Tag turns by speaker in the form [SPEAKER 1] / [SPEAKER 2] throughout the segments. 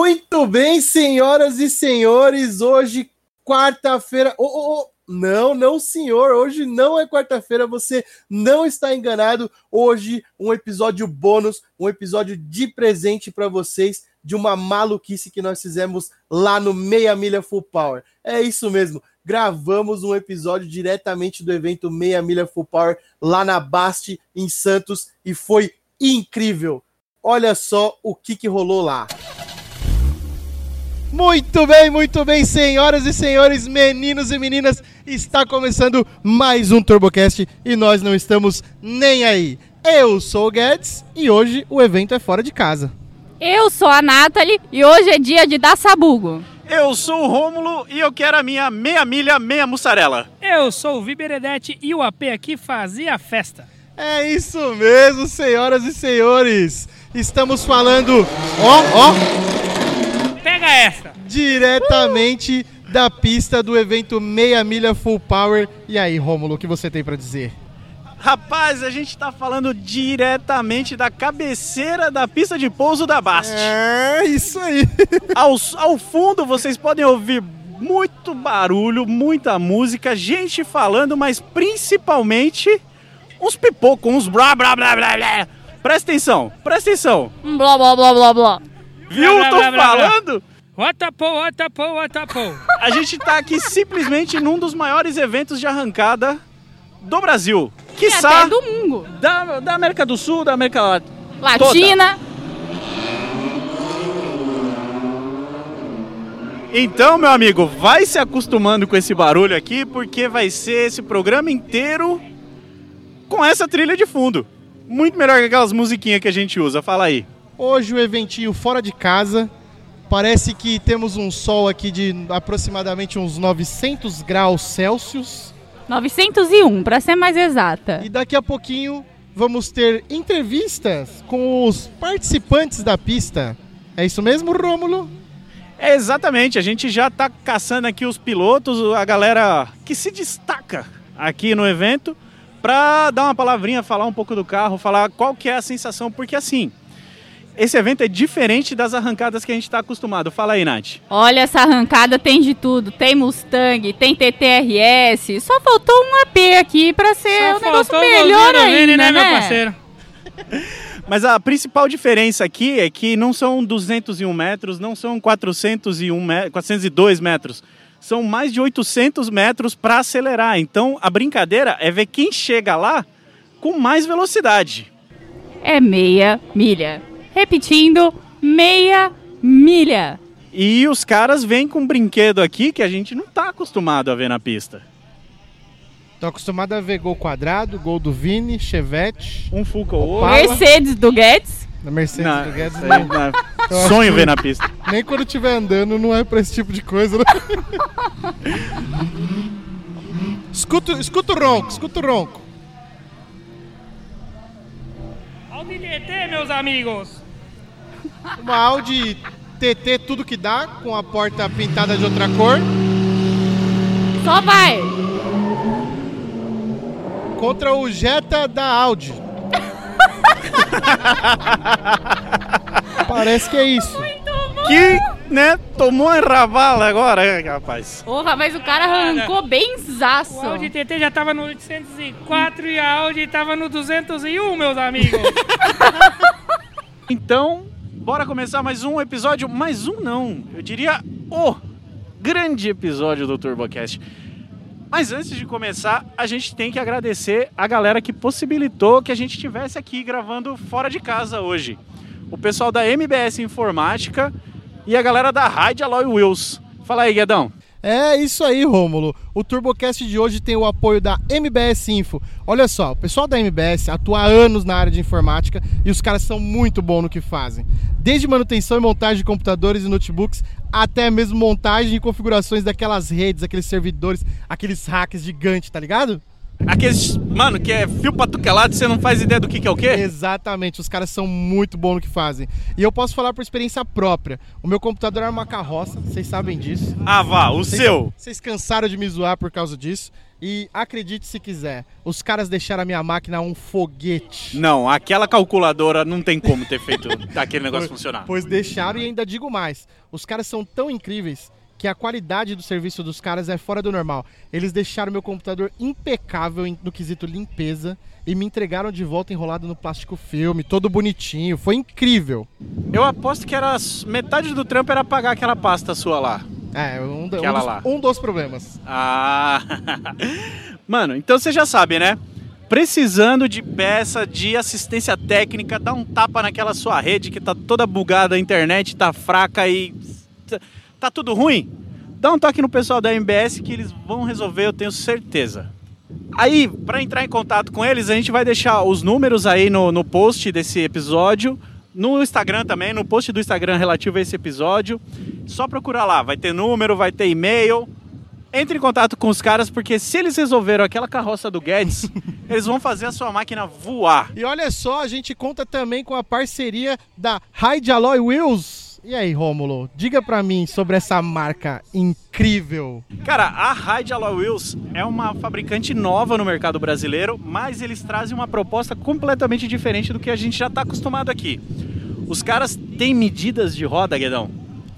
[SPEAKER 1] Muito bem, senhoras e senhores, hoje, quarta-feira. Oh, oh, oh. Não, não, senhor. Hoje não é quarta-feira, você não está enganado. Hoje, um episódio bônus, um episódio de presente para vocês de uma maluquice que nós fizemos lá no Meia Milha Full Power. É isso mesmo. Gravamos um episódio diretamente do evento Meia Milha Full Power lá na Bast, em Santos, e foi incrível. Olha só o que, que rolou lá. Muito bem, muito bem, senhoras e senhores, meninos e meninas, está começando mais um TurboCast e nós não estamos nem aí. Eu sou o Guedes e hoje o evento é fora de casa.
[SPEAKER 2] Eu sou a Nathalie e hoje é dia de dar sabugo.
[SPEAKER 3] Eu sou o Rômulo e eu quero a minha meia milha, meia mussarela.
[SPEAKER 4] Eu sou o Viberedete e o AP aqui fazia festa.
[SPEAKER 1] É isso mesmo, senhoras e senhores. Estamos falando, ó, ó,
[SPEAKER 4] Pega essa!
[SPEAKER 1] diretamente da pista do evento Meia Milha Full Power. E aí, Rômulo, o que você tem pra dizer?
[SPEAKER 3] Rapaz, a gente tá falando diretamente da cabeceira da pista de pouso da Bast.
[SPEAKER 1] É isso aí.
[SPEAKER 3] Ao, ao fundo vocês podem ouvir muito barulho, muita música, gente falando, mas principalmente uns pipocos, uns blá blá blá blá blá. Presta atenção, presta atenção.
[SPEAKER 2] Um blá blá blá blá blá.
[SPEAKER 3] Viu?
[SPEAKER 4] Blá, blá,
[SPEAKER 3] Tô
[SPEAKER 4] blá, blá, blá.
[SPEAKER 3] falando?
[SPEAKER 4] Watapô, watapô, watapô.
[SPEAKER 3] A gente tá aqui simplesmente num dos maiores eventos de arrancada do Brasil.
[SPEAKER 2] E até
[SPEAKER 3] Quiçá
[SPEAKER 2] domingo.
[SPEAKER 3] da, da América do Sul, da América Latina.
[SPEAKER 2] Latina.
[SPEAKER 3] Então, meu amigo, vai se acostumando com esse barulho aqui, porque vai ser esse programa inteiro com essa trilha de fundo. Muito melhor que aquelas musiquinhas que a gente usa, fala aí.
[SPEAKER 1] Hoje o eventinho fora de casa. Parece que temos um sol aqui de aproximadamente uns 900 graus Celsius.
[SPEAKER 2] 901, pra ser mais exata.
[SPEAKER 1] E daqui a pouquinho vamos ter entrevistas com os participantes da pista. É isso mesmo, Rômulo?
[SPEAKER 3] É exatamente, a gente já tá caçando aqui os pilotos, a galera que se destaca aqui no evento, pra dar uma palavrinha, falar um pouco do carro, falar qual que é a sensação, porque assim, esse evento é diferente das arrancadas que a gente tá acostumado. Fala aí, Nath.
[SPEAKER 2] Olha, essa arrancada tem de tudo. Tem Mustang, tem TTRS. Só faltou um AP aqui pra ser um negócio melhor ainda, né?
[SPEAKER 4] né, meu parceiro?
[SPEAKER 3] Mas a principal diferença aqui é que não são 201 metros, não são 401 me 402 metros. São mais de 800 metros para acelerar. Então a brincadeira é ver quem chega lá com mais velocidade.
[SPEAKER 2] É meia milha. Repetindo, meia milha.
[SPEAKER 3] E os caras vêm com um brinquedo aqui que a gente não está acostumado a ver na pista.
[SPEAKER 1] Tô acostumado a ver gol quadrado, gol do Vini, Chevette,
[SPEAKER 3] Um Fuca ou
[SPEAKER 1] Opa.
[SPEAKER 3] outro.
[SPEAKER 1] Fala.
[SPEAKER 2] Mercedes do Guedes.
[SPEAKER 1] da Mercedes
[SPEAKER 3] Não,
[SPEAKER 1] do Guedes. né?
[SPEAKER 3] isso aí não- é. Sonho ver na pista.
[SPEAKER 1] Nem quando estiver andando não é pra esse tipo de coisa. Né? escuta, escuta o ronco, escuta o ronco.
[SPEAKER 4] Olha o bilhete, meus amigos.
[SPEAKER 1] Uma Audi TT tudo que dá, com a porta pintada de outra cor,
[SPEAKER 2] Só vai.
[SPEAKER 1] contra o Jetta da Audi. Parece que é isso.
[SPEAKER 3] Que, né, tomou uma ravala agora, rapaz.
[SPEAKER 2] Porra, mas o cara arrancou bem
[SPEAKER 4] O
[SPEAKER 2] zaço.
[SPEAKER 4] Audi TT já tava no 804 e a Audi tava no 201, meus amigos.
[SPEAKER 3] Então, bora começar mais um episódio, mais um não, eu diria o grande episódio do TurboCast. Mas antes de começar, a gente tem que agradecer a galera que possibilitou que a gente estivesse aqui gravando fora de casa hoje. O pessoal da MBS Informática e a galera da Rádio Alloy Wheels. Fala aí, Guedão.
[SPEAKER 1] É isso aí, Rômulo. O TurboCast de hoje tem o apoio da MBS Info. Olha só, o pessoal da MBS atua há anos na área de informática e os caras são muito bons no que fazem. Desde manutenção e montagem de computadores e notebooks, até mesmo montagem e configurações daquelas redes, aqueles servidores, aqueles hacks gigantes, tá ligado?
[SPEAKER 3] Aqueles, mano, que é fio pra e você não faz ideia do que, que é o quê?
[SPEAKER 1] Exatamente, os caras são muito bons no que fazem. E eu posso falar por experiência própria. O meu computador era uma carroça, vocês sabem disso.
[SPEAKER 3] Ah, vá, o
[SPEAKER 1] Vocês- Vocês cansaram de me zoar por causa disso. E acredite se quiser, os caras deixaram a minha máquina um foguete.
[SPEAKER 3] Não, aquela calculadora não tem como ter feito aquele negócio funcionar.
[SPEAKER 1] Pois deixaram e ainda digo mais. Os caras são tão incríveis que a qualidade do serviço dos caras é fora do normal. Eles deixaram meu computador impecável em- no quesito limpeza e me entregaram de volta enrolado no plástico filme, todo bonitinho. Foi incrível.
[SPEAKER 3] Eu aposto que era metade do trampo era pagar aquela pasta sua lá.
[SPEAKER 1] É, um, da- um
[SPEAKER 3] Aquela
[SPEAKER 1] dos,
[SPEAKER 3] lá.
[SPEAKER 1] um dos problemas.
[SPEAKER 3] Ah. Mano, então você já sabe, né? Precisando de peça de assistência técnica, dá um tapa naquela sua rede que tá toda bugada, a internet tá fraca e tá- tá tudo ruim? Dá um toque no pessoal da MBS que eles vão resolver, eu tenho certeza. Aí, para entrar em contato com eles, a gente vai deixar os números aí no, no post desse episódio, no Instagram também, no post do Instagram relativo a esse episódio. Só procurar lá, vai ter número, vai ter e-mail. Entre em contato com os caras, porque se eles resolveram aquela carroça do Guedes, eles vão fazer a sua máquina voar.
[SPEAKER 1] E olha só, a gente conta também com a parceria da Hyde Alloy Wheels. E aí, Rômulo, diga pra mim sobre essa marca incrível.
[SPEAKER 3] Cara, a Hyde Alloy Wheels é uma fabricante nova no mercado brasileiro, mas eles trazem uma proposta completamente diferente do que a gente já está acostumado aqui. Os caras têm medidas de roda, Guedão,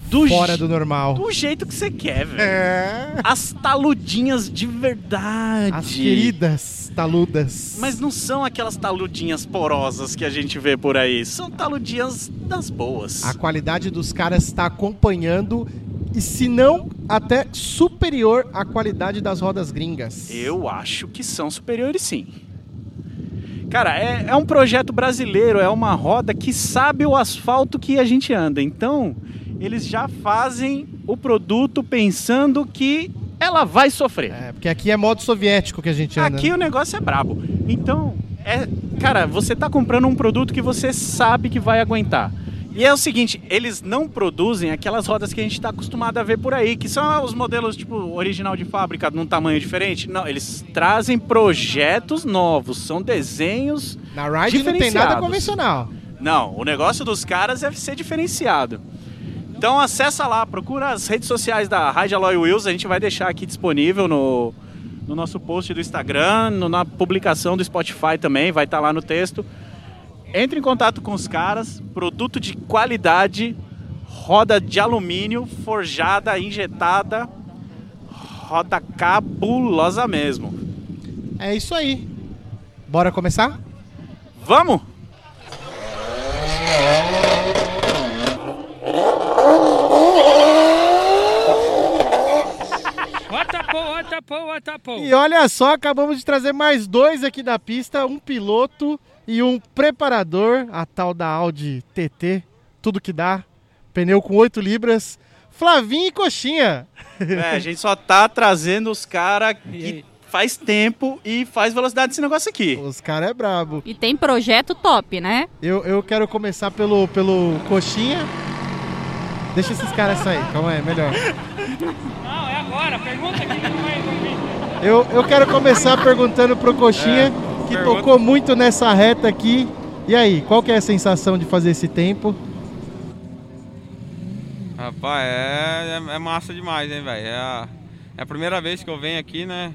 [SPEAKER 3] do,
[SPEAKER 1] Fora
[SPEAKER 3] je-
[SPEAKER 1] do normal.
[SPEAKER 3] do jeito que você quer, velho.
[SPEAKER 1] É.
[SPEAKER 3] As taludinhas de verdade.
[SPEAKER 1] As queridas taludas.
[SPEAKER 3] Mas não são aquelas taludinhas porosas que a gente vê por aí. São taludinhas
[SPEAKER 5] é
[SPEAKER 3] das boas.
[SPEAKER 1] A qualidade dos caras está acompanhando e se não até superior à qualidade das rodas gringas.
[SPEAKER 3] Eu acho que são superiores sim. Cara, é, é um projeto brasileiro, é uma roda que sabe o asfalto que a gente anda. Então, eles já fazem o produto pensando que ela vai sofrer.
[SPEAKER 1] É, porque aqui é modo soviético que a gente anda. né?
[SPEAKER 3] Aqui o negócio é brabo. Então, é, cara, você tá comprando um produto que você sabe que vai aguentar. E é o seguinte, eles não produzem aquelas rodas que a gente está acostumado a ver por aí, que são os modelos tipo original de fábrica num tamanho diferente. Não, eles trazem projetos novos, são desenhos.
[SPEAKER 1] Na ride não tem nada
[SPEAKER 3] Diferenciados.
[SPEAKER 1] convencional.
[SPEAKER 3] Não, o negócio dos caras é ser diferenciado. Então acessa lá, procura as redes sociais da Rádio Alloy Wheels, a gente vai deixar aqui disponível no, no nosso post do Instagram, no- na publicação do Spotify também, vai estar lá no texto. Entre em contato com os caras, produto de qualidade, roda de alumínio, forjada, injetada, roda cabulosa mesmo.
[SPEAKER 1] É isso aí. Bora começar?
[SPEAKER 3] Vamos?
[SPEAKER 4] What a po, what a po, what a po.
[SPEAKER 1] E olha só, acabamos de trazer mais dois aqui da pista, um piloto e um preparador, a tal da Audi TT, tudo que dá, pneu com 8 libras, Flavinho e Coxinha.
[SPEAKER 3] É, a gente só tá trazendo os caras que faz tempo e faz velocidade desse negócio aqui.
[SPEAKER 1] Os caras é brabo.
[SPEAKER 2] E tem projeto top, né?
[SPEAKER 1] Eu, eu quero começar pelo, pelo Coxinha. Deixa esses caras sair, calma aí, melhor.
[SPEAKER 4] Não, é agora. Pergunta aqui que não vai dormir.
[SPEAKER 1] Eu, eu quero começar perguntando pro Coxinha, que
[SPEAKER 3] É, pergunta.
[SPEAKER 1] tocou muito nessa reta aqui. E aí, qual que é a sensação de fazer esse tempo?
[SPEAKER 6] Rapaz, é, é- é massa demais, hein, velho. É, a- é a primeira vez que eu venho aqui, né?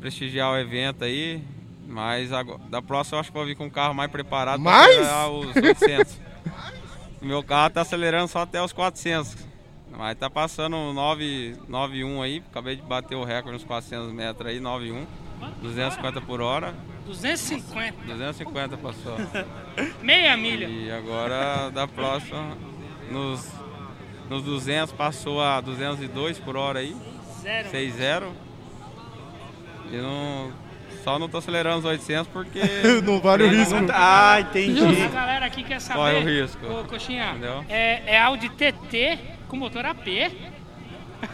[SPEAKER 6] Prestigiar o evento aí. Mas ago- da próxima eu acho que vou vir com um carro mais preparado
[SPEAKER 1] Mais?
[SPEAKER 6] pra acelerar os 800. O meu carro tá acelerando só até os 400. Mas tá passando um 9 91 aí. Acabei de bater o recorde nos 400 metros aí, 91. 250 por hora.
[SPEAKER 4] 250.
[SPEAKER 6] 250 passou.
[SPEAKER 4] Meia milha.
[SPEAKER 6] E agora da próxima, nos, nos 200 passou a 202 por hora aí,
[SPEAKER 4] Zero.
[SPEAKER 6] 6-0. E não, só não tô acelerando os 800 porque.
[SPEAKER 1] Não vale o risco.
[SPEAKER 3] Ah, entendi.
[SPEAKER 4] A galera aqui quer saber.
[SPEAKER 6] Corre o risco.
[SPEAKER 4] Ô, Coxinha,
[SPEAKER 6] Entendeu?
[SPEAKER 4] é, é Audi TT com motor AP.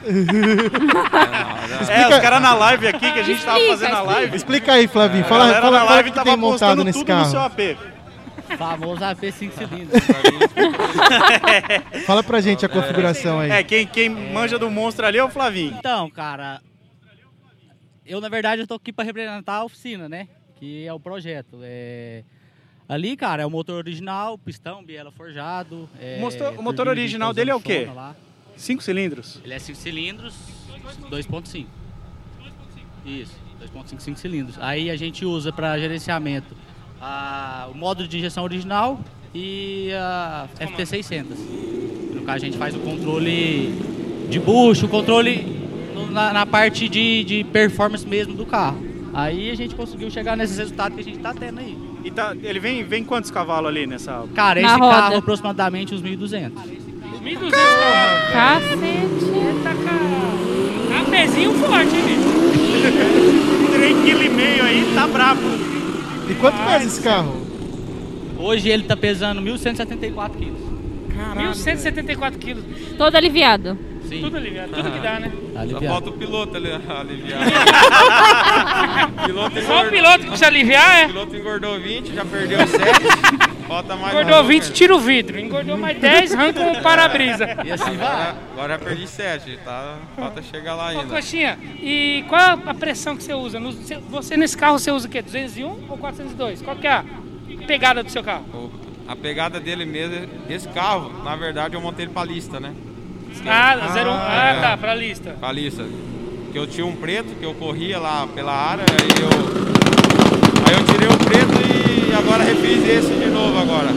[SPEAKER 3] É, os caras na live aqui, que a gente tava
[SPEAKER 2] Explica,
[SPEAKER 3] fazendo a live. É.
[SPEAKER 1] Explica aí, Flavinho.
[SPEAKER 3] a
[SPEAKER 1] Fala,
[SPEAKER 3] galera
[SPEAKER 1] fala,
[SPEAKER 3] na
[SPEAKER 1] fala o
[SPEAKER 3] live
[SPEAKER 1] que
[SPEAKER 3] tava
[SPEAKER 1] tem montado
[SPEAKER 3] postando
[SPEAKER 1] nesse
[SPEAKER 3] tudo no seu
[SPEAKER 1] carro.
[SPEAKER 3] AP.
[SPEAKER 7] Famoso AP 5 cilindros.
[SPEAKER 1] Fala pra gente a configuração Então aí.
[SPEAKER 3] É, quem, quem manja do monstro ali é o Flavinho.
[SPEAKER 7] Então, cara, eu na verdade eu tô aqui para representar a oficina, né? Que é o projeto. É... Ali, cara, é o motor original, pistão, biela forjado. é,
[SPEAKER 3] O motor- o
[SPEAKER 7] turbina
[SPEAKER 3] motor
[SPEAKER 7] de
[SPEAKER 3] original dele é o
[SPEAKER 7] infusão de
[SPEAKER 3] quê?
[SPEAKER 7] sona lá.
[SPEAKER 3] Cinco cilindros.
[SPEAKER 7] Ele é 5 cilindros, 2.5. Isso, 2.55 cilindros. Aí a gente usa para gerenciamento a- o módulo de injeção original e a FT600. No caso, a gente faz o controle de bucho, o controle no- na, na parte de, de performance mesmo do carro. Aí a gente conseguiu chegar nesses resultados que a gente está tendo aí.
[SPEAKER 3] E tá- ele vem, vem quantos cavalos ali nessa.
[SPEAKER 7] Cara,
[SPEAKER 2] Na
[SPEAKER 7] esse
[SPEAKER 2] roda.
[SPEAKER 7] carro aproximadamente uns 1.200.
[SPEAKER 4] 1.200 cavalos.
[SPEAKER 2] Cacete.
[SPEAKER 4] Eita, cara. Cabezinho forte, hein, bicho?
[SPEAKER 3] 3,5 kg aí, tá brabo.
[SPEAKER 1] E quanto pesa esse carro?
[SPEAKER 7] Hoje ele tá pesando 1.174 quilos.
[SPEAKER 4] 1.174 quilos, bicho.
[SPEAKER 2] Todo aliviado.
[SPEAKER 7] Sim,
[SPEAKER 4] Tudo aliviado, tudo que dá, né?
[SPEAKER 7] tá
[SPEAKER 6] Só
[SPEAKER 7] aliviado.
[SPEAKER 6] falta o piloto ali aliviar. piloto
[SPEAKER 4] Só o
[SPEAKER 6] engordou-
[SPEAKER 4] piloto que se aliviar, é.
[SPEAKER 6] piloto engordou 20, já perdeu 7. falta mais
[SPEAKER 4] Engordou
[SPEAKER 6] um,
[SPEAKER 4] 20,
[SPEAKER 6] cara.
[SPEAKER 4] tira o vidro. Engordou mais 10, arranca um para-brisa.
[SPEAKER 7] E assim vai.
[SPEAKER 6] Agora, agora já perdi 7, tá? Falta chegar lá
[SPEAKER 4] Ô,
[SPEAKER 6] ainda.
[SPEAKER 4] Coxinha, e qual é a pressão que você usa? No- você- Você nesse carro você usa o quê? 201 ou 402? Qual que é a pegada do seu carro?
[SPEAKER 6] O- A pegada dele mesmo, esse carro, na verdade eu montei ele pra lista, né?
[SPEAKER 4] Ah, 01. Ah,
[SPEAKER 6] é.
[SPEAKER 4] tá, pra lista.
[SPEAKER 6] Pra lista. Que eu tinha um preto, que eu corria lá pela área, aí eu. Aí eu tirei o preto e agora refiz esse de novo agora.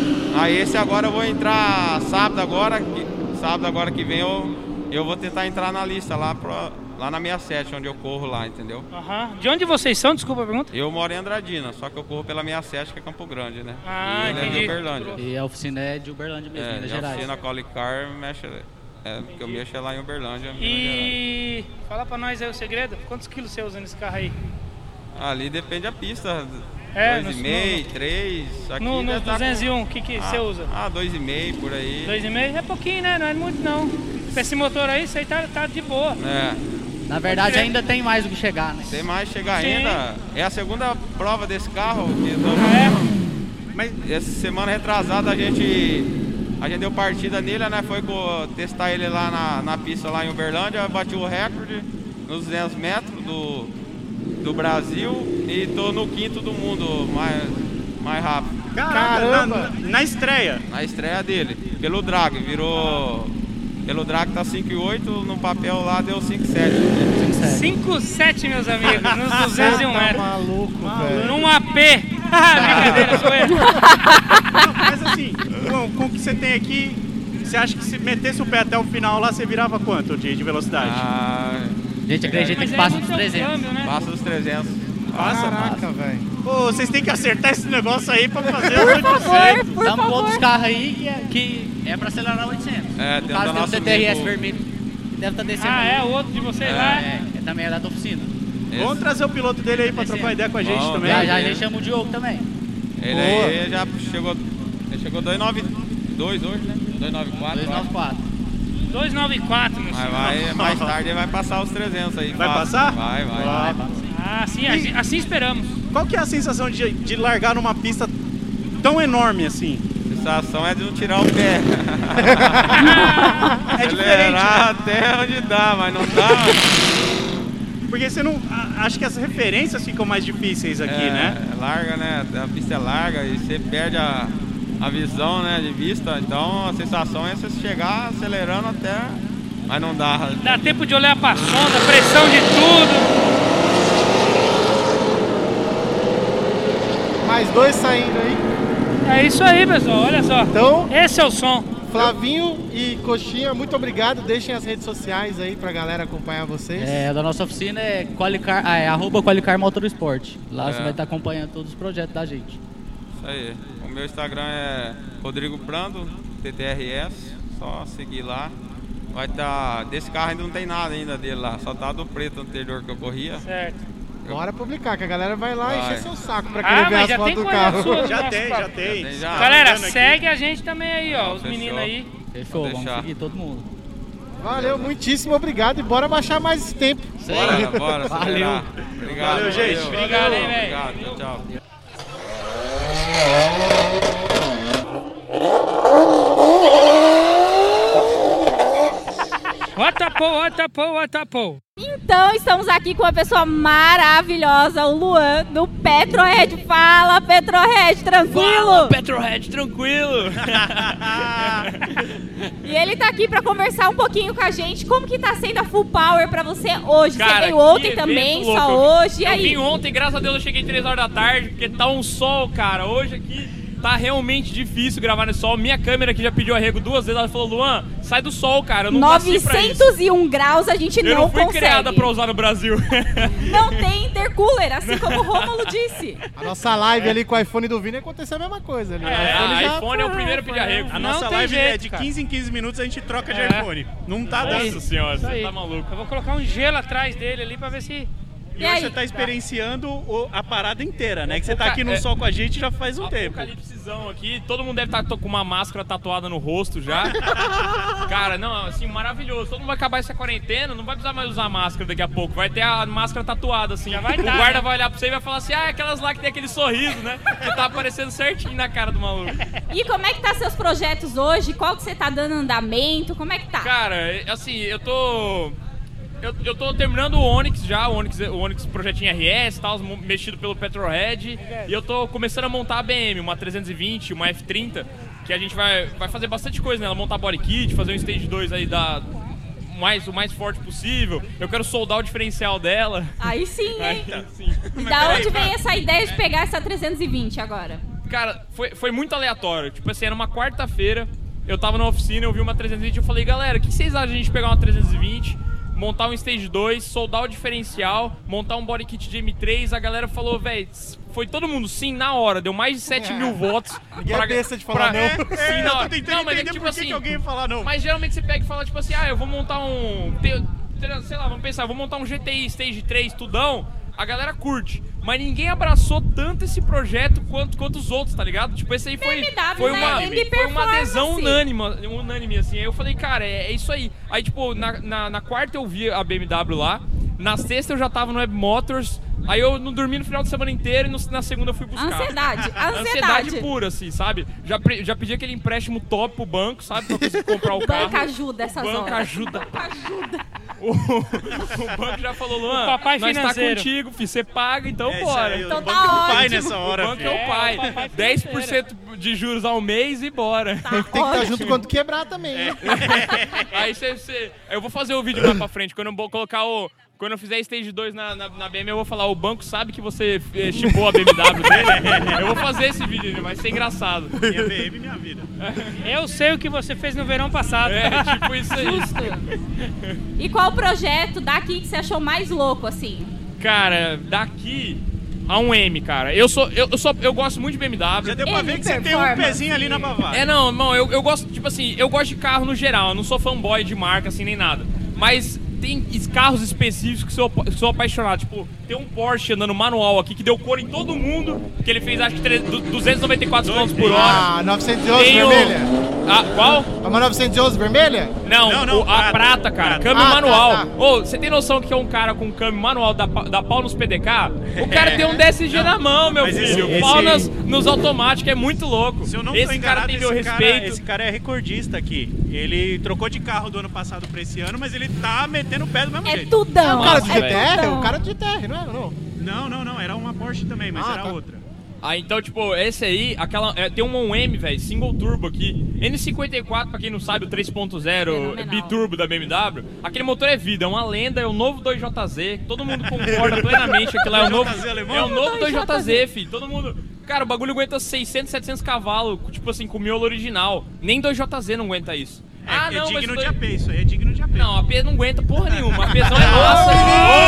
[SPEAKER 6] Aí esse agora eu vou entrar sábado agora, que- sábado agora que vem eu, eu vou tentar entrar na lista lá, pra, lá na 67, onde eu corro lá, entendeu?
[SPEAKER 4] Aham. De onde vocês são? Desculpa a pergunta.
[SPEAKER 6] Eu moro em Andradina, só que eu corro pela 67, que é Campo Grande, né?
[SPEAKER 4] Ah,
[SPEAKER 6] e ele é
[SPEAKER 4] entendi.
[SPEAKER 6] de Uberlândia.
[SPEAKER 7] E a oficina é de Uberlândia mesmo,
[SPEAKER 6] É,
[SPEAKER 7] Minas
[SPEAKER 6] já
[SPEAKER 7] Gerais.
[SPEAKER 6] oficina na Colicar, mexe. É, porque eu mexo é lá em Uberlândia. Minas Gerais.
[SPEAKER 4] E fala pra nós aí o segredo. Quantos quilos você usa nesse carro aí?
[SPEAKER 6] Ali depende a pista.
[SPEAKER 4] É, nos-
[SPEAKER 6] 2,5, 3. Aqui
[SPEAKER 4] No,
[SPEAKER 6] já
[SPEAKER 4] nos
[SPEAKER 6] tá com-
[SPEAKER 4] 201, o que, que você
[SPEAKER 6] Ah,
[SPEAKER 4] usa?
[SPEAKER 6] Ah, 2,5 por aí.
[SPEAKER 4] 2,5? É pouquinho, né? Não é muito não. Com esse motor aí, isso aí tá, tá de boa.
[SPEAKER 6] É,
[SPEAKER 7] Na verdade, ainda tem mais o que chegar, né?
[SPEAKER 6] tem mais chegar
[SPEAKER 4] Sim.
[SPEAKER 6] ainda. É a segunda prova desse carro. Que
[SPEAKER 4] Ah, é?
[SPEAKER 6] Mas essa semana retrasada a gente. A gente deu partida nele, né? Foi co- testar ele lá na, na pista lá em Uberlândia, bati o recorde nos 200 metros do, do Brasil e tô no quinto do mundo mais, mais rápido.
[SPEAKER 3] Caramba! Na, na estreia.
[SPEAKER 6] na estreia dele, pelo drag, virou. Pelo drag tá 5,8, no papel lá deu 5,7. né?
[SPEAKER 4] 5,7, meus amigos, nos 201 metros.
[SPEAKER 1] maluco, velho.
[SPEAKER 4] Num AP. Brincadeira, zoeira.
[SPEAKER 3] Mas assim, com, com o que você tem aqui, você acha que se metesse o pé até o final lá, você virava quanto de, de velocidade?
[SPEAKER 6] Ah,
[SPEAKER 7] Gente, acredita
[SPEAKER 4] Mas
[SPEAKER 7] que
[SPEAKER 4] é
[SPEAKER 7] passa
[SPEAKER 4] muito
[SPEAKER 7] dos 300.
[SPEAKER 4] câmbio, né?
[SPEAKER 6] passa dos 300.
[SPEAKER 3] Passa,
[SPEAKER 1] Caraca, velho.
[SPEAKER 3] Pô, vocês têm que acertar esse negócio aí pra fazer os 800.
[SPEAKER 2] Por, por
[SPEAKER 7] Estamos com
[SPEAKER 2] favor.
[SPEAKER 7] outros um carros aí que é, que é pra acelerar 800.
[SPEAKER 6] É,
[SPEAKER 7] no
[SPEAKER 6] tenta
[SPEAKER 7] caso, tem o
[SPEAKER 6] nosso
[SPEAKER 7] TTRS
[SPEAKER 6] amigo-
[SPEAKER 7] vermelho que deve estar descendo.
[SPEAKER 4] Ah, é? O outro de vocês né? lá?
[SPEAKER 7] É, é, também é da tua oficina.
[SPEAKER 3] Vamos trazer o piloto dele aí pra trocar ideia com a gente
[SPEAKER 6] Bom,
[SPEAKER 3] também.
[SPEAKER 7] Já,
[SPEAKER 6] Também,
[SPEAKER 7] já a
[SPEAKER 6] né?
[SPEAKER 7] gente chama o Diogo também.
[SPEAKER 6] Ele aí já chegou. Ele chegou 292 hoje, né? 294. acho.
[SPEAKER 7] 294.
[SPEAKER 4] 294, meu
[SPEAKER 6] Mas
[SPEAKER 4] senhor.
[SPEAKER 6] vai, é mais tarde ele vai passar os 300 aí.
[SPEAKER 3] Vai
[SPEAKER 6] fácil.
[SPEAKER 3] passar?
[SPEAKER 6] Vai, vai.
[SPEAKER 3] Ah,
[SPEAKER 4] Ah, assim, assim, assim esperamos.
[SPEAKER 3] Qual que é a sensação de, de largar numa pista tão enorme assim?
[SPEAKER 6] A sensação é de não tirar o pé.
[SPEAKER 3] É diferente, né?
[SPEAKER 6] Acelerar até onde dá, mas não dá.
[SPEAKER 3] porque você não. a- Acho que as referências ficam mais difíceis aqui,
[SPEAKER 6] é,
[SPEAKER 3] né?
[SPEAKER 6] é larga, né? A pista é larga e você perde a, a visão, né? De vista. Então a sensação é você chegar acelerando até. Mas não dá.
[SPEAKER 4] Dá tempo de olhar pra sonda, pressão de tudo.
[SPEAKER 1] Mais dois saindo aí.
[SPEAKER 4] É isso aí, pessoal. Olha só.
[SPEAKER 1] Então,
[SPEAKER 4] Esse é o som.
[SPEAKER 1] Flavinho e Coxinha, muito obrigado. Deixem as redes sociais aí pra galera acompanhar vocês.
[SPEAKER 7] É, da nossa oficina é, qualicar, ah, é arroba Qualicar Motorsport. Lá você
[SPEAKER 6] É.
[SPEAKER 7] vai estar acompanhando todos os projetos da gente.
[SPEAKER 6] Isso aí. O meu Instagram é Rodrigo Prando, TTRS. Só seguir lá. Vai tá. Desse carro ainda não tem nada ainda dele lá. Só tá do preto anterior que eu corria.
[SPEAKER 4] Certo.
[SPEAKER 1] Bora publicar, que a galera vai lá
[SPEAKER 6] Vai.
[SPEAKER 1] encher seu Um saco pra querer
[SPEAKER 4] Ah,
[SPEAKER 1] ver
[SPEAKER 4] mas
[SPEAKER 1] as
[SPEAKER 4] já
[SPEAKER 1] fotos
[SPEAKER 4] tem
[SPEAKER 1] do
[SPEAKER 4] coisa
[SPEAKER 1] carro.
[SPEAKER 4] sua.
[SPEAKER 3] Já tem, já tem.
[SPEAKER 6] Já tem, já.
[SPEAKER 4] Galera,
[SPEAKER 3] Tá
[SPEAKER 4] segue a gente também aí, ó.
[SPEAKER 6] Não,
[SPEAKER 4] Os
[SPEAKER 6] fechou.
[SPEAKER 4] meninos aí.
[SPEAKER 7] Fechou?
[SPEAKER 6] Vou
[SPEAKER 7] Vamos
[SPEAKER 6] deixar.
[SPEAKER 7] seguir todo mundo.
[SPEAKER 1] Valeu, muitíssimo obrigado e bora baixar mais esse tempo.
[SPEAKER 6] Bora, bora, acelerar. Obrigado.
[SPEAKER 3] Valeu, gente.
[SPEAKER 4] Obrigado, hein, velho.
[SPEAKER 6] Obrigado, tchau, tchau.
[SPEAKER 4] What a pole, what a pole, what a pole.
[SPEAKER 2] Então, estamos aqui com uma pessoa maravilhosa, o Luan, do Petrohead. Fala, Petrohead, tranquilo?
[SPEAKER 8] Petrohead, tranquilo.
[SPEAKER 2] E ele tá aqui pra conversar um pouquinho com a gente. Como que tá sendo a Full Power pra você hoje? você
[SPEAKER 8] Cara,
[SPEAKER 2] veio
[SPEAKER 8] que
[SPEAKER 2] ontem
[SPEAKER 8] evento
[SPEAKER 2] também,
[SPEAKER 8] louco.
[SPEAKER 2] só hoje. E
[SPEAKER 8] eu
[SPEAKER 2] aí?
[SPEAKER 8] vim ontem, graças a Deus eu cheguei 3 horas da tarde, porque tá um sol, cara. Hoje aqui tá realmente difícil gravar no sol. Minha câmera aqui já pediu arrego duas vezes, ela falou, Luan, sai do sol, cara. Eu não nasci pra isso.
[SPEAKER 2] 901 graus a gente
[SPEAKER 8] Eu não fui
[SPEAKER 2] consegue.
[SPEAKER 8] criada pra usar no Brasil.
[SPEAKER 2] Não tem intercooler, assim como o Rômulo disse.
[SPEAKER 1] A nossa live ali com o iPhone do Vini aconteceu a mesma coisa ali. O
[SPEAKER 8] É,
[SPEAKER 1] iPhone já-
[SPEAKER 8] iPhone é o primeiro a pedir arrego.
[SPEAKER 3] Ah, A
[SPEAKER 4] Não
[SPEAKER 3] nossa
[SPEAKER 4] tem
[SPEAKER 3] live
[SPEAKER 4] jeito,
[SPEAKER 3] é de
[SPEAKER 4] cara.
[SPEAKER 3] 15 em 15 minutos a gente troca de
[SPEAKER 4] É.
[SPEAKER 3] iPhone. Não tá
[SPEAKER 4] Isso aí.
[SPEAKER 3] dando.
[SPEAKER 8] Nossa senhora,
[SPEAKER 4] Isso
[SPEAKER 8] você
[SPEAKER 4] aí.
[SPEAKER 8] tá maluco.
[SPEAKER 4] Eu vou colocar um gelo atrás dele ali pra ver se...
[SPEAKER 3] E
[SPEAKER 2] E
[SPEAKER 3] hoje
[SPEAKER 2] aí?
[SPEAKER 3] você tá experienciando o- a parada inteira, né? Que você tá
[SPEAKER 8] Apoca-
[SPEAKER 3] aqui no
[SPEAKER 8] é.
[SPEAKER 3] sol com a gente já faz um tempo.
[SPEAKER 8] Apocalipsezão aqui, todo mundo deve estar com uma máscara tatuada no rosto já. Cara, não, assim, maravilhoso. Todo mundo vai acabar essa quarentena, não vai precisar mais usar máscara daqui a pouco. Vai ter a máscara tatuada, assim.
[SPEAKER 4] Já vai
[SPEAKER 3] tá,
[SPEAKER 8] o
[SPEAKER 4] dar,
[SPEAKER 8] guarda
[SPEAKER 4] né?
[SPEAKER 8] vai olhar pra você e vai falar assim: ah, aquelas lá que tem aquele sorriso, né? Que tá aparecendo certinho na cara do maluco.
[SPEAKER 2] E como é que tá seus projetos hoje? Qual que você tá dando andamento? Como é que tá?
[SPEAKER 8] Cara, é- assim, eu tô. Eu, eu tô terminando o Onix já, o Onix, o Onix projetinho RS, tal, mo- mexido pelo Petrohead. E eu tô começando a montar a BM, uma 320, uma F30, que a gente vai, vai fazer bastante coisa nela, montar body kit, fazer um stage 2 aí da. Mais, o mais forte possível. Eu quero soldar o diferencial dela.
[SPEAKER 2] Aí sim,
[SPEAKER 8] Aí,
[SPEAKER 2] hein?
[SPEAKER 8] assim.
[SPEAKER 2] Da onde vem essa ideia de pegar essa 320 agora?
[SPEAKER 8] Cara, foi, foi muito aleatório. Tipo assim, era uma quarta-feira, eu tava na oficina, eu vi uma 320 e eu falei, galera, o que vocês acham de a gente pegar uma 320, montar um stage 2, soldar o diferencial, montar um body kit de M3? A galera falou, velho, foi todo mundo sim na hora, deu mais de 7 mil votos.
[SPEAKER 1] Ninguém é besta de falar não.
[SPEAKER 8] Sim,
[SPEAKER 3] eu
[SPEAKER 8] na hora.
[SPEAKER 3] tô tentando
[SPEAKER 8] Não, mas é
[SPEAKER 3] entender
[SPEAKER 8] que, tipo
[SPEAKER 3] por que
[SPEAKER 8] assim,
[SPEAKER 3] que alguém ia falar não.
[SPEAKER 8] Mas geralmente você pega e fala, tipo assim, ah, eu vou montar um. te- te- Sei lá, vamos pensar, vou montar um GTI Stage 3 tudão. A galera curte. Mas ninguém abraçou tanto esse projeto quanto, quanto os outros, tá ligado? Tipo, esse aí foi,
[SPEAKER 2] BMW,
[SPEAKER 8] foi,
[SPEAKER 2] né?
[SPEAKER 8] uma,
[SPEAKER 2] M
[SPEAKER 8] foi uma adesão
[SPEAKER 2] performance.
[SPEAKER 8] unânime, unânime, assim. Aí eu falei, cara, é, é isso aí. Aí, tipo, na, na, na quarta eu vi a BMW lá. Na sexta eu já tava no Web Motors. Aí eu não dormi no final de semana inteiro e no- na segunda eu fui buscar.
[SPEAKER 2] Ansiedade,
[SPEAKER 8] Ansiedade
[SPEAKER 2] ansiedade.
[SPEAKER 8] pura, assim, sabe? Já, pre- já pedi aquele empréstimo top pro banco, sabe? Pra conseguir comprar o carro.
[SPEAKER 2] Banca ajuda essas
[SPEAKER 8] banco
[SPEAKER 2] horas.
[SPEAKER 8] ajuda.
[SPEAKER 2] ajuda.
[SPEAKER 8] O, o banco já falou, Luan,
[SPEAKER 4] O papai
[SPEAKER 8] nós
[SPEAKER 4] financeiro.
[SPEAKER 8] tá contigo, filho, você paga, então
[SPEAKER 3] É isso
[SPEAKER 8] bora.
[SPEAKER 3] aí,
[SPEAKER 2] Então
[SPEAKER 3] o
[SPEAKER 2] tá
[SPEAKER 3] banco do pai
[SPEAKER 2] ótimo.
[SPEAKER 3] nessa
[SPEAKER 8] o
[SPEAKER 3] hora,
[SPEAKER 8] banco
[SPEAKER 3] filho.
[SPEAKER 8] é o
[SPEAKER 4] É, o papai
[SPEAKER 8] pai. 10% de juros ao mês e bora.
[SPEAKER 2] Tá
[SPEAKER 1] Tem que estar
[SPEAKER 2] ótimo.
[SPEAKER 1] junto quando quebrar também. né?
[SPEAKER 8] Aí você, você- Eu vou fazer o vídeo mais pra frente. Quando eu vou colocar o. Quando eu fizer stage 2 na, na, na BM, eu vou falar, o banco sabe que você eh, chipou a BMW dele. Eu vou fazer esse vídeo, né? ele vai ser engraçado.
[SPEAKER 3] Minha BM, é minha vida.
[SPEAKER 4] Eu sei o que você fez no verão passado.
[SPEAKER 8] É, tipo isso aí.
[SPEAKER 2] Justo. E qual o projeto daqui que você achou mais louco, assim?
[SPEAKER 8] Cara, daqui a um M, cara. Eu sou. Eu, eu sou. Eu gosto muito de BMW.
[SPEAKER 3] Já deu pra
[SPEAKER 2] Ele
[SPEAKER 3] ver que você tem um
[SPEAKER 2] performa.
[SPEAKER 3] pezinho ali na Bavária.
[SPEAKER 8] É, não, não, eu, eu gosto, tipo assim, eu gosto de carro no geral, eu não sou fanboy de marca, assim, nem nada. Mas tem es- carros específicos que sou, apa- sou apaixonado. Tipo, tem um Porsche andando manual aqui que deu cor em todo mundo, que ele fez acho que tre- du- 294 km por hora.
[SPEAKER 1] Ah, 911
[SPEAKER 8] Tem o-
[SPEAKER 1] vermelha.
[SPEAKER 8] Ah, qual?
[SPEAKER 1] É uma 911 vermelha?
[SPEAKER 8] Não,
[SPEAKER 3] Não, não,
[SPEAKER 8] o- a
[SPEAKER 3] prata.
[SPEAKER 8] prata, cara. Câmbio
[SPEAKER 1] Ah, tá,
[SPEAKER 8] manual.
[SPEAKER 1] tá.
[SPEAKER 8] Ô, você tem noção que é um cara com câmbio manual da, pa- da pau nos PDK? O cara tem um DSG na mão, meu
[SPEAKER 3] É. Mas esse-
[SPEAKER 8] filho.
[SPEAKER 3] esse-
[SPEAKER 8] Pau nas- nos automáticos, é muito louco.
[SPEAKER 3] Se eu não tô
[SPEAKER 8] esse
[SPEAKER 3] enganado,
[SPEAKER 8] cara tem meu
[SPEAKER 3] esse,
[SPEAKER 8] respeito.
[SPEAKER 3] Cara, esse cara é recordista aqui. Ele trocou de carro do ano passado pra esse ano, mas ele tá metendo o pé do mesmo
[SPEAKER 2] É
[SPEAKER 3] jeito.
[SPEAKER 2] tudão.
[SPEAKER 1] O cara do
[SPEAKER 8] Nossa,
[SPEAKER 1] GTR?
[SPEAKER 2] velho.
[SPEAKER 1] O cara do GTR, não é? Não.
[SPEAKER 3] Não, não, não. Era uma Porsche também, mas
[SPEAKER 1] Ah,
[SPEAKER 3] era
[SPEAKER 1] tá.
[SPEAKER 3] outra.
[SPEAKER 8] Ah, então, tipo, esse aí, aquela, é, tem um 1M, velho, single turbo aqui. N54, pra quem não sabe, o 3.0
[SPEAKER 2] Fenomenal.
[SPEAKER 8] biturbo da BMW. Aquele motor é vida, é uma lenda, é o novo 2JZ. Todo mundo concorda plenamente que aquilo é o novo.
[SPEAKER 3] 2JZ alemão?
[SPEAKER 8] É o novo
[SPEAKER 2] 2JZ,
[SPEAKER 8] 2JZ, fi. Todo mundo. Cara, o bagulho aguenta 600, 700 cavalos, tipo assim, com o miolo original. Nem 2JZ não aguenta isso. Ah,
[SPEAKER 3] É, é digno
[SPEAKER 8] o
[SPEAKER 3] de
[SPEAKER 8] dois-
[SPEAKER 3] AP, isso aí é digno de AP.
[SPEAKER 8] não, a P não aguenta porra nenhuma. A Pzão é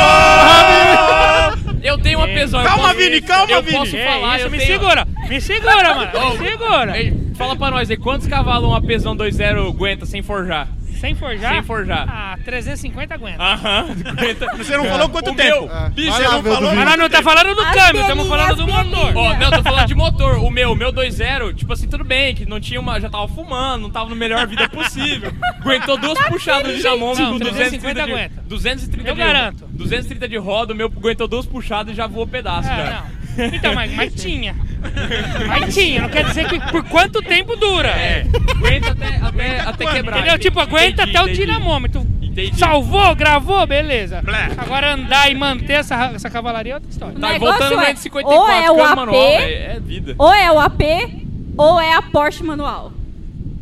[SPEAKER 8] Ah! nossa. eu tenho uma Pzão.
[SPEAKER 3] Calma, Vini,
[SPEAKER 8] Vini,
[SPEAKER 3] calma,
[SPEAKER 8] eu
[SPEAKER 3] Vini.
[SPEAKER 8] Posso
[SPEAKER 4] É
[SPEAKER 8] falar,
[SPEAKER 4] isso,
[SPEAKER 8] eu
[SPEAKER 4] me
[SPEAKER 8] tenho-
[SPEAKER 4] segura, me segura, mano,
[SPEAKER 8] Ô,
[SPEAKER 4] me segura.
[SPEAKER 8] ei, Fala pra nós aí, quantos cavalos uma Pzão 2.0 aguenta sem forjar?
[SPEAKER 4] Sem forjar?
[SPEAKER 8] Sem forjar.
[SPEAKER 4] Ah, 350 aguenta.
[SPEAKER 8] Aham, aguenta.
[SPEAKER 3] Você não falou quanto
[SPEAKER 8] o
[SPEAKER 3] tempo?
[SPEAKER 8] Meu,
[SPEAKER 1] Ah,
[SPEAKER 8] bicho,
[SPEAKER 1] vai
[SPEAKER 8] eu
[SPEAKER 1] lá
[SPEAKER 8] não
[SPEAKER 1] ver o do
[SPEAKER 3] falou
[SPEAKER 1] Vini.
[SPEAKER 4] Mas nós não tá falando do
[SPEAKER 2] As
[SPEAKER 4] câmbio, estamos
[SPEAKER 2] belinhas,
[SPEAKER 4] falando do
[SPEAKER 2] as
[SPEAKER 4] motor.
[SPEAKER 2] belinhas.
[SPEAKER 8] Ó, não, eu tô falando de motor. O meu, o meu 2.0, tipo assim, tudo bem, que não tinha uma. Já tava fumando, não tava no melhor vida possível. Aguentou duas
[SPEAKER 2] Tá
[SPEAKER 8] puxadas de jamon
[SPEAKER 4] Não,
[SPEAKER 8] com 230
[SPEAKER 4] 350
[SPEAKER 8] de,
[SPEAKER 4] aguenta.
[SPEAKER 8] 230
[SPEAKER 4] Eu
[SPEAKER 8] de
[SPEAKER 4] garanto.
[SPEAKER 8] 230 de roda, o meu aguentou duas puxadas e já voou pedaço,
[SPEAKER 4] É,
[SPEAKER 8] cara.
[SPEAKER 4] não. Então, mas, mas tinha.
[SPEAKER 8] Ah,
[SPEAKER 4] Mas tinha, não quer dizer que por quanto tempo dura.
[SPEAKER 8] É, aguenta até, até, até quebrar.
[SPEAKER 4] Entendeu? Tipo, aguenta
[SPEAKER 8] Entendi,
[SPEAKER 4] até o
[SPEAKER 8] entendi.
[SPEAKER 4] dinamômetro.
[SPEAKER 8] Entendi.
[SPEAKER 4] Salvou, gravou, beleza.
[SPEAKER 8] Blé.
[SPEAKER 4] Agora andar e manter essa, essa cavalaria é outra história.
[SPEAKER 2] O
[SPEAKER 8] Tá
[SPEAKER 2] negócio
[SPEAKER 8] voltando
[SPEAKER 2] é,
[SPEAKER 8] na de 54,
[SPEAKER 2] ou é o
[SPEAKER 8] câmbio
[SPEAKER 2] AP,
[SPEAKER 8] manual, velho, é vida.
[SPEAKER 2] Ou é o AP, ou é a Porsche manual.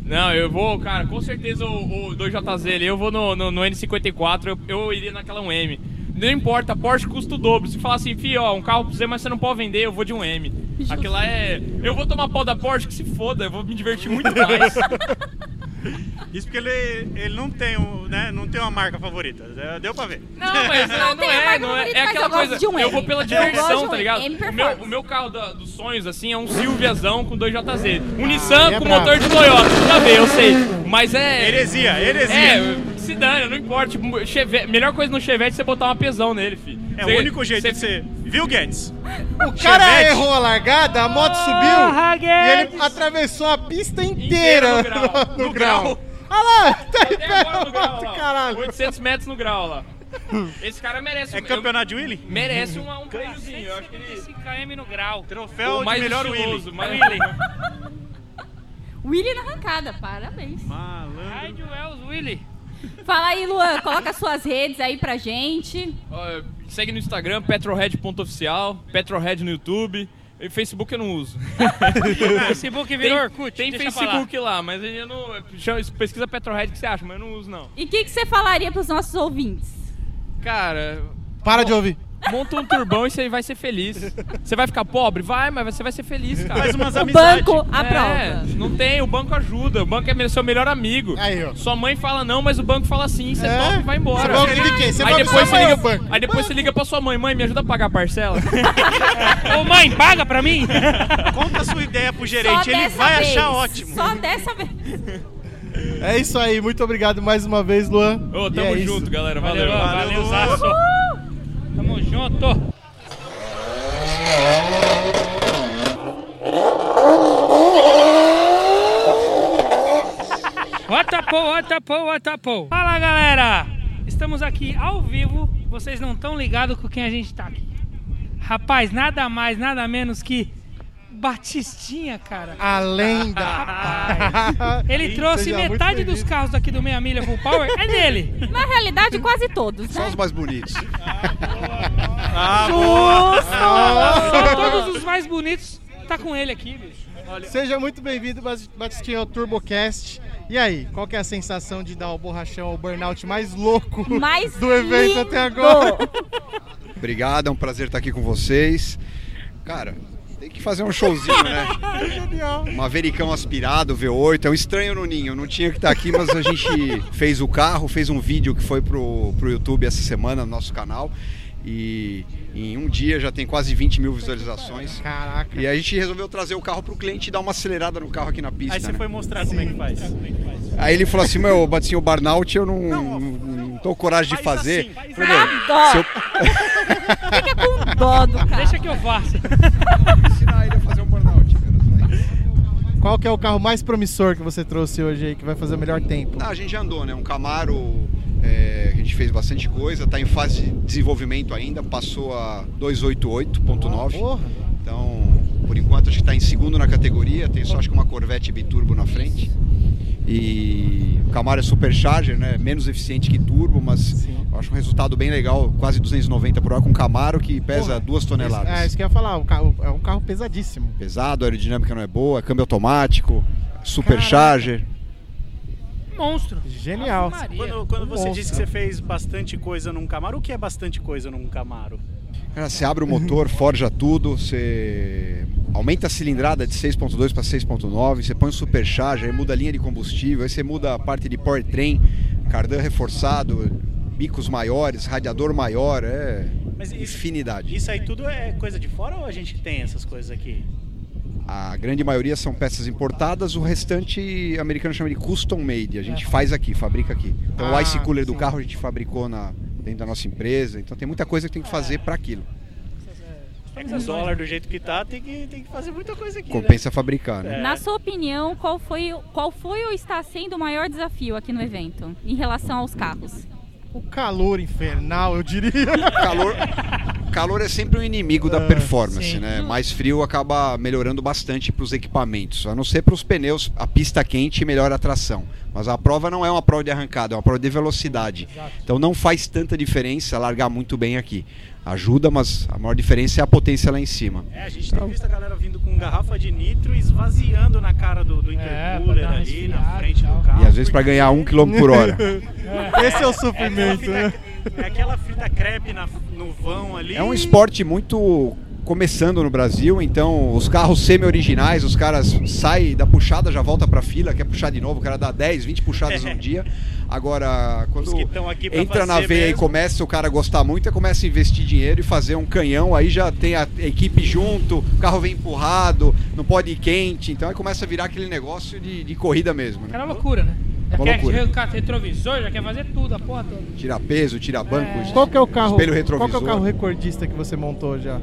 [SPEAKER 8] Não, eu vou, cara, com certeza o, o 2JZ ali, eu vou no, no, no N54, eu, eu iria naquela 1M. Não importa, a Porsche custa o dobro. Se falar assim, fi, ó, um carro pra você, mas você não pode vender, eu vou de um M. Aquela é. Eu vou tomar pau da Porsche, que se foda, eu vou me divertir muito mais.
[SPEAKER 9] Isso porque ele, ele não, tem um, né, não tem uma marca favorita. É, Deu pra ver.
[SPEAKER 8] Não, mas
[SPEAKER 2] Não,
[SPEAKER 8] não,
[SPEAKER 2] tem
[SPEAKER 8] não
[SPEAKER 2] a
[SPEAKER 8] é,
[SPEAKER 2] marca
[SPEAKER 8] não é.
[SPEAKER 2] favorita,
[SPEAKER 8] É
[SPEAKER 2] mas
[SPEAKER 8] aquela
[SPEAKER 2] eu gosto
[SPEAKER 8] coisa.
[SPEAKER 2] de um
[SPEAKER 8] eu
[SPEAKER 2] M.
[SPEAKER 8] vou pela
[SPEAKER 2] Eu gosto de
[SPEAKER 8] diversão,
[SPEAKER 2] um
[SPEAKER 8] tá ligado?
[SPEAKER 2] M
[SPEAKER 8] O meu,
[SPEAKER 2] performance.
[SPEAKER 8] o meu carro da- dos sonhos, assim, é um Silviazão com 2JZ. Um
[SPEAKER 9] Ah,
[SPEAKER 8] Nissan
[SPEAKER 1] é
[SPEAKER 8] com
[SPEAKER 1] brabo.
[SPEAKER 8] motor de Toyota. Já vê, eu sei. Mas é.
[SPEAKER 9] Heresia, heresia. É,
[SPEAKER 8] É, se dane, não importa. Tipo, Chevette- melhor coisa no Chevette é você botar uma pesão nele, filho. Você-
[SPEAKER 9] É o único jeito
[SPEAKER 8] você-
[SPEAKER 9] de você. Viu, Guedes?
[SPEAKER 1] O cara
[SPEAKER 9] Chevette.
[SPEAKER 1] errou a largada, a moto
[SPEAKER 4] Porra,
[SPEAKER 1] subiu e
[SPEAKER 4] Guedes.
[SPEAKER 1] ele atravessou a pista
[SPEAKER 8] Inteira
[SPEAKER 1] inteira
[SPEAKER 8] no grau.
[SPEAKER 1] no
[SPEAKER 8] No
[SPEAKER 1] grau.
[SPEAKER 8] grau.
[SPEAKER 1] Olha lá, tá aí
[SPEAKER 8] Até agora no um grau,
[SPEAKER 1] moto,
[SPEAKER 8] lá, ó.
[SPEAKER 1] caralho.
[SPEAKER 8] 800 metros no grau, lá. Esse cara merece
[SPEAKER 9] É
[SPEAKER 8] um-
[SPEAKER 9] campeonato de Willy?
[SPEAKER 8] eu- merece um, um prêmiozinho. Eu acho que ele.
[SPEAKER 4] 175 km no grau.
[SPEAKER 9] Troféu
[SPEAKER 8] o
[SPEAKER 9] de
[SPEAKER 8] mais
[SPEAKER 9] melhor
[SPEAKER 8] estiloso,
[SPEAKER 9] Willy.
[SPEAKER 8] mais-
[SPEAKER 2] Willy na arrancada, parabéns.
[SPEAKER 9] Malandro.
[SPEAKER 4] Rádio Wells Willy.
[SPEAKER 2] Fala aí, Luan, coloca suas redes aí pra gente.
[SPEAKER 8] Ó, Segue no Instagram, petrohead.oficial, petrohead no YouTube. E Facebook eu não uso.
[SPEAKER 4] Facebook virou Orkut.
[SPEAKER 8] tem
[SPEAKER 4] deixa pra lá.
[SPEAKER 8] Facebook lá, mas eu não. chama- Pesquisa Petrohead que você acha, mas eu não uso, não.
[SPEAKER 2] E o que, que você falaria pros nossos ouvintes?
[SPEAKER 8] Cara,
[SPEAKER 1] Para de ouvir.
[SPEAKER 8] monta um turbão e você vai ser feliz. Você vai ficar pobre? Vai, mas você vai ser feliz, cara.
[SPEAKER 9] Faz umas
[SPEAKER 2] O
[SPEAKER 9] amizades.
[SPEAKER 2] banco
[SPEAKER 8] É,
[SPEAKER 2] aprova.
[SPEAKER 8] Não tem, o banco ajuda. O banco é seu melhor amigo.
[SPEAKER 1] Aí, ó.
[SPEAKER 8] Sua mãe fala não, mas o banco fala sim. Você
[SPEAKER 1] É?
[SPEAKER 8] topa e vai
[SPEAKER 1] Você
[SPEAKER 8] embora.
[SPEAKER 1] vai ouvir de quem? Você
[SPEAKER 8] aí
[SPEAKER 1] vai
[SPEAKER 8] depois,
[SPEAKER 1] ouvir
[SPEAKER 8] você
[SPEAKER 1] da
[SPEAKER 8] liga,
[SPEAKER 1] mãe, o banco.
[SPEAKER 8] aí depois você liga pra sua mãe, mãe, me ajuda a pagar a parcela.
[SPEAKER 4] Ô mãe, paga pra mim?
[SPEAKER 9] Conta a sua ideia pro
[SPEAKER 2] Só
[SPEAKER 9] gerente, ele
[SPEAKER 2] dessa
[SPEAKER 9] vai
[SPEAKER 2] vez.
[SPEAKER 9] achar ótimo.
[SPEAKER 2] Só dessa vez.
[SPEAKER 1] É isso aí, muito obrigado mais uma vez, Luan.
[SPEAKER 8] Ô,
[SPEAKER 1] E
[SPEAKER 8] tamo
[SPEAKER 1] é isso.
[SPEAKER 8] junto, galera.
[SPEAKER 4] Valeu,
[SPEAKER 8] valeu.
[SPEAKER 4] valeu, Zaço. Tamo junto. Watapou, Watapou, Watapou. Fala galera! Estamos aqui ao vivo, vocês não estão ligados com quem a gente tá aqui. Rapaz, nada mais, nada menos que Batistinha, cara.
[SPEAKER 1] A lenda.
[SPEAKER 4] Ele trouxe
[SPEAKER 1] seja muito
[SPEAKER 4] metade dos
[SPEAKER 1] bem-vindo.
[SPEAKER 4] carros aqui do Meia Milha Full Power, é dele.
[SPEAKER 2] Na realidade, quase todos,
[SPEAKER 10] Só
[SPEAKER 2] né?
[SPEAKER 10] os mais bonitos.
[SPEAKER 9] Ah,
[SPEAKER 4] São todos os mais bonitos, tá com ele aqui, bicho.
[SPEAKER 1] Seja muito bem-vindo, Bas- Batistinha, ao TurboCast. E aí, qual que é a sensação de dar o borrachão ao burnout mais louco
[SPEAKER 2] Mais
[SPEAKER 1] do evento
[SPEAKER 2] lindo.
[SPEAKER 1] até agora?
[SPEAKER 10] Obrigado, é um prazer estar aqui com vocês. Cara, tem que fazer um showzinho, né?
[SPEAKER 1] Genial.
[SPEAKER 10] Mavericão aspirado, V8, é um estranho no ninho. Não tinha que estar aqui, mas a gente fez o carro, fez um vídeo que foi pro, pro YouTube essa semana no nosso canal. E em um dia já tem quase 20 mil visualizações.
[SPEAKER 1] Caraca.
[SPEAKER 10] E a gente resolveu trazer o carro pro cliente e dar uma acelerada no carro aqui na pista.
[SPEAKER 9] Aí você
[SPEAKER 10] né?
[SPEAKER 9] foi mostrar como é que faz.
[SPEAKER 10] Aí ele falou assim: meu, bati o burnout, eu não, não, tô coragem de
[SPEAKER 9] Faz
[SPEAKER 10] fazer.
[SPEAKER 9] assim, faz
[SPEAKER 10] Falei, "Meu,
[SPEAKER 2] Dó.
[SPEAKER 10] se eu
[SPEAKER 2] Fica é com dó do cara.
[SPEAKER 4] Deixa que eu faça.
[SPEAKER 10] ensinar ele a fazer um burnout, cara. só isso."
[SPEAKER 1] Qual que é o carro mais promissor que você trouxe hoje aí, que vai fazer o melhor tempo?
[SPEAKER 10] Ah, a gente já andou, né? Um Camaro, é, a gente fez bastante coisa, tá em fase de desenvolvimento ainda, passou a 288.9.
[SPEAKER 1] Porra.
[SPEAKER 10] Então, por enquanto, acho que tá em segundo na categoria, tem só acho que uma Corvette biturbo na frente. E o Camaro é supercharger, né? Menos eficiente que turbo, mas eu acho um resultado bem legal, quase 290 por hora com um Camaro que pesa
[SPEAKER 1] Porra.
[SPEAKER 10] duas toneladas.
[SPEAKER 1] É, isso que eu ia falar, o carro, é um carro pesadíssimo.
[SPEAKER 10] Pesado, a aerodinâmica não é boa, câmbio automático, supercharger.
[SPEAKER 4] Monstro.
[SPEAKER 1] Genial.
[SPEAKER 4] Ave Maria.
[SPEAKER 9] Quando, quando você
[SPEAKER 1] Nossa.
[SPEAKER 9] disse que você fez bastante coisa num Camaro, o que é bastante coisa num Camaro?
[SPEAKER 10] Cara, você abre o
[SPEAKER 9] Uhum.
[SPEAKER 10] motor, forja tudo, você aumenta a cilindrada de 6.2 para 6.9, você põe o supercharger, aí muda a linha de combustível, aí você muda a parte de powertrain, cardan reforçado, bicos maiores, radiador maior, é
[SPEAKER 9] Mas isso,
[SPEAKER 10] infinidade.
[SPEAKER 9] isso aí tudo é coisa de fora ou a gente tem essas coisas aqui?
[SPEAKER 10] A grande maioria são peças importadas, o restante o americano chama de custom made, a gente
[SPEAKER 9] É.
[SPEAKER 10] faz aqui, fabrica aqui. Então o
[SPEAKER 1] Ah,
[SPEAKER 10] ice cooler do
[SPEAKER 1] sim.
[SPEAKER 10] carro a gente fabricou na- dentro da nossa empresa, então tem muita coisa que tem que fazer para aquilo.
[SPEAKER 9] É que o dólar do jeito que tá, tem que, tem que fazer muita coisa aqui. né?
[SPEAKER 10] Compensa fabricar, né?
[SPEAKER 9] É.
[SPEAKER 2] Na sua opinião, qual foi, qual foi ou está sendo o maior desafio aqui no evento em relação aos carros?
[SPEAKER 1] O calor infernal, eu diria.
[SPEAKER 10] calor, calor é sempre um inimigo da performance,
[SPEAKER 4] sim.
[SPEAKER 10] né? Mais frio acaba melhorando bastante para os equipamentos, a não ser para os pneus, a pista quente melhora a tração. Mas a prova não é uma prova de arrancada, é uma prova de velocidade. Então não faz tanta diferença largar muito bem aqui. Ajuda, mas a maior diferença é a potência lá em cima.
[SPEAKER 9] É, a gente tem visto a galera vindo com garrafa de nitro e esvaziando na cara do, do intercooler
[SPEAKER 4] É, pra dar uma
[SPEAKER 9] ali, na
[SPEAKER 4] resfriada
[SPEAKER 9] frente
[SPEAKER 4] e
[SPEAKER 9] do
[SPEAKER 4] tal.
[SPEAKER 9] carro.
[SPEAKER 10] E às vezes para ganhar um quilômetro por hora.
[SPEAKER 1] Esse é o
[SPEAKER 9] É aquela
[SPEAKER 1] sofrimento, né?
[SPEAKER 9] fita, é aquela fita crepe na- no vão ali.
[SPEAKER 10] É um esporte muito começando no Brasil, então os carros semi-originais, os caras saem da puxada, já volta pra fila, quer puxar de novo, o cara dá 10, 20 puxadas
[SPEAKER 9] É.
[SPEAKER 10] num dia. Agora, quando
[SPEAKER 9] Os que
[SPEAKER 4] Então,
[SPEAKER 9] tão aqui pra
[SPEAKER 10] entra na
[SPEAKER 9] fazer
[SPEAKER 10] veia e
[SPEAKER 9] mesmo.
[SPEAKER 10] começa o cara a gostar muito, aí começa a investir dinheiro e fazer um canhão, aí já tem a equipe junto, o carro vem empurrado, não pode ir quente, então aí começa a virar aquele negócio de, de corrida mesmo, né?
[SPEAKER 4] Era loucura, né? Já
[SPEAKER 10] Uma
[SPEAKER 4] quer
[SPEAKER 10] loucura. Um
[SPEAKER 4] arrancar retrovisor, já quer fazer tudo, a porra toda.
[SPEAKER 10] Tira peso, tira banco,
[SPEAKER 1] Qual que é o carro?
[SPEAKER 10] espelho
[SPEAKER 1] Qual
[SPEAKER 10] retrovisor.
[SPEAKER 1] que é o carro recordista que você montou já?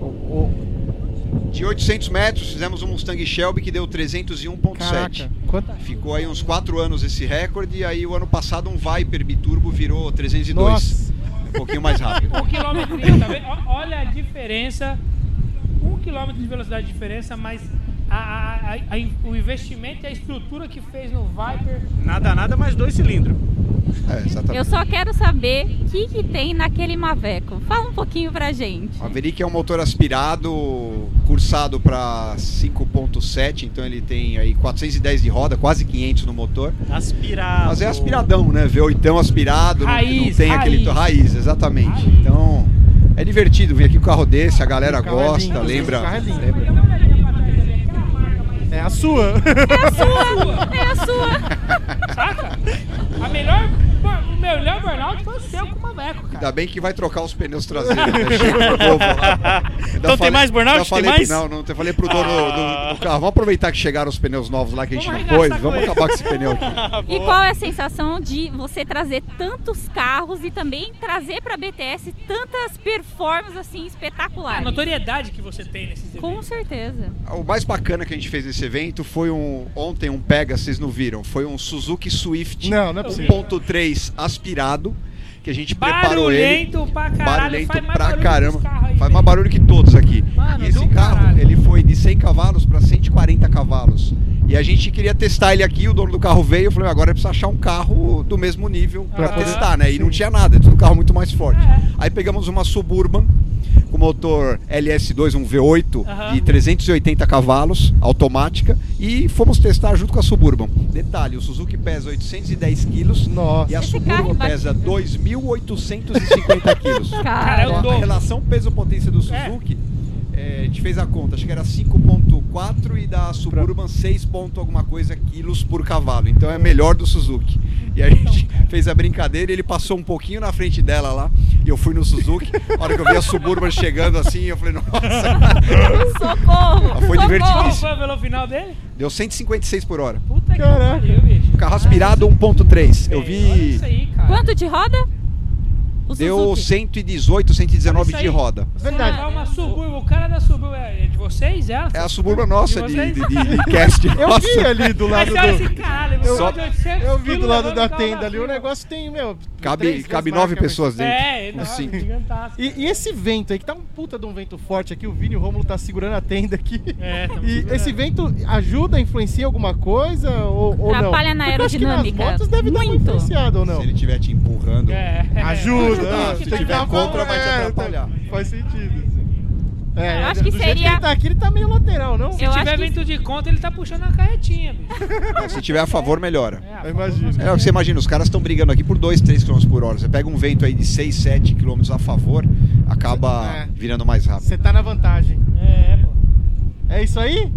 [SPEAKER 1] O- o-
[SPEAKER 10] De 800 metros fizemos um Mustang Shelby que deu 301.7.
[SPEAKER 1] Caraca, quanta
[SPEAKER 10] Ficou aí uns 4 anos esse recorde, e aí o ano passado um Viper biturbo virou 302.
[SPEAKER 1] Nossa.
[SPEAKER 10] Um pouquinho mais rápido.
[SPEAKER 4] Um quilometrinho, tá vendo? Ó- Olha a diferença. Um quilômetro de velocidade de diferença, mas a- a- a- a- o investimento e a estrutura que fez no Viper.
[SPEAKER 9] Nada, nada, mais dois cilindros.
[SPEAKER 10] É, exatamente.
[SPEAKER 2] Eu só quero saber o que, que tem naquele Maveco. Fala um pouquinho pra gente.
[SPEAKER 10] O Maverick é um motor aspirado, cursado para 5.7, então ele tem aí 410 de roda, quase 500 no motor.
[SPEAKER 9] Aspirado.
[SPEAKER 10] Mas é aspiradão, né? V8 aspirado, não- não,
[SPEAKER 4] Raiz,
[SPEAKER 10] tem aquele to- raiz, exatamente. Então, é divertido vir aqui com o carro desse, a galera
[SPEAKER 1] O carro é
[SPEAKER 10] gosta,
[SPEAKER 1] lindo,
[SPEAKER 10] lembra,
[SPEAKER 1] o carro é lindo.
[SPEAKER 10] lembra
[SPEAKER 1] É a sua.
[SPEAKER 2] É a sua! É a sua!
[SPEAKER 4] Saca? A melhor, o melhor burnout foi o seu com o Maveco, cara.
[SPEAKER 10] Ainda bem que vai trocar os pneus traseiros. Né? Chega de novo lá. Ainda
[SPEAKER 9] Então tem mais burnout?
[SPEAKER 10] já
[SPEAKER 9] Tem
[SPEAKER 10] falei pro-
[SPEAKER 9] mais?
[SPEAKER 10] Não, não. Eu falei pro dono do, do carro. Vamos aproveitar que chegaram os pneus novos lá que a gente
[SPEAKER 4] Vamos
[SPEAKER 10] não pôs.
[SPEAKER 4] arregaçar com
[SPEAKER 10] Vamos
[SPEAKER 4] ele.
[SPEAKER 10] acabar com esse pneu aqui.
[SPEAKER 2] E qual é a sensação de você trazer tantos carros e também trazer pra BTS tantas performances assim
[SPEAKER 4] A
[SPEAKER 2] espetaculares?
[SPEAKER 4] notoriedade que você tem nesses eventos.
[SPEAKER 2] Com certeza.
[SPEAKER 10] O mais bacana que a gente fez nesse evento foi um. Ontem, um Pega, vocês não viram. Foi um Suzuki Swift
[SPEAKER 1] Não, não é possível.
[SPEAKER 10] 1.3 aspirado. Que a gente preparou ele.
[SPEAKER 4] Barulhento pra caralho,
[SPEAKER 10] barulhento
[SPEAKER 4] faz mais
[SPEAKER 10] pra
[SPEAKER 4] barulho
[SPEAKER 10] caramba.
[SPEAKER 4] que os carros aí,
[SPEAKER 10] Faz
[SPEAKER 4] velho.
[SPEAKER 10] mais barulho que todos aqui.
[SPEAKER 4] Mano,
[SPEAKER 10] e esse
[SPEAKER 4] do
[SPEAKER 10] carro,
[SPEAKER 4] caralho.
[SPEAKER 10] ele foi de 100 cavalos para 140 cavalos. E a gente queria testar ele aqui, o dono do carro veio, eu falei, agora precisa achar um carro do mesmo nível para
[SPEAKER 1] poder-
[SPEAKER 10] testar, né? E não tinha nada, era um carro muito mais forte.
[SPEAKER 4] É.
[SPEAKER 10] Aí pegamos uma Suburban com motor LS2, um V8 de 380 cavalos, automática, e fomos testar junto com a Suburban. Detalhe, o Suzuki pesa 810 quilos
[SPEAKER 1] Nossa.
[SPEAKER 10] e a
[SPEAKER 2] Esse carro
[SPEAKER 10] Suburban
[SPEAKER 2] é
[SPEAKER 10] pesa 2.850 quilos.
[SPEAKER 4] Cara, é
[SPEAKER 2] Cara,
[SPEAKER 4] o
[SPEAKER 10] Então, a
[SPEAKER 4] dobro.
[SPEAKER 10] relação peso-potência do
[SPEAKER 4] É.
[SPEAKER 10] Suzuki, eh, a gente fez a conta, acho que era 5.4 e da Suburban 6 ponto alguma coisa quilos por cavalo. Então é melhor do Suzuki. E a
[SPEAKER 4] Então,
[SPEAKER 10] gente fez a brincadeira, ele passou um pouquinho na frente dela lá, e eu fui no Suzuki. A hora que eu vi a Suburban chegando assim, eu falei, nossa,
[SPEAKER 2] socorro!
[SPEAKER 10] Ah, foi
[SPEAKER 4] Qual
[SPEAKER 10] divertidíssimo.
[SPEAKER 4] foi o velofinal dele?
[SPEAKER 10] Deu 156 por hora.
[SPEAKER 4] Puta
[SPEAKER 1] Caraca.
[SPEAKER 4] que pariu, bicho.
[SPEAKER 10] Carro aspirado 1.3. Eu
[SPEAKER 4] Velho, olha
[SPEAKER 10] vi.
[SPEAKER 4] Isso aí, cara.
[SPEAKER 2] Quanto de roda? O
[SPEAKER 10] Deu
[SPEAKER 2] Suzuki.
[SPEAKER 10] 118, 119
[SPEAKER 4] Isso
[SPEAKER 10] de
[SPEAKER 4] aí.
[SPEAKER 10] roda.
[SPEAKER 1] Verdade.
[SPEAKER 4] Ah, uma Suburban, o cara da Suburban é de vocês, ela?
[SPEAKER 10] É a Suburban nossa
[SPEAKER 4] De
[SPEAKER 10] de,
[SPEAKER 4] vocês?
[SPEAKER 10] de, de- de cast.
[SPEAKER 1] Eu
[SPEAKER 10] nossa.
[SPEAKER 1] vi ali do lado
[SPEAKER 4] Mas você olha
[SPEAKER 1] do.
[SPEAKER 4] assim, caralho, meu
[SPEAKER 10] Só-
[SPEAKER 4] carro de 800
[SPEAKER 1] Eu vi do
[SPEAKER 4] quilos
[SPEAKER 1] lado
[SPEAKER 4] levando o
[SPEAKER 1] da
[SPEAKER 4] carro
[SPEAKER 1] tenda ali, o
[SPEAKER 4] fila.
[SPEAKER 1] negócio tem, meu.
[SPEAKER 10] Cabe,
[SPEAKER 1] três,
[SPEAKER 10] cabe
[SPEAKER 1] três
[SPEAKER 10] nove
[SPEAKER 1] marcas,
[SPEAKER 10] pessoas dentro.
[SPEAKER 4] É, não,
[SPEAKER 10] Assim.
[SPEAKER 4] gigantaço.
[SPEAKER 1] E, e esse vento aí, que tá um puta de um vento forte aqui, o Vini e o Rômulo tá segurando a tenda aqui.
[SPEAKER 4] É, tamo
[SPEAKER 1] E esse vento ajuda, influencia alguma coisa ou, ou não?
[SPEAKER 2] Atrapalha na
[SPEAKER 1] Porque eu acho que
[SPEAKER 2] aerodinâmica.
[SPEAKER 1] nas motos deve dar uma
[SPEAKER 2] Muito.
[SPEAKER 1] influenciada ou não?
[SPEAKER 10] Se ele estiver te empurrando.
[SPEAKER 4] É.
[SPEAKER 1] Ajuda.
[SPEAKER 10] Se tiver contra, vai te atrapalhar.
[SPEAKER 1] é, então, Faz sentido. É,
[SPEAKER 2] Eu acho que
[SPEAKER 1] do jeito
[SPEAKER 2] seria-
[SPEAKER 1] que ele tá aqui, ele tá meio lateral, não?
[SPEAKER 2] Eu
[SPEAKER 4] Se tiver
[SPEAKER 2] acho que-
[SPEAKER 4] vento de conta, ele tá puxando a carretinha, bicho.
[SPEAKER 10] Não, Se tiver a favor, melhora.
[SPEAKER 4] É,
[SPEAKER 1] Eu imagino.
[SPEAKER 10] É, você imagina, os caras estão brigando aqui por 2, 3 km por hora. Você pega um vento aí de 6, 7 km a favor, acaba
[SPEAKER 1] É.
[SPEAKER 10] virando mais rápido.
[SPEAKER 1] Você tá na vantagem.
[SPEAKER 4] É, pô.
[SPEAKER 1] É isso aí?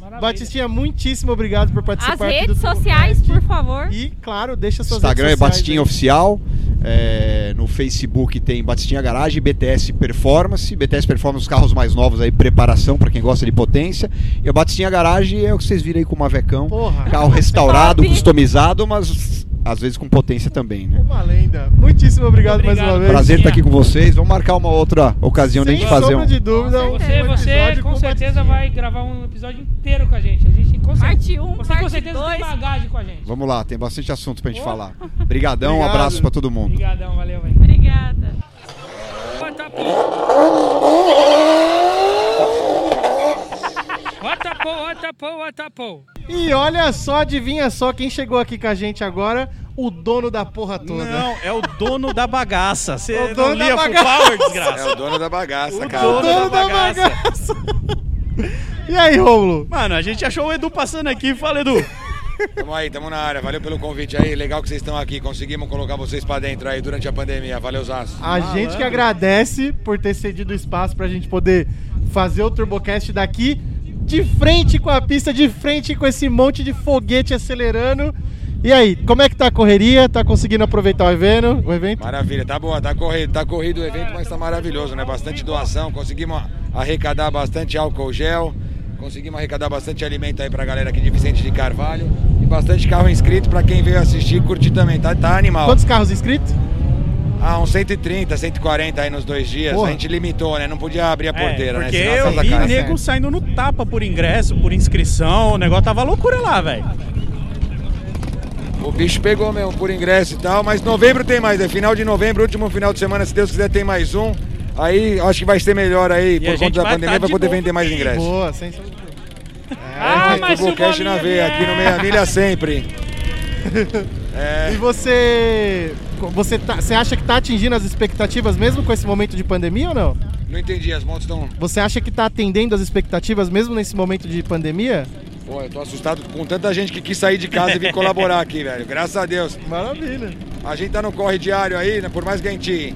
[SPEAKER 4] Maravilha.
[SPEAKER 1] Batistinha, muitíssimo obrigado por participar
[SPEAKER 2] As
[SPEAKER 1] aqui
[SPEAKER 2] redes
[SPEAKER 1] do Turbo
[SPEAKER 2] sociais,
[SPEAKER 1] Cast.
[SPEAKER 2] por favor.
[SPEAKER 1] E, claro, deixa suas
[SPEAKER 10] Instagram é
[SPEAKER 1] redes sociais.
[SPEAKER 10] Batistinha
[SPEAKER 1] aí.
[SPEAKER 10] Oficial. é, no Facebook tem Batistinha Garage, BTS Performance. BTS Performance, os carros mais novos aí, preparação para quem gosta de potência. E o Batistinha Garage é o que vocês viram aí com o Mavecão.
[SPEAKER 1] Porra.
[SPEAKER 10] Carro restaurado,
[SPEAKER 2] Top.
[SPEAKER 10] customizado, mas às vezes com potência também, né?
[SPEAKER 1] Uma lenda. Muitíssimo obrigado, mais
[SPEAKER 4] Obrigado.
[SPEAKER 1] uma vez.
[SPEAKER 10] Prazer estar aqui com vocês. Vamos marcar uma outra ocasião de a
[SPEAKER 1] Sem
[SPEAKER 10] gente fazer
[SPEAKER 1] sombra
[SPEAKER 10] um.
[SPEAKER 1] de dúvida,
[SPEAKER 2] Com
[SPEAKER 4] Você,
[SPEAKER 1] um
[SPEAKER 4] você
[SPEAKER 1] episódio
[SPEAKER 4] com certeza
[SPEAKER 1] Batistinha.
[SPEAKER 4] vai gravar um episódio inteiro com a gente. A gente com certeza.
[SPEAKER 2] Parte 1,
[SPEAKER 4] Você com
[SPEAKER 2] parte
[SPEAKER 4] certeza
[SPEAKER 2] 2.
[SPEAKER 4] tem bagagem com a gente.
[SPEAKER 10] Vamos lá, tem bastante assunto pra gente
[SPEAKER 4] Boa.
[SPEAKER 10] falar. Obrigadão, um
[SPEAKER 1] Obrigado.
[SPEAKER 10] abraço pra todo mundo.
[SPEAKER 4] Obrigadão, valeu, velho.
[SPEAKER 2] Obrigada.
[SPEAKER 4] Tá, tá, pô. Atapou, atapou, atapou.
[SPEAKER 1] E olha só, adivinha só quem chegou aqui com a gente agora? O dono da porra toda.
[SPEAKER 3] Não, é o dono da bagaça. Você
[SPEAKER 1] É o
[SPEAKER 3] não
[SPEAKER 1] dono da
[SPEAKER 3] lia Full
[SPEAKER 1] bagaça.
[SPEAKER 3] Power,
[SPEAKER 11] É
[SPEAKER 3] desgraça.
[SPEAKER 11] o dono da bagaça, cara.
[SPEAKER 1] O dono da bagaça. E aí, Romulo?
[SPEAKER 3] Mano, a gente achou o Edu passando aqui. Fala, Edu.
[SPEAKER 11] Tamo aí, tamo na área. Valeu pelo convite aí. Legal que vocês estão aqui. Conseguimos colocar vocês pra dentro aí durante a pandemia. Valeu, Zaço.
[SPEAKER 1] A gente que agradece por ter cedido espaço pra gente poder fazer o Turbocast daqui de frente com a pista, de frente com esse monte de foguete acelerando. E aí, como é que tá a correria? Tá conseguindo aproveitar o evento? O evento?
[SPEAKER 11] Maravilha, tá boa, tá corrido, tá corrido o evento, mas tá maravilhoso, né? Bastante doação, conseguimos arrecadar bastante álcool gel, conseguimos arrecadar bastante alimento aí pra galera aqui de Vicente de Carvalho e bastante carro inscrito pra quem veio assistir e curtir também, tá, tá animal.
[SPEAKER 1] Quantos carros inscritos?
[SPEAKER 11] Ah, uns 130, 140 aí nos dois dias,
[SPEAKER 1] Porra.
[SPEAKER 11] a gente limitou, né? Não podia abrir a porteira,
[SPEAKER 3] É, porque
[SPEAKER 11] né?
[SPEAKER 3] eu
[SPEAKER 11] casa
[SPEAKER 3] vi
[SPEAKER 11] cai.
[SPEAKER 3] nego saindo no tapa por ingresso, por inscrição. né? O negócio tava loucura lá, velho.
[SPEAKER 11] O bicho pegou mesmo por ingresso e tal, mas novembro tem mais, é final de novembro, último final de semana, se Deus quiser, tem mais um. Aí acho que vai ser melhor aí,
[SPEAKER 3] a
[SPEAKER 11] por
[SPEAKER 3] gente
[SPEAKER 11] conta da
[SPEAKER 3] vai
[SPEAKER 11] pandemia,
[SPEAKER 3] tá
[SPEAKER 11] vai
[SPEAKER 3] de
[SPEAKER 11] poder
[SPEAKER 3] bom
[SPEAKER 11] vender mais
[SPEAKER 3] também.
[SPEAKER 11] ingressos.
[SPEAKER 1] Boa, sem som. É,
[SPEAKER 4] Ah, mas se o
[SPEAKER 11] Turbocast na
[SPEAKER 4] Bolinha
[SPEAKER 11] veia, aqui no
[SPEAKER 4] vier-
[SPEAKER 11] Meia Milha sempre.
[SPEAKER 1] E você. Você, tá, você acha que tá atingindo as expectativas mesmo com esse momento de pandemia ou não?
[SPEAKER 11] Não entendi, as motos estão.
[SPEAKER 1] Você acha que tá atendendo as expectativas mesmo nesse momento de pandemia?
[SPEAKER 11] Pô, eu tô assustado com tanta gente que quis sair de casa e vir colaborar aqui, velho. Graças a Deus.
[SPEAKER 1] Maravilha.
[SPEAKER 11] A gente tá no corre diário aí, né? Por mais que a gente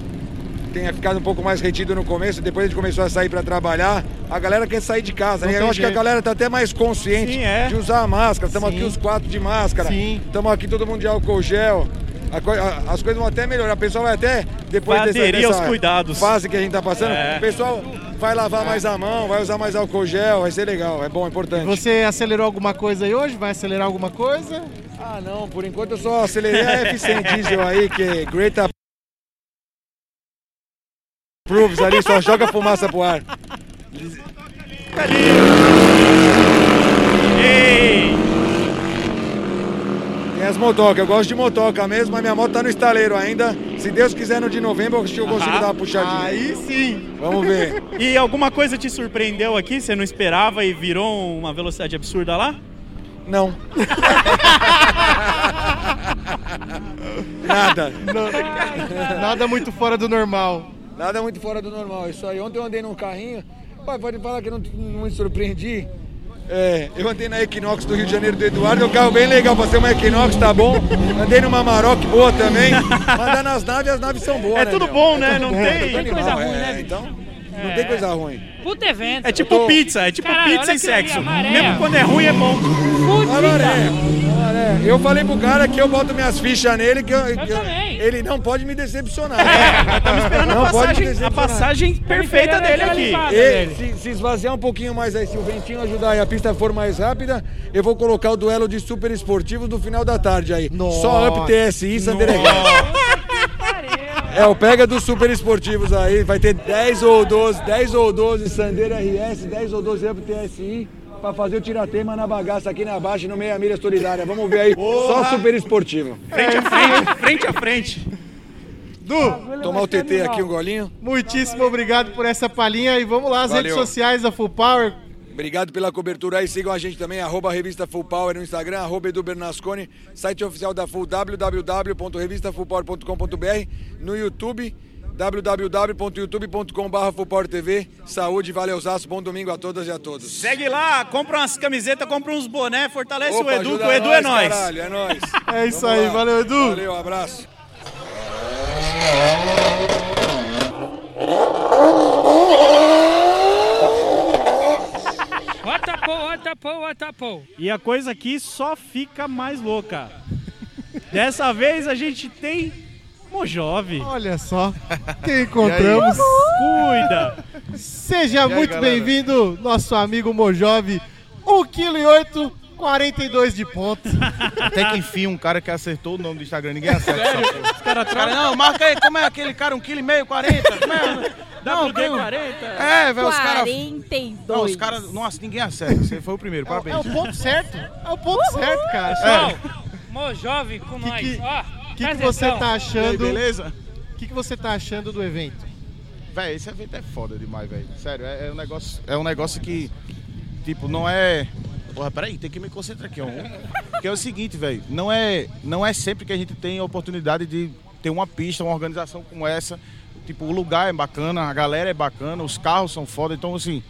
[SPEAKER 11] tenha ficado um pouco mais retido no começo, depois a gente começou a sair pra trabalhar, a galera quer sair de casa.
[SPEAKER 1] Não
[SPEAKER 11] né? Eu
[SPEAKER 1] tem
[SPEAKER 11] acho que a
[SPEAKER 1] jeito.
[SPEAKER 11] galera tá até mais consciente
[SPEAKER 3] Sim, é.
[SPEAKER 11] de usar a máscara. Estamos
[SPEAKER 1] Sim.
[SPEAKER 11] aqui os quatro de máscara.
[SPEAKER 1] Sim.
[SPEAKER 11] Estamos aqui todo mundo de álcool gel. A coi- a- as coisas vão até melhorar. O pessoal vai até, depois
[SPEAKER 3] Vai
[SPEAKER 11] dessa,
[SPEAKER 3] aderir
[SPEAKER 11] dessa
[SPEAKER 3] aos cuidados.
[SPEAKER 11] fase que a gente tá passando,
[SPEAKER 3] É.
[SPEAKER 11] o pessoal vai lavar mais a mão, vai usar mais álcool gel, vai ser legal, é bom, é importante.
[SPEAKER 1] Você acelerou alguma coisa aí hoje? Vai acelerar alguma coisa?
[SPEAKER 11] Ah, não, por enquanto eu só acelerei a F100 diesel aí, que é Great Ap- Proofs ali, só joga fumaça pro ar.
[SPEAKER 12] Ei!
[SPEAKER 11] Tem as motoca, eu gosto de motoca mesmo, mas minha moto tá no estaleiro ainda. Se Deus quiser, no de novembro eu acho que eu consigo dar uma puxadinha.
[SPEAKER 1] Aí sim.
[SPEAKER 11] Vamos ver.
[SPEAKER 3] E alguma coisa te surpreendeu aqui? Você não esperava e virou uma velocidade absurda lá?
[SPEAKER 11] Não. Nada.
[SPEAKER 1] Nada muito fora do normal.
[SPEAKER 11] Nada muito fora do normal, isso aí. Ontem eu andei num carrinho, pai, pode falar que eu não, não me surpreendi. É, eu andei na Equinox do Rio de Janeiro do Eduardo, é um carro bem legal pra ser uma Equinox, tá bom. Andei numa Maroc boa também. Mandar nas naves, as naves são boas.
[SPEAKER 3] É
[SPEAKER 11] né,
[SPEAKER 3] tudo
[SPEAKER 11] meu?
[SPEAKER 3] bom, né?
[SPEAKER 11] tudo
[SPEAKER 3] Não
[SPEAKER 11] bom,
[SPEAKER 3] tem- É.
[SPEAKER 11] é tudo
[SPEAKER 3] Não
[SPEAKER 4] tem coisa ruim, né, bicho?
[SPEAKER 11] Então, não tem coisa ruim.
[SPEAKER 4] Puta evento.
[SPEAKER 3] É tipo pizza, é tipo
[SPEAKER 4] Caralho,
[SPEAKER 3] pizza
[SPEAKER 4] olha
[SPEAKER 3] e
[SPEAKER 4] aquilo ali,
[SPEAKER 3] sexo.
[SPEAKER 4] a maré.
[SPEAKER 3] Mesmo quando é ruim, é bom.
[SPEAKER 11] Olha,
[SPEAKER 4] Fudida.
[SPEAKER 11] Loré, olha, é, Eu falei pro cara que eu boto minhas fichas nele, que eu, que eu-
[SPEAKER 4] também.
[SPEAKER 11] ele não pode me decepcionar. É, nós estamos esperando
[SPEAKER 3] A passagem, a passagem perfeita dele
[SPEAKER 4] aquela
[SPEAKER 3] aqui.
[SPEAKER 4] limpada.
[SPEAKER 11] E se, se esvaziar um pouquinho mais aí, se o ventinho ajudar e a pista for mais rápida, eu vou colocar o duelo de super esportivos do final da tarde aí.
[SPEAKER 1] Nossa.
[SPEAKER 11] Só Up TSI Sanderegado. É, o pega dos super esportivos aí, vai ter 10 ou 12, 10 ou 12 Sandeira RS, 10 ou 12 Up TSI. Pra fazer o tiratema na bagaça aqui na baixa e no meia milha solidária. Vamos ver aí. Só super esportivo.
[SPEAKER 3] Frente a frente, frente a frente.
[SPEAKER 1] Du,
[SPEAKER 11] Tomar o TT aqui, um golinho.
[SPEAKER 1] muitíssimo obrigado por essa palhinha e vamos lá, as
[SPEAKER 11] Valeu.
[SPEAKER 1] redes sociais da Full Power.
[SPEAKER 11] Obrigado pela cobertura aí. Sigam a gente também, arroba revista Full Power no Instagram, arroba Edu Bernasconi, site oficial da Full, www.revistafullpower.com.br, no YouTube, www.youtube.com.br FullPowerTV. Saúde, valeu, Zaço, bom domingo a todas e a todos.
[SPEAKER 3] Segue lá, compra umas camisetas, compra uns boné, fortalece o
[SPEAKER 11] Opa,
[SPEAKER 3] Edu, que
[SPEAKER 11] ajuda
[SPEAKER 3] o Edu é
[SPEAKER 11] nós,
[SPEAKER 3] nós.
[SPEAKER 11] Caralho, é nóis.
[SPEAKER 1] É isso
[SPEAKER 11] Vamos
[SPEAKER 1] aí,
[SPEAKER 11] lá.
[SPEAKER 1] valeu, Edu.
[SPEAKER 11] Valeu, abraço.
[SPEAKER 4] Atapou, atapou, atapou.
[SPEAKER 3] E a coisa aqui só fica mais louca. Dessa vez a gente tem Mojove.
[SPEAKER 1] Olha só, quem encontramos.
[SPEAKER 3] Cuida!
[SPEAKER 1] Seja
[SPEAKER 11] aí,
[SPEAKER 1] muito
[SPEAKER 11] galera?
[SPEAKER 1] bem-vindo, nosso amigo Mojove. 1,8 kg, 42 de ponto.
[SPEAKER 5] Até que enfim, um cara que acertou o nome do Instagram. Ninguém acerta essa porra.
[SPEAKER 3] Cara,
[SPEAKER 5] não, marca aí, como é aquele cara? Um quilo e meio, 40? Como é? Não, tem um... É, velho, os caras...
[SPEAKER 2] 42.
[SPEAKER 5] Não, os caras... Nossa, ninguém acerta. Você foi o primeiro,
[SPEAKER 1] É
[SPEAKER 5] parabéns.
[SPEAKER 1] o ponto certo. É o ponto certo, cara.
[SPEAKER 4] Pessoal,
[SPEAKER 5] É.
[SPEAKER 4] Mojove com nós.
[SPEAKER 1] que-
[SPEAKER 4] Ó,
[SPEAKER 1] O que, que você tá
[SPEAKER 5] E aí,
[SPEAKER 1] achando?
[SPEAKER 5] beleza?
[SPEAKER 1] O que, que você tá achando do evento?
[SPEAKER 5] Véi, esse evento é foda demais, velho. Sério, é, é um negócio, é um negócio que, tipo, não é Porra, peraí, tem que me concentrar aqui. ó. Porque é o seguinte, velho, não é, não é sempre que a gente tem a oportunidade de ter uma pista, uma organização como essa. Tipo, o lugar é bacana, a galera é bacana, os carros são foda, então assim,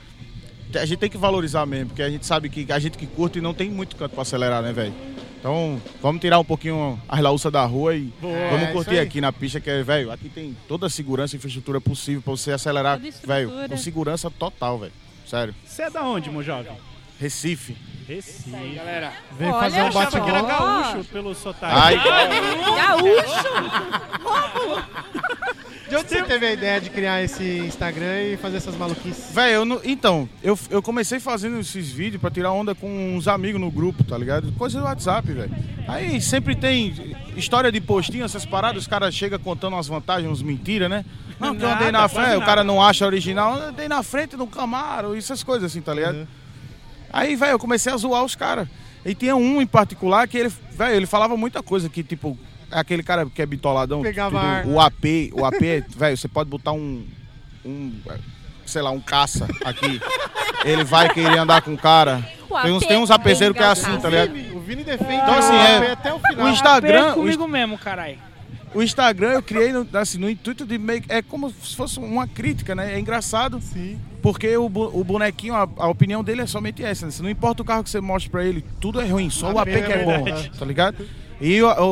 [SPEAKER 5] a gente tem que valorizar mesmo, porque a gente sabe que a gente que curte não tem muito canto pra acelerar, né, velho? Então, vamos tirar um pouquinho as laúças da rua e
[SPEAKER 13] Boa.
[SPEAKER 5] vamos
[SPEAKER 13] É,
[SPEAKER 5] curtir
[SPEAKER 13] isso aí.
[SPEAKER 5] aqui na pista, que é, velho, aqui tem toda a segurança e infraestrutura possível pra você acelerar,
[SPEAKER 3] Toda estrutura.
[SPEAKER 5] velho, com segurança total, velho. Sério.
[SPEAKER 3] Você é da onde, meu jovem?
[SPEAKER 5] Recife.
[SPEAKER 3] Recife.
[SPEAKER 4] galera.
[SPEAKER 5] Vem fazer um
[SPEAKER 3] achava que era
[SPEAKER 5] bate-bola.
[SPEAKER 3] gaúcho pelo
[SPEAKER 5] Ai.
[SPEAKER 3] sotaque.
[SPEAKER 1] De onde você teve a ideia de criar esse Instagram e fazer essas maluquices?
[SPEAKER 5] Véi, eu não- então, eu, eu comecei fazendo esses vídeos pra tirar onda com uns amigos no grupo, tá ligado? Coisa do WhatsApp, velho. Aí sempre tem história de postinho, essas paradas, os caras chegam contando umas vantagens, uns mentiras, né? Não, que eu andei
[SPEAKER 13] Nada,
[SPEAKER 5] na
[SPEAKER 13] quase
[SPEAKER 5] frente, o
[SPEAKER 13] nada.
[SPEAKER 5] cara não acha original, eu andei na frente do Camaro, e essas coisas assim, tá ligado?
[SPEAKER 13] Uhum.
[SPEAKER 5] Aí, velho, eu comecei a zoar os caras. E tinha um em particular que ele, velho, ele falava muita coisa que, tipo, aquele cara que é bitoladão,
[SPEAKER 1] Pegava
[SPEAKER 5] tudo,
[SPEAKER 1] ar.
[SPEAKER 5] o AP, o AP, velho, você pode botar um, um, sei lá, um caça aqui. Ele vai querer andar com o cara.
[SPEAKER 1] O
[SPEAKER 5] Tem uns,
[SPEAKER 1] AP
[SPEAKER 5] tem uns apezeiros que é assim, tá ligado?
[SPEAKER 1] O Vini defende
[SPEAKER 5] Então, assim, é,
[SPEAKER 1] foi até o final.
[SPEAKER 5] o Instagram-
[SPEAKER 4] É comigo mesmo, caralho.
[SPEAKER 5] O Instagram eu criei no, assim, no intuito de meio que- É como se fosse uma crítica, né? É engraçado.
[SPEAKER 1] Sim.
[SPEAKER 5] Porque o, bu- o bonequinho, a, a opinião dele é somente essa. Né? Se Não importa o carro que você mostra pra ele, tudo é ruim, só o AP que é bom,
[SPEAKER 1] verdade.
[SPEAKER 5] tá ligado? E o, o,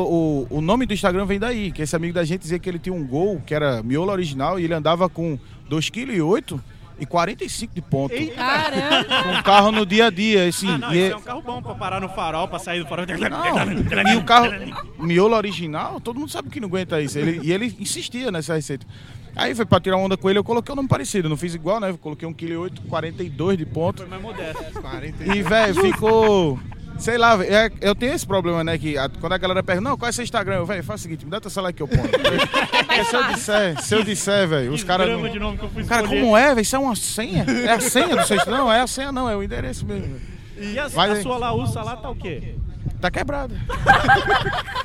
[SPEAKER 5] o- o nome do Instagram vem daí, que esse amigo da gente dizia que ele tinha um gol, que era miolo original, e ele andava com 2,8 kg e 45 de ponto.
[SPEAKER 2] Caramba!
[SPEAKER 5] Com o carro no dia a dia, assim.
[SPEAKER 3] Ah, não,
[SPEAKER 5] e,
[SPEAKER 3] esse é um carro bom pra parar no farol, pra sair do farol.
[SPEAKER 5] não, e o carro miolo original, todo mundo sabe que não aguenta isso. Ele- e ele insistia nessa receita. Aí foi pra tirar onda com ele, eu coloquei um nome parecido, não fiz igual, né? Eu coloquei 1,8 kg, 42 de ponto.
[SPEAKER 3] mais modesto.
[SPEAKER 5] E, velho, ficou. Sei lá, véi, é- eu tenho esse problema, né? Que a- quando a galera pergunta, não, qual é seu Instagram? Eu, velho, faz o seguinte, me dá teu celular que eu ponho. Porque se eu disser, se eu disser, velho, os caras. não-
[SPEAKER 3] de nome que eu fui
[SPEAKER 5] Cara,
[SPEAKER 3] escolher.
[SPEAKER 5] como é, velho? Isso é uma senha? É a senha do seu Instagram? Não, é a senha, não, é o endereço mesmo. véi.
[SPEAKER 3] E a,
[SPEAKER 5] Mas,
[SPEAKER 3] a
[SPEAKER 5] hein?
[SPEAKER 3] sua laúça lá tá o quê?
[SPEAKER 5] Tá quebrada.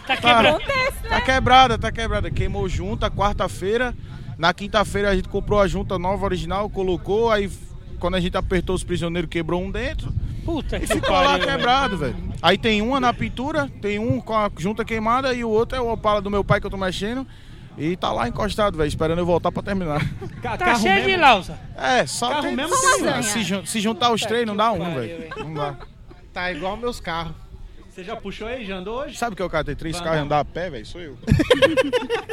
[SPEAKER 4] tá
[SPEAKER 5] quebrada.
[SPEAKER 2] Acontece,
[SPEAKER 5] Tá quebrada, tá quebrada. Queimou junta quarta-feira. Na quinta-feira a gente comprou a junta nova original, colocou, aí f- quando a gente apertou os prisioneiros, quebrou um dentro.
[SPEAKER 4] Puta
[SPEAKER 5] E
[SPEAKER 4] que
[SPEAKER 5] ficou lá
[SPEAKER 4] pariu,
[SPEAKER 5] quebrado, velho. Aí tem uma na pintura, tem um com a junta queimada e o outro é o Opala do meu pai que eu tô mexendo. E tá lá encostado, velho, esperando eu voltar pra terminar.
[SPEAKER 4] Tá cheio de lausa.
[SPEAKER 5] É, só
[SPEAKER 4] Carro
[SPEAKER 5] tem...
[SPEAKER 4] mesmo
[SPEAKER 5] se,
[SPEAKER 4] tem lasanha.
[SPEAKER 5] se jun- se juntar os três, não dá um, velho. Não dá.
[SPEAKER 1] Tá igual meus carros.
[SPEAKER 3] Você já puxou aí? Já andou hoje?
[SPEAKER 5] Sabe o que é o cara ter três
[SPEAKER 3] Vai
[SPEAKER 5] carros e
[SPEAKER 3] andar.
[SPEAKER 5] andar a pé, velho? Sou eu.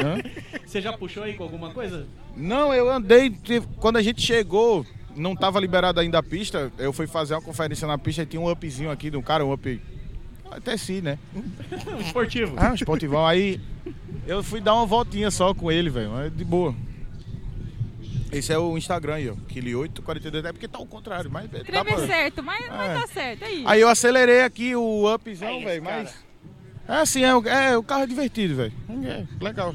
[SPEAKER 5] Hã?
[SPEAKER 3] Você já puxou aí com alguma coisa?
[SPEAKER 5] Não, eu andei. teve- Quando a gente chegou, não tava liberada ainda a pista. Eu fui fazer uma conferência na pista e tinha um upzinho aqui de um cara, um up. Até sim, né?
[SPEAKER 3] Um esportivo.
[SPEAKER 5] Ah, um esportivão. Aí eu fui dar uma voltinha só com ele, velho. mas De boa. Esse é o Instagram aí, ó. Kili 842. É porque tá ao contrário, mas. Tá
[SPEAKER 2] Escrever
[SPEAKER 5] pra...
[SPEAKER 2] certo, mas, mas tá certo, é isso.
[SPEAKER 5] Aí eu acelerei aqui o upzão,
[SPEAKER 2] É
[SPEAKER 5] velho, mas. É assim, é, o- é, o carro é divertido, velho. É, legal.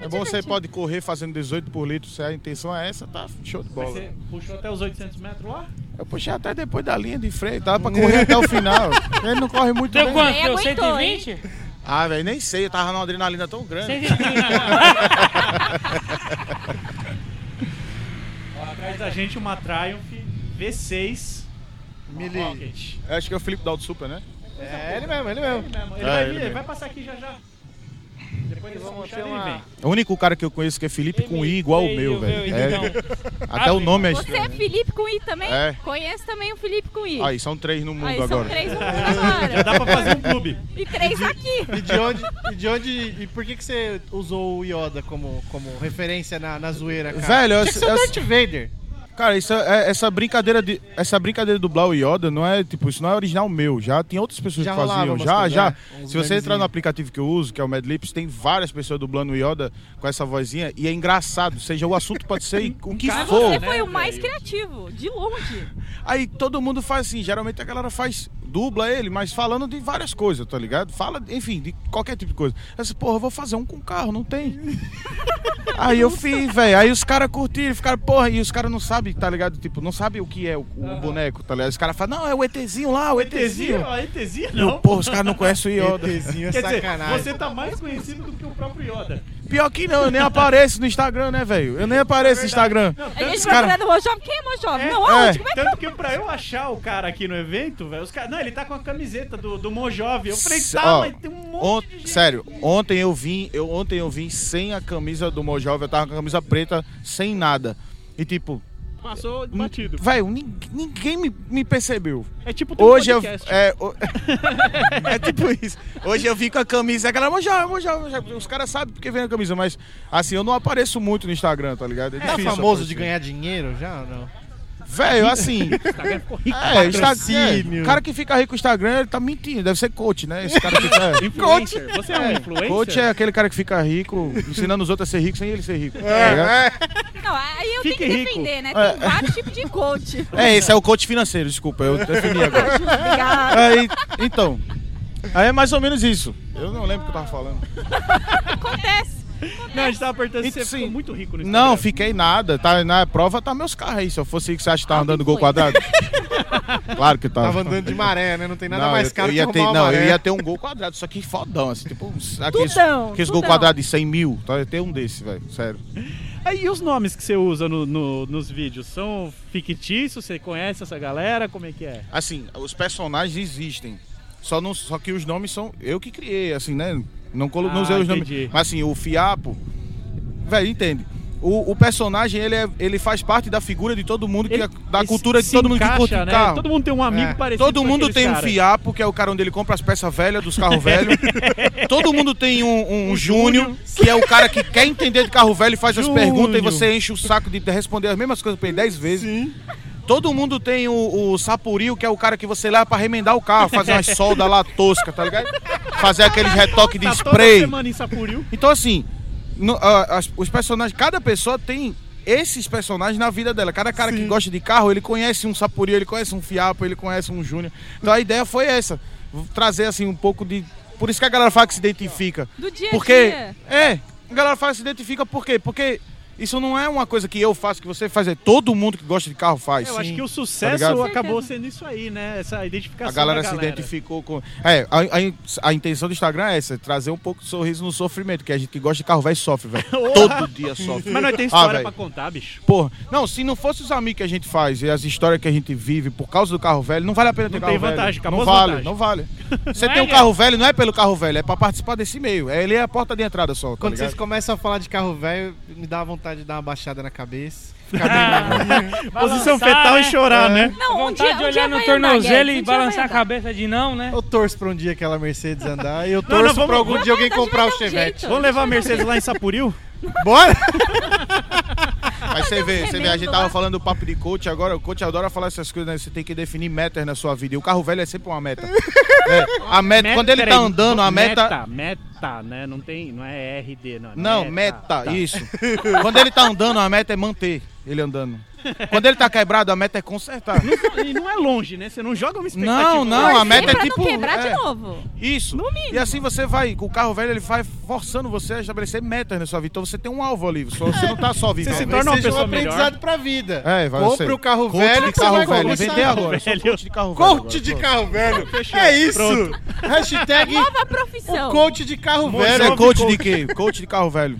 [SPEAKER 5] É, bom, você pode correr fazendo 18 por litro, se a intenção é essa, tá show de
[SPEAKER 3] Mas
[SPEAKER 5] bola.
[SPEAKER 3] Você puxou até os 800 metros lá?
[SPEAKER 5] Eu puxei até depois da linha de freio, dá pra correr até o final. Ele não corre muito
[SPEAKER 4] Deu
[SPEAKER 5] bem.
[SPEAKER 4] quanto? Deu 120?
[SPEAKER 5] Ah, velho, nem sei, eu tava numa adrenalina tão grande.
[SPEAKER 3] 130. Ó, Atrás da gente uma Triumph V6
[SPEAKER 1] Mili.
[SPEAKER 3] Rocket.
[SPEAKER 5] Eu Acho que é o Felipe Daldo Super, né?
[SPEAKER 1] É, ele mesmo, ele mesmo.
[SPEAKER 3] Ele,
[SPEAKER 5] É,
[SPEAKER 3] vai,
[SPEAKER 5] ele
[SPEAKER 3] vir,
[SPEAKER 5] mesmo.
[SPEAKER 3] vai passar aqui já já. Depois eles vão puxar ele e vem.
[SPEAKER 5] O único cara que eu conheço que é Felipe com I igual o meu, velho. É,
[SPEAKER 4] então.
[SPEAKER 5] até o nome é
[SPEAKER 2] Você é
[SPEAKER 5] estranho.
[SPEAKER 2] Felipe com I também?
[SPEAKER 5] É.
[SPEAKER 2] Conheço também o Felipe com I.
[SPEAKER 5] Aí, são três no mundo
[SPEAKER 2] Aí,
[SPEAKER 5] agora.
[SPEAKER 2] são três no mundo agora.
[SPEAKER 5] Já dá pra fazer um
[SPEAKER 3] clube.
[SPEAKER 2] E três aqui.
[SPEAKER 1] E de onde, e de onde, e por que que você usou o Yoda como, como referência na, na zoeira, cara?
[SPEAKER 5] Velho, eu-
[SPEAKER 1] Tinha que ser o
[SPEAKER 5] eu-
[SPEAKER 1] Darth Vader.
[SPEAKER 5] Cara, isso é- essa brincadeira de essa brincadeira de dublar o Yoda não é tipo isso não é original meu. Já tem outras pessoas
[SPEAKER 1] Já
[SPEAKER 5] que
[SPEAKER 1] rolava
[SPEAKER 5] faziam.
[SPEAKER 1] umas
[SPEAKER 5] Já,
[SPEAKER 1] coisas,
[SPEAKER 5] já.
[SPEAKER 1] é, uns
[SPEAKER 5] Se você entrar
[SPEAKER 1] memezinhos.
[SPEAKER 5] no aplicativo que eu uso, que é o Medlips, tem várias pessoas dublando o Yoda com essa vozinha e é engraçado. Seja o assunto pode ser o que
[SPEAKER 2] Mas
[SPEAKER 5] for.
[SPEAKER 2] você foi o mais criativo, de longe.
[SPEAKER 5] Aí todo mundo faz assim, geralmente a galera faz, dubla ele, mas falando de várias coisas, tá ligado? Fala, enfim, de qualquer tipo de coisa. Eu disse, porra, eu vou fazer um com carro, não tem. aí eu fiz, velho. Aí os caras curtiram, ficaram, porra, e os caras não sabem, tá ligado? Tipo, não sabe o que é o, o boneco, tá ligado? Os caras falam, não, é o ETzinho lá, o ETzinho.
[SPEAKER 3] Ó, ETzinho
[SPEAKER 5] Eu,
[SPEAKER 3] Ah, não.
[SPEAKER 5] porra, os caras não conhecem o Yoda.
[SPEAKER 1] ETzinho é
[SPEAKER 3] Quer dizer,
[SPEAKER 1] sacanagem.
[SPEAKER 3] você tá mais conhecido do que o próprio Yoda.
[SPEAKER 5] pior que não, eu nem apareço no Instagram, né, velho? Eu nem apareço no Instagram.
[SPEAKER 2] A gente
[SPEAKER 5] Os cara-
[SPEAKER 2] procurando o Mojop, quem é Mojop? Não,
[SPEAKER 5] é.
[SPEAKER 2] aonde? Como é que
[SPEAKER 3] Tanto que pra eu achar o cara aqui no evento, velho, os caras. Não, ele tá com a camiseta do, do Mojove. Eu falei,
[SPEAKER 5] S-
[SPEAKER 3] tá,
[SPEAKER 5] ó,
[SPEAKER 3] mas tem um monte
[SPEAKER 5] ont- Sério, ontem eu vim, eu ontem eu vim sem a camisa do Mojove, eu tava com a camisa preta, sem nada. E tipo,
[SPEAKER 3] Passou batido.
[SPEAKER 5] velho, nin- ninguém me, me percebeu.
[SPEAKER 3] É tipo teu
[SPEAKER 5] Hoje eu,
[SPEAKER 3] podcast.
[SPEAKER 5] é, o- é tipo isso. Hoje eu vim com a camisa, aquela Mojove, Mojove, Mojove. Os caras sabem porque vem a camisa, mas assim, eu não apareço muito no Instagram, tá ligado? É,
[SPEAKER 1] Tá
[SPEAKER 5] difícil
[SPEAKER 1] famoso de
[SPEAKER 5] aparecer.
[SPEAKER 1] ganhar dinheiro já ou não?
[SPEAKER 5] Velho, assim.
[SPEAKER 1] Instagram ficou rico.
[SPEAKER 5] É, Instagram.
[SPEAKER 1] Patrocínio.
[SPEAKER 5] O cara que fica rico no Instagram, ele tá mentindo. Deve ser coach, né? Esse cara que é.
[SPEAKER 3] Influencer. Você é um influencer?
[SPEAKER 5] Coach é aquele cara que fica rico, ensinando os outros a ser rico sem ele ser rico.
[SPEAKER 2] É,
[SPEAKER 5] É,
[SPEAKER 2] é? Não, aí eu
[SPEAKER 5] Fique
[SPEAKER 2] tenho que
[SPEAKER 5] rico.
[SPEAKER 2] defender, né?
[SPEAKER 5] É.
[SPEAKER 2] Tem vários tipos de coach.
[SPEAKER 5] é esse é o coach financeiro, desculpa, eu defini agora.
[SPEAKER 2] Obrigada.
[SPEAKER 5] Aí, então. Aí é mais ou menos isso. Eu não lembro o que eu tava falando.
[SPEAKER 2] Acontece.
[SPEAKER 3] Não, a gente tava apertando,
[SPEAKER 5] você
[SPEAKER 3] ficou muito rico né? no
[SPEAKER 5] Não, fiquei nada. Tá, na prova tá meus carros aí. Se eu fosse rico, você
[SPEAKER 3] Ah,
[SPEAKER 5] acha que tava andando gol quadrado? claro que tá. tava.
[SPEAKER 1] Tava andando de maré, né? Não tem nada
[SPEAKER 5] Não,
[SPEAKER 1] mais
[SPEAKER 5] eu-
[SPEAKER 1] caro
[SPEAKER 5] eu ia
[SPEAKER 1] que né?
[SPEAKER 5] ter,
[SPEAKER 1] arrumar uma
[SPEAKER 5] Não,
[SPEAKER 1] maré.
[SPEAKER 5] eu ia ter um gol quadrado, só que fodão, assim, tipo, uns- aqueles,
[SPEAKER 3] Tudão,
[SPEAKER 5] aqueles gol
[SPEAKER 3] tudão.
[SPEAKER 5] quadrado de 100 mil. Tá? Eu ia ter um desse, velho, sério.
[SPEAKER 3] Aí e os nomes que você usa no- no- nos vídeos são fictícios? Você conhece essa galera? Como é que é?
[SPEAKER 5] Assim, os personagens existem. Só, não, só que os nomes são eu que criei, assim, né? Não, colo, não
[SPEAKER 3] Ah,
[SPEAKER 5] usei os
[SPEAKER 3] entendi.
[SPEAKER 5] nomes. Mas assim, o Fiapo. Velho, entende. O, o personagem, ele, é- ele faz parte da figura de todo mundo, que é- da
[SPEAKER 3] ele
[SPEAKER 5] cultura de
[SPEAKER 3] se
[SPEAKER 5] todo mundo que
[SPEAKER 3] encaixa,
[SPEAKER 5] curte
[SPEAKER 3] né?
[SPEAKER 5] carro. É.
[SPEAKER 3] Todo mundo tem um amigo parecido
[SPEAKER 5] Todo
[SPEAKER 3] com
[SPEAKER 5] mundo
[SPEAKER 3] aqueles
[SPEAKER 5] tem um
[SPEAKER 3] cara.
[SPEAKER 5] Fiapo, que é o cara onde ele compra as peças velhas dos carros velhos. todo mundo tem um, um, Júnior, que é o cara que quer entender de carro velho e faz as perguntas e você enche o saco de responder as mesmas coisas pra ele 10 vezes. Todo mundo tem o, o Sapurio, que é o cara que você leva pra remendar o carro, fazer umas soldas lá tosca, tá ligado? Fazer aquele retoque de
[SPEAKER 3] Tá toda
[SPEAKER 5] spray.
[SPEAKER 3] semana em Sapuriu.
[SPEAKER 5] Então, assim, no- a- as- os personagens, cada pessoa tem esses personagens na vida dela. Cada cara que gosta de carro, ele conhece um Sapurio, ele conhece um Fiapo, ele conhece um Júnior. Então a ideia foi essa: v- trazer assim um pouco de. Por isso que a galera fala que se identifica.
[SPEAKER 2] Do dia a
[SPEAKER 5] porque,
[SPEAKER 2] dia.
[SPEAKER 5] É, a galera fala que se identifica por quê? Porque. Isso não é uma coisa que eu faço, que você faz, é todo mundo que gosta de carro faz. Tá
[SPEAKER 3] Eu acho que o sucesso
[SPEAKER 5] ligado?
[SPEAKER 3] acabou sendo isso aí, né? Essa identificação.
[SPEAKER 5] A galera,
[SPEAKER 3] da
[SPEAKER 5] se identificou com. É, a, a- a intenção do Instagram é essa, trazer um pouco de sorriso no sofrimento, que a gente que gosta de carro vai sofre, velho. Todo dia Ah, sofre.
[SPEAKER 3] Mas nós
[SPEAKER 5] tem
[SPEAKER 3] tem história pra contar, bicho.
[SPEAKER 5] Porra, não, se não fosse os amigos que a gente faz e as histórias que a gente vive por causa do carro velho, não vale a pena ter
[SPEAKER 3] Não
[SPEAKER 5] carro
[SPEAKER 3] tem
[SPEAKER 5] velho.
[SPEAKER 3] vantagem, acabou
[SPEAKER 5] não
[SPEAKER 3] as
[SPEAKER 5] vale,
[SPEAKER 3] vantagens.
[SPEAKER 5] não vale. Você
[SPEAKER 3] Não
[SPEAKER 5] tem
[SPEAKER 3] é,
[SPEAKER 5] um carro velho, não é pelo carro velho, é pra participar desse meio. É, Ele é a porta de entrada só, tá
[SPEAKER 1] Quando
[SPEAKER 5] ligado?
[SPEAKER 1] vocês começam a falar de carro velho, me dá vontade de dar uma baixada na cabeça. Ficar bem-
[SPEAKER 4] Posição fetal e chorar, né?
[SPEAKER 2] Não, um
[SPEAKER 4] Vontade
[SPEAKER 2] dia-
[SPEAKER 4] de
[SPEAKER 2] um dia
[SPEAKER 4] olhar no
[SPEAKER 2] vai andar,
[SPEAKER 4] tornozelo
[SPEAKER 2] Guedes,
[SPEAKER 4] e
[SPEAKER 2] um dia vai
[SPEAKER 4] balançar a
[SPEAKER 2] andar.
[SPEAKER 4] cabeça de não, né?
[SPEAKER 1] Eu torço pra um dia aquela Mercedes andar e eu
[SPEAKER 4] não,
[SPEAKER 1] torço pra
[SPEAKER 4] vamos-
[SPEAKER 1] algum dia alguém
[SPEAKER 4] a gente vai
[SPEAKER 1] comprar o
[SPEAKER 4] dar um
[SPEAKER 1] Chevette.
[SPEAKER 4] jeito.
[SPEAKER 3] Vamos levar a Mercedes lá em Sapuriu?
[SPEAKER 1] Bora!
[SPEAKER 5] Mas você
[SPEAKER 3] um
[SPEAKER 5] vê, você vê, a gente
[SPEAKER 2] remendo
[SPEAKER 5] tava
[SPEAKER 2] lá.
[SPEAKER 5] falando do papo de coach agora, o coach adora falar essas coisas, né? Você tem que definir metas na sua vida. E o carro velho é sempre uma meta. É, a meta, quando ele tá
[SPEAKER 3] peraí,
[SPEAKER 5] andando, a meta.
[SPEAKER 3] Meta, meta, né? Não tem, não é RD, não. é
[SPEAKER 5] Não, meta, isso. Quando ele tá andando, a meta é manter ele andando. Quando ele tá quebrado, a meta é consertar.
[SPEAKER 3] E não é longe, né? Você não joga uma expectativa.
[SPEAKER 5] Não, não, a meta é
[SPEAKER 2] pra
[SPEAKER 5] tipo.
[SPEAKER 2] não quebrar
[SPEAKER 5] é,
[SPEAKER 2] de novo.
[SPEAKER 5] Isso. E assim você vai, com o carro velho, ele vai forçando você a estabelecer metas na sua vida. Então você tem um alvo ali, só- você não tá só vivendo.
[SPEAKER 3] Você se
[SPEAKER 1] né?
[SPEAKER 5] Talvez
[SPEAKER 3] torna uma
[SPEAKER 5] seja
[SPEAKER 3] pessoa
[SPEAKER 5] um aprendizado.
[SPEAKER 1] é Aprendizado pra vida.
[SPEAKER 5] É, vai
[SPEAKER 1] Compre
[SPEAKER 5] ser.
[SPEAKER 1] o carro
[SPEAKER 5] Coach
[SPEAKER 1] velho
[SPEAKER 5] de
[SPEAKER 1] que você
[SPEAKER 5] carro
[SPEAKER 1] vai
[SPEAKER 5] velho.
[SPEAKER 1] conquistar.
[SPEAKER 5] Vender agora. eu sou
[SPEAKER 3] Velho.
[SPEAKER 5] Coach de carro
[SPEAKER 1] Coach
[SPEAKER 5] velho. agora,
[SPEAKER 1] de
[SPEAKER 5] pronto.
[SPEAKER 1] carro velho.
[SPEAKER 3] Fechou,
[SPEAKER 1] É isso.
[SPEAKER 3] pronto.
[SPEAKER 1] Hashtag
[SPEAKER 2] É Nova profissão.
[SPEAKER 1] o coach de carro
[SPEAKER 5] Você
[SPEAKER 1] velho.
[SPEAKER 5] é coach de quê? Coach de carro velho.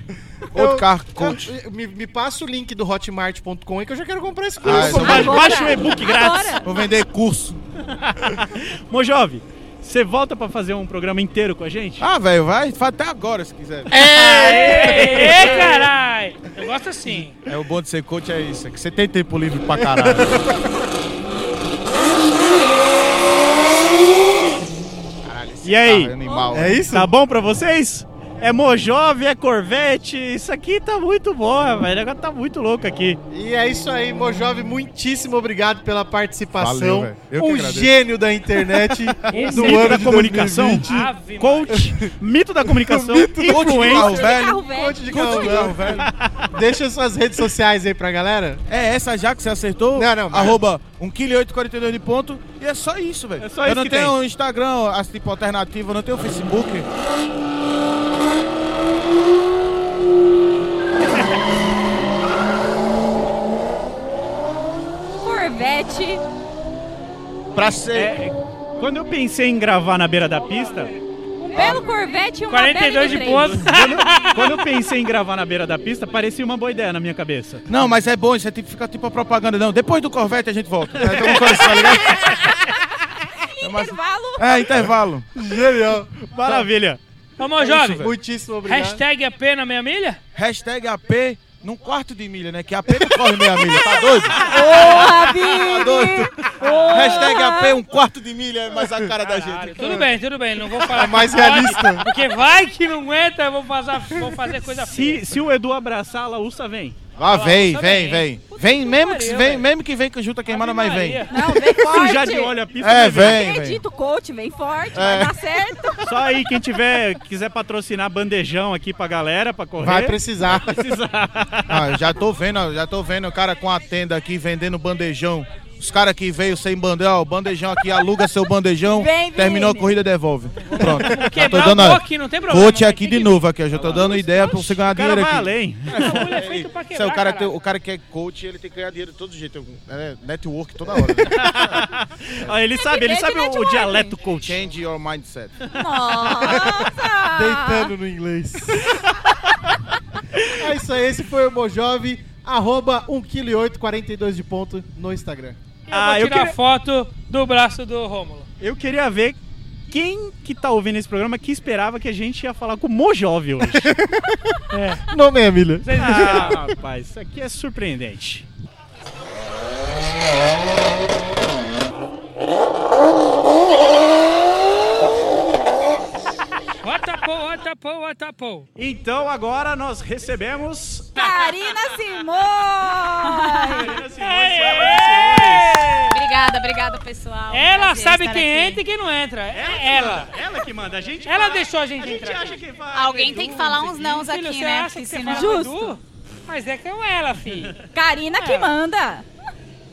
[SPEAKER 5] Outro carro, coach.
[SPEAKER 1] Eu- me, me passa o link do hotmart.com aí que eu já quero comprar esse
[SPEAKER 5] Ah,
[SPEAKER 1] curso.
[SPEAKER 5] isso
[SPEAKER 3] Ba-
[SPEAKER 2] Agora.
[SPEAKER 3] então Baixa o e-book grátis.
[SPEAKER 2] Agora.
[SPEAKER 5] Vou vender curso.
[SPEAKER 3] Mojove, você volta pra fazer um programa inteiro com a gente?
[SPEAKER 5] Ah, velho, vai. Faz até agora se quiser.
[SPEAKER 4] Ê, carai! Eu gosto assim.
[SPEAKER 5] É o bom de ser coach é isso, é que você tem tempo livre pra caralho. Caralho, esse
[SPEAKER 3] E aí?
[SPEAKER 5] carro é Animal,
[SPEAKER 1] É isso?
[SPEAKER 3] um Tá bom pra vocês? É Mojove, é Corvette, isso aqui tá muito bom, velho. Agora tá muito louco aqui.
[SPEAKER 1] E é isso aí, Mojove. Muitíssimo obrigado pela
[SPEAKER 5] Valeu,
[SPEAKER 1] participação.
[SPEAKER 5] velho. Eu que
[SPEAKER 1] um
[SPEAKER 5] agradeço.
[SPEAKER 1] gênio da internet do
[SPEAKER 3] Um Mito
[SPEAKER 1] ano
[SPEAKER 3] da
[SPEAKER 1] de
[SPEAKER 3] comunicação,
[SPEAKER 1] 2020.
[SPEAKER 4] Ave
[SPEAKER 3] coach, mito da comunicação,
[SPEAKER 5] Carro
[SPEAKER 3] influencer.
[SPEAKER 5] velho.
[SPEAKER 2] Carro velho.
[SPEAKER 1] Coach de carro velho. Deixa suas redes sociais aí pra galera.
[SPEAKER 5] É essa já que você acertou?
[SPEAKER 1] Não, não, mas-
[SPEAKER 5] Arroba 1,842 de ponto. E é só isso, velho.
[SPEAKER 3] É só isso
[SPEAKER 5] Eu não
[SPEAKER 3] que
[SPEAKER 5] tenho
[SPEAKER 3] tem.
[SPEAKER 5] um Instagram, assim, tipo, alternativo, eu não tenho Facebook.
[SPEAKER 2] Um Corvette.
[SPEAKER 5] Pra ser.
[SPEAKER 3] É, quando eu pensei em gravar na beira da pista, o
[SPEAKER 2] um belo Corvette e uma bela
[SPEAKER 4] 42 de
[SPEAKER 2] trem.
[SPEAKER 4] ponto.
[SPEAKER 3] Quando, quando eu pensei em gravar na beira da pista, parecia uma boa ideia na minha cabeça.
[SPEAKER 5] Não, mas é bom, isso é tipo, fica tipo a propaganda, não. Depois do Corvette a gente volta. É, tem uma coisa assim, tá ligado?
[SPEAKER 2] Intervalo.
[SPEAKER 5] É, intervalo.
[SPEAKER 14] Genial.
[SPEAKER 3] Maravilha.
[SPEAKER 4] Vamos,
[SPEAKER 5] É isso,
[SPEAKER 4] jovem.
[SPEAKER 5] velho. Muitíssimo
[SPEAKER 14] obrigado.
[SPEAKER 4] Hashtag AP na meia milha?
[SPEAKER 5] Hashtag AP num quarto de milha, né? Que AP não corre meia milha, tá doido?
[SPEAKER 4] Porra,
[SPEAKER 5] Tá doido? Hashtag AP um quarto de milha é mais a cara da gente.
[SPEAKER 4] Tudo bem, tudo bem, não vou falar.
[SPEAKER 5] É mais
[SPEAKER 4] que pode,
[SPEAKER 5] realista.
[SPEAKER 4] Porque vai que não aguenta, eu vou, passar, vou fazer coisa feia.
[SPEAKER 3] Se, se o Edu abraçar, a Laúça vem.
[SPEAKER 5] Lá vem,
[SPEAKER 3] Laúça
[SPEAKER 5] vem, vem. Vem mesmo que
[SPEAKER 3] pariu,
[SPEAKER 5] vem,
[SPEAKER 3] velho.
[SPEAKER 5] mesmo que vem com junta queimada, mas vem.
[SPEAKER 2] Não, vem forte.
[SPEAKER 3] Sujar de olho a pista,
[SPEAKER 5] É,
[SPEAKER 3] mas vem.
[SPEAKER 5] vem.
[SPEAKER 2] Acredito, coach, vem forte,
[SPEAKER 3] É.
[SPEAKER 2] vai dar certo.
[SPEAKER 3] Só aí, quem tiver, quiser patrocinar bandejão aqui pra galera, pra correr.
[SPEAKER 5] Vai precisar.
[SPEAKER 3] Vai precisar.
[SPEAKER 5] Ah, eu já tô vendo, ó, já tô vendo o cara com a tenda aqui vendendo bandejão. Os caras que veio sem bandejão, ó, bandejão aqui, aluga seu bandejão,
[SPEAKER 4] Vem, Vini.
[SPEAKER 5] terminou a corrida, devolve. Pronto. Já tô
[SPEAKER 4] quebrar
[SPEAKER 5] dando
[SPEAKER 4] o
[SPEAKER 5] a-
[SPEAKER 4] coque, não tem problema,
[SPEAKER 3] né?
[SPEAKER 5] Coach aqui de novo, aqui, ó, já tô dando ideia pra você ganhar dinheiro aqui.
[SPEAKER 3] é
[SPEAKER 5] Isso aí, o, cara tem- o cara que é coach, ele tem que ganhar dinheiro de todo jeito. É network toda hora. né?
[SPEAKER 3] Ah, ele sabe, ele sabe o- o, dialeto coach.
[SPEAKER 5] Change your mindset.
[SPEAKER 2] Nossa!
[SPEAKER 1] Deitando no inglês. é isso aí, esse foi o Mojove, arroba 1,8kg, 42 de ponto no Instagram.
[SPEAKER 4] Ah, eu vou tirar foto do braço do Rômulo.
[SPEAKER 3] Eu queria ver quem que tá ouvindo esse programa que esperava que a gente ia falar com o Mojove hoje.
[SPEAKER 4] É.
[SPEAKER 1] Não, meia milha.
[SPEAKER 3] Ah, rapaz, isso aqui é surpreendente.
[SPEAKER 4] Watapou, watapou, watapou.
[SPEAKER 3] Então agora nós recebemos.
[SPEAKER 2] Karina Simões!
[SPEAKER 15] Obrigada, obrigada, pessoal.
[SPEAKER 4] Ela
[SPEAKER 15] Prazer
[SPEAKER 4] sabe
[SPEAKER 15] estar
[SPEAKER 4] quem
[SPEAKER 15] aqui.
[SPEAKER 4] entra e quem não entra.
[SPEAKER 15] que
[SPEAKER 4] É ela.
[SPEAKER 15] manda.
[SPEAKER 3] Ela que manda, a gente.
[SPEAKER 4] Ela
[SPEAKER 15] fala-
[SPEAKER 4] deixou a gente
[SPEAKER 15] a gente
[SPEAKER 4] entrar.
[SPEAKER 15] acha que fala Alguém Edu, tem que falar não sei uns nãos
[SPEAKER 4] Filho,
[SPEAKER 15] aqui,
[SPEAKER 4] você
[SPEAKER 15] né?
[SPEAKER 4] Acha que
[SPEAKER 15] Porque
[SPEAKER 4] você
[SPEAKER 15] senão-
[SPEAKER 4] fala
[SPEAKER 15] Justo.
[SPEAKER 4] Edu? Mas é que é ela, filho.
[SPEAKER 2] Karina
[SPEAKER 3] É.
[SPEAKER 2] que manda!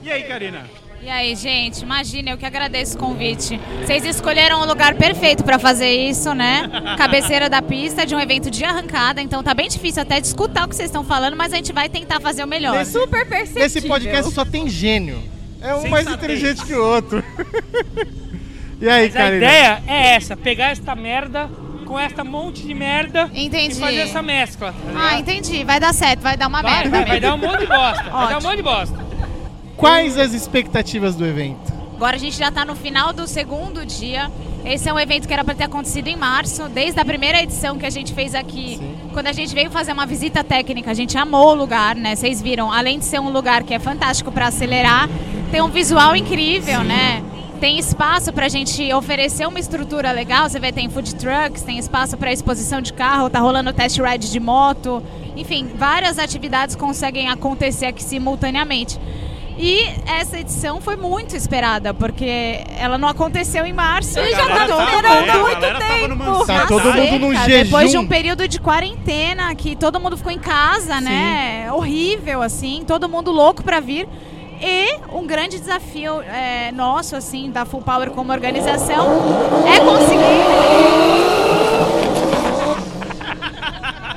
[SPEAKER 3] E aí, Karina?
[SPEAKER 15] E aí, gente, imagina, eu que agradeço o convite. Vocês escolheram o lugar perfeito pra fazer isso, né? Cabeceira da pista de um evento de arrancada, então tá bem difícil até de escutar o que vocês estão falando, mas a gente vai tentar fazer o melhor. né?
[SPEAKER 1] Nesse- Super
[SPEAKER 15] perceptível.
[SPEAKER 1] Nesse podcast só tem gênio. É um mais inteligente que o outro. E aí,
[SPEAKER 4] Mas a
[SPEAKER 1] Karina?
[SPEAKER 4] ideia é essa, pegar esta merda com esta monte de merda
[SPEAKER 15] Entendi.
[SPEAKER 4] e fazer essa mescla. tá ligado?
[SPEAKER 15] Ah, entendi. Vai dar certo, vai dar uma
[SPEAKER 4] Vai,
[SPEAKER 15] merda.
[SPEAKER 4] vai, vai dar um monte de bosta. Vai dar um
[SPEAKER 15] Ótimo.
[SPEAKER 4] monte de bosta.
[SPEAKER 1] Quais as expectativas do evento?
[SPEAKER 15] Agora a gente já está no final do segundo dia. Esse é um evento que era para ter acontecido em março, desde a primeira edição que a gente fez aqui. Quando a gente veio fazer uma visita técnica, a gente amou o lugar, né? Vocês viram, além de ser um lugar que é fantástico para acelerar, tem um visual incrível, né? Tem espaço para a gente oferecer uma estrutura legal. Você vê, tem food trucks, tem espaço para exposição de carro, tá rolando test ride de moto. Enfim, várias atividades conseguem acontecer aqui simultaneamente. E essa edição foi muito esperada, porque ela não aconteceu em março
[SPEAKER 2] A
[SPEAKER 15] e já
[SPEAKER 2] galera
[SPEAKER 15] tá
[SPEAKER 2] tava-
[SPEAKER 15] durando
[SPEAKER 2] a
[SPEAKER 15] muito
[SPEAKER 2] galera tava
[SPEAKER 15] tempo.
[SPEAKER 2] numa
[SPEAKER 1] Tá todo ansiedade. mundo num
[SPEAKER 15] Cara,
[SPEAKER 1] jejum.
[SPEAKER 15] Depois de um período de quarentena que todo mundo ficou em casa, né? Horrível, assim, todo mundo louco pra vir. E um grande desafio é, nosso, assim, da Full Power como organização, é conseguir.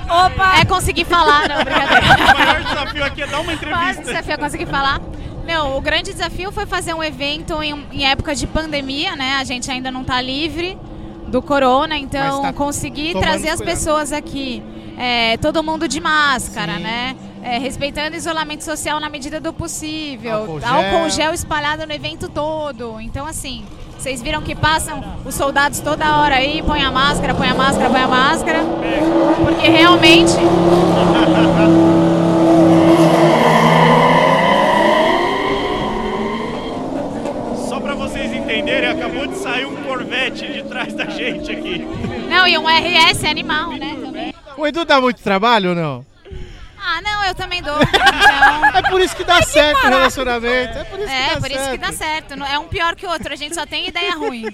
[SPEAKER 15] Opa! É conseguir falar, não, brincadeira.
[SPEAKER 3] O maior desafio aqui é dar uma
[SPEAKER 15] O maior
[SPEAKER 3] entrevista.
[SPEAKER 15] desafio é conseguir falar. Não, o grande desafio foi fazer um evento em, em época de pandemia, né? A gente ainda não tá livre do corona, então
[SPEAKER 2] Mas tá
[SPEAKER 15] conseguir
[SPEAKER 2] tomando
[SPEAKER 15] trazer as
[SPEAKER 2] cuidado.
[SPEAKER 15] pessoas aqui, é, todo mundo de máscara, né? É, respeitando isolamento social na medida do possível,
[SPEAKER 2] Álcool gel.
[SPEAKER 15] álcool gel espalhado no evento todo. Então, assim, vocês viram que passam os soldados toda hora aí, põe a máscara, põe a máscara, põe a máscara.
[SPEAKER 2] É.
[SPEAKER 15] Porque realmente
[SPEAKER 3] Só pra vocês entenderem, acabou de sair um Corvette de trás da gente aqui.
[SPEAKER 15] Não, e um RS animal, né? também.
[SPEAKER 1] O Edu dá muito trabalho ou não?
[SPEAKER 15] Ah, não, eu também dou. Então,
[SPEAKER 1] É por isso que dá certo o relacionamento. É por isso
[SPEAKER 15] É,
[SPEAKER 1] que dá
[SPEAKER 15] por isso que dá certo. Não- É um pior que o outro, a gente só tem ideia ruim.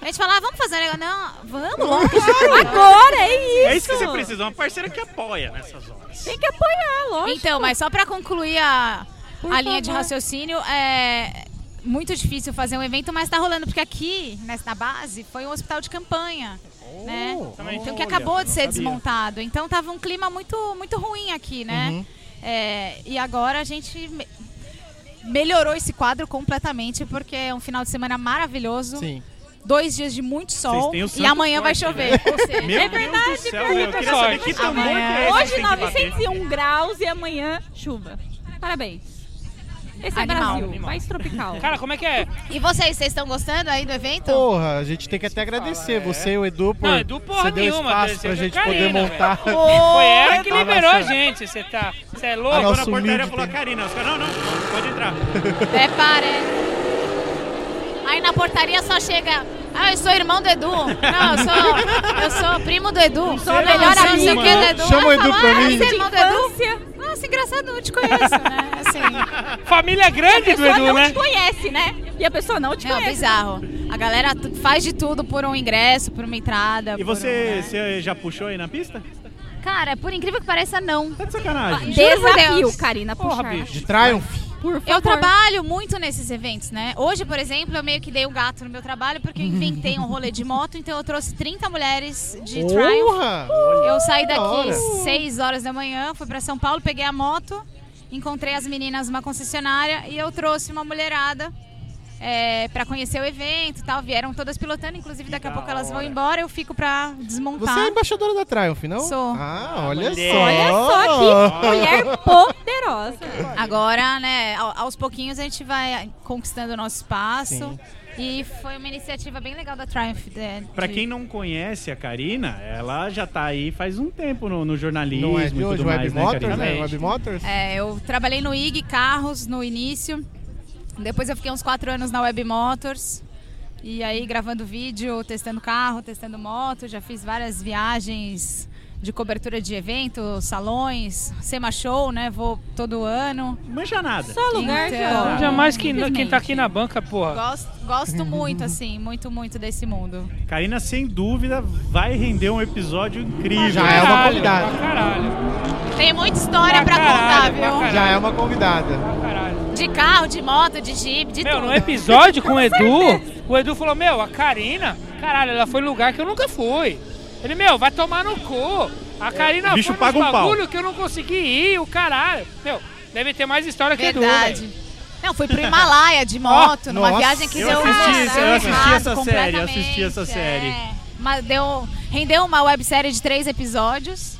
[SPEAKER 15] A gente fala, ah, vamos fazer um negócio. Não, vamos, vamos.
[SPEAKER 2] Agora, é isso!
[SPEAKER 3] É isso que você precisa, uma parceira que apoia nessas horas.
[SPEAKER 15] Tem que apoiar, lógico. Então, mas só pra concluir a, a linha de
[SPEAKER 2] favor.
[SPEAKER 15] raciocínio, é muito difícil fazer um evento, mas tá rolando, porque aqui, nessa- na base, foi um hospital de campanha.
[SPEAKER 3] Oh,
[SPEAKER 15] né? Então, que acabou de ser desmontado. Então tava um clima muito, muito ruim aqui, né?
[SPEAKER 2] Uhum.
[SPEAKER 15] É, e agora a gente me- melhorou esse quadro completamente, porque é um final de semana maravilhoso.
[SPEAKER 1] Sim.
[SPEAKER 15] dois dias de muito sol
[SPEAKER 3] têm o
[SPEAKER 15] e
[SPEAKER 3] santo
[SPEAKER 15] amanhã vai
[SPEAKER 3] sorte,
[SPEAKER 15] chover.
[SPEAKER 3] né?
[SPEAKER 15] Ou seja,
[SPEAKER 3] Meu
[SPEAKER 15] é
[SPEAKER 3] Deus do
[SPEAKER 15] verdade,
[SPEAKER 3] céu,
[SPEAKER 15] pô.
[SPEAKER 3] meu, eu queria saber que tamanho que
[SPEAKER 15] Amanhã-
[SPEAKER 3] é esse que
[SPEAKER 15] Hoje
[SPEAKER 3] tem que bater.
[SPEAKER 15] 901
[SPEAKER 2] graus e amanhã chuva. Parabéns. Esse é
[SPEAKER 15] Animal.
[SPEAKER 2] Brasil,
[SPEAKER 15] Animal.
[SPEAKER 2] mais tropical.
[SPEAKER 15] Cara,
[SPEAKER 4] como é que é?
[SPEAKER 15] E vocês, vocês estão gostando aí do evento?
[SPEAKER 1] Porra, a gente tem que até agradecer você e o Edu por
[SPEAKER 4] é. Não, Edu, porra
[SPEAKER 1] você deu
[SPEAKER 4] nenhuma,
[SPEAKER 1] espaço
[SPEAKER 4] você
[SPEAKER 1] pra
[SPEAKER 4] deu
[SPEAKER 1] gente
[SPEAKER 4] Karina,
[SPEAKER 1] poder
[SPEAKER 4] velho.
[SPEAKER 1] montar.
[SPEAKER 4] Foi ela que
[SPEAKER 1] a
[SPEAKER 4] liberou a
[SPEAKER 1] nossa-
[SPEAKER 4] gente, você tá. Você é
[SPEAKER 1] a
[SPEAKER 4] louco?
[SPEAKER 1] nossa
[SPEAKER 4] Quando a portaria
[SPEAKER 1] humilde
[SPEAKER 4] falou,
[SPEAKER 3] Karina, os caras, não, não, pode entrar.
[SPEAKER 15] É, para. é. Aí na portaria só chega. Ah, eu sou irmão do Edu. Não, eu sou, eu sou primo do Edu. Sou
[SPEAKER 16] sei, não
[SPEAKER 15] melhor
[SPEAKER 16] sei,
[SPEAKER 15] amigo que
[SPEAKER 16] mano.
[SPEAKER 15] do Edu.
[SPEAKER 16] Chama o
[SPEAKER 15] Ah,
[SPEAKER 16] Edu
[SPEAKER 15] fala,
[SPEAKER 16] pra
[SPEAKER 15] ah,
[SPEAKER 16] mim.
[SPEAKER 15] Você é irmão do
[SPEAKER 16] Infância.
[SPEAKER 15] Edu? Nossa, engraçado, não te conheço, né? Assim.
[SPEAKER 4] Família grande
[SPEAKER 15] A
[SPEAKER 4] do
[SPEAKER 15] pessoa
[SPEAKER 4] Edu,
[SPEAKER 15] não
[SPEAKER 4] né?
[SPEAKER 15] te conhece, né? E a pessoa não te conhece. É bizarro. A galera t- faz de tudo por um ingresso, por uma entrada.
[SPEAKER 3] E
[SPEAKER 15] por um,
[SPEAKER 3] você,
[SPEAKER 15] né?
[SPEAKER 3] você já puxou aí na pista?
[SPEAKER 15] Cara, por incrível que pareça, não. Tá
[SPEAKER 3] de sacanagem.
[SPEAKER 2] Desafio, Karina, puxar.
[SPEAKER 1] De Triumph.
[SPEAKER 15] Eu trabalho muito nesses eventos, né? Hoje, por exemplo, eu meio que dei o gato no meu trabalho porque eu inventei um rolê de moto, então eu trouxe 30 mulheres de
[SPEAKER 1] Porra!
[SPEAKER 15] Triumph. Eu saí
[SPEAKER 1] Da
[SPEAKER 15] daqui
[SPEAKER 1] hora.
[SPEAKER 15] 6 horas da manhã, fui pra São Paulo, peguei a moto, encontrei as meninas numa concessionária e eu trouxe uma mulherada é, para conhecer o evento e tal. Vieram todas pilotando, inclusive daqui a pouco elas vão embora, eu fico pra desmontar.
[SPEAKER 1] Você é embaixadora da Triumph, não?
[SPEAKER 15] Tá. Sou.
[SPEAKER 1] Ah, olha
[SPEAKER 15] Mulher.
[SPEAKER 1] só.
[SPEAKER 15] Olha só que mulher poderosa. Agora, né, ao- aos pouquinhos a gente vai conquistando o nosso espaço.
[SPEAKER 3] Sim.
[SPEAKER 15] E foi uma iniciativa bem legal da Triumph. né, De,
[SPEAKER 3] Pra quem não conhece a Karina, ela já tá aí faz um tempo no, no jornalismo
[SPEAKER 1] Não é
[SPEAKER 3] e
[SPEAKER 1] de
[SPEAKER 3] tudo
[SPEAKER 1] hoje,
[SPEAKER 3] mais,
[SPEAKER 1] Web
[SPEAKER 3] né,
[SPEAKER 1] Motors,
[SPEAKER 3] Karina?
[SPEAKER 1] né? Web Motors?
[SPEAKER 15] É, eu trabalhei no IG Carros no início. Depois eu fiquei uns quatro anos na Web Motors. E aí gravando vídeo, testando carro, testando moto. Já fiz várias viagens de cobertura de eventos, salões, SEMA Show, né? Vou todo ano.
[SPEAKER 3] Manja nada. Então,
[SPEAKER 4] Só
[SPEAKER 15] lugar
[SPEAKER 4] Não, jamais que quem tá aqui na banca, porra.
[SPEAKER 15] Gosto, gosto muito, assim, muito, muito desse mundo.
[SPEAKER 3] Karina, sem dúvida, vai render um episódio incrível.
[SPEAKER 1] Já é uma convidada.
[SPEAKER 15] Tem muita história pra, contar, viu?
[SPEAKER 1] Já é uma convidada.
[SPEAKER 15] De carro, de moto, de jeep, de
[SPEAKER 4] Meu,
[SPEAKER 15] tudo.
[SPEAKER 4] no episódio com o Edu, o Edu falou, meu, a Karina, caralho, ela foi em lugar que eu nunca fui. Ele, meu, vai tomar no cu.
[SPEAKER 9] É,
[SPEAKER 4] A Karina
[SPEAKER 3] o bicho
[SPEAKER 4] foi
[SPEAKER 3] paga
[SPEAKER 4] nos
[SPEAKER 3] um pau.
[SPEAKER 4] bagulho que eu não consegui ir, o caralho. Meu, deve ter mais história que
[SPEAKER 15] Verdade.
[SPEAKER 4] Edu, né? velho.
[SPEAKER 15] Não, fui pro Himalaia de moto, numa
[SPEAKER 4] Nossa.
[SPEAKER 15] viagem que
[SPEAKER 4] Eu
[SPEAKER 15] deu
[SPEAKER 4] assisti
[SPEAKER 15] um
[SPEAKER 4] isso, eu assisti
[SPEAKER 15] errado
[SPEAKER 4] essa série, eu
[SPEAKER 15] completamente,
[SPEAKER 4] assisti essa série.
[SPEAKER 15] é. Mas deu, rendeu uma websérie de três episódios,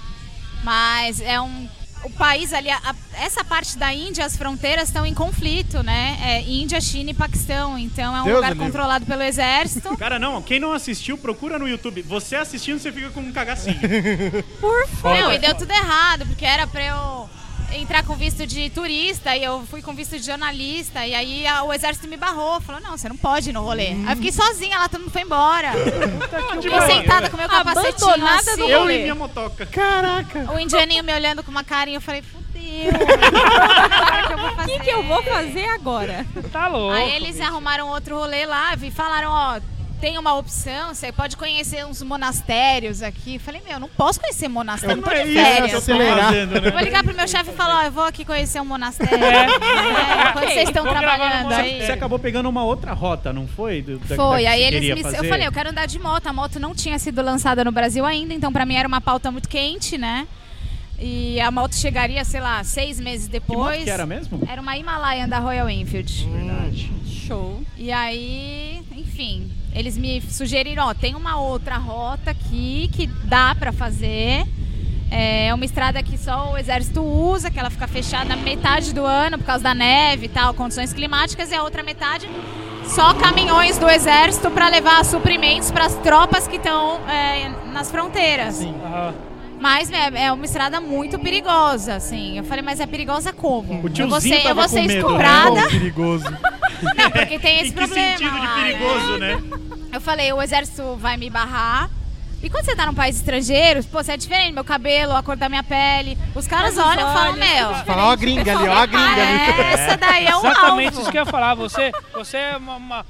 [SPEAKER 15] mas é um... O país ali, a- a- essa parte da Índia, as fronteiras estão em conflito, né? É Índia, China e Paquistão, então é um
[SPEAKER 3] Deus
[SPEAKER 15] lugar
[SPEAKER 3] me livre.
[SPEAKER 15] controlado pelo exército.
[SPEAKER 3] Cara, não, quem não assistiu, procura no YouTube. Você assistindo, você fica com um cagacinho.
[SPEAKER 15] Por
[SPEAKER 3] favor.
[SPEAKER 15] Não, e deu tudo errado, porque era pra eu entrar com visto de turista e eu fui com visto de jornalista. E aí a- o exército me barrou, falou: não, você não pode ir no rolê. Aí eu fiquei sozinha lá, todo mundo foi embora. eu
[SPEAKER 16] pariu.
[SPEAKER 15] sentada com meu capacetinho.
[SPEAKER 16] Abandonada
[SPEAKER 15] Assim,
[SPEAKER 16] do Eu rolê. e minha
[SPEAKER 3] motoca.
[SPEAKER 15] Caraca. O indianinho me olhando com uma carinha, eu falei, fudeu. O que, que eu vou fazer agora?
[SPEAKER 4] Tá louco.
[SPEAKER 15] Aí eles arrumaram outro rolê lá e falaram, ó, tem uma opção, você pode conhecer uns monastérios aqui. Falei, meu, não posso conhecer monastério,
[SPEAKER 16] Eu-
[SPEAKER 15] eu tô
[SPEAKER 16] é
[SPEAKER 15] de
[SPEAKER 16] isso que eu
[SPEAKER 15] férias.
[SPEAKER 16] tô fazendo, né?
[SPEAKER 15] Vou ligar pro meu chefe e falar, ó, eu vou aqui conhecer um monastério.
[SPEAKER 3] É.
[SPEAKER 15] É, quando vocês estão
[SPEAKER 3] Vou gravar
[SPEAKER 15] trabalhando
[SPEAKER 3] uma-
[SPEAKER 15] aí.
[SPEAKER 3] Você acabou pegando uma outra rota, não foi? Do- da- da
[SPEAKER 15] Foi,
[SPEAKER 3] que
[SPEAKER 15] aí
[SPEAKER 3] você
[SPEAKER 15] eles
[SPEAKER 3] queria
[SPEAKER 15] me.
[SPEAKER 3] fazer?
[SPEAKER 15] Eu falei, eu quero andar de moto. A moto não tinha sido lançada no Brasil ainda, então pra mim era uma pauta muito quente, né? E a moto chegaria, sei lá, seis meses depois.
[SPEAKER 3] moto que era mesmo?
[SPEAKER 15] Era uma Himalayan da Royal Enfield.
[SPEAKER 3] Verdade.
[SPEAKER 15] Show. E aí, enfim, eles me sugeriram, ó, tem uma outra rota aqui que dá pra fazer. É uma estrada que só o exército usa, que ela fica fechada metade do ano por causa da neve e tal, condições climáticas, e a outra metade só caminhões do exército pra levar suprimentos pras tropas que estão é, nas fronteiras. Sim. Mas né, é uma estrada muito perigosa, assim. Eu falei, mas é perigosa como?
[SPEAKER 1] O
[SPEAKER 15] eu vou
[SPEAKER 1] tiozinho
[SPEAKER 15] ser, eu
[SPEAKER 1] tava
[SPEAKER 15] vou ser
[SPEAKER 1] com medo, né?
[SPEAKER 15] estuprada.
[SPEAKER 1] Como perigoso.
[SPEAKER 15] Não, porque tem esse
[SPEAKER 16] Em que
[SPEAKER 15] problema.
[SPEAKER 16] sentido de
[SPEAKER 15] lá,
[SPEAKER 16] perigoso,
[SPEAKER 15] né? Eu falei, o exército vai me barrar. E quando você tá num país estrangeiro, pô, você é diferente, meu cabelo, a cor da minha pele. Os caras
[SPEAKER 4] Nossos
[SPEAKER 15] olham e falam,
[SPEAKER 4] olhos,
[SPEAKER 15] meu.
[SPEAKER 4] tudo
[SPEAKER 1] Falar ó a gringa ali, ó a gringa né? ali.
[SPEAKER 15] Essa daí é um
[SPEAKER 4] Exatamente
[SPEAKER 15] alvo.
[SPEAKER 4] isso que eu ia falar. Você, você é uma, uma,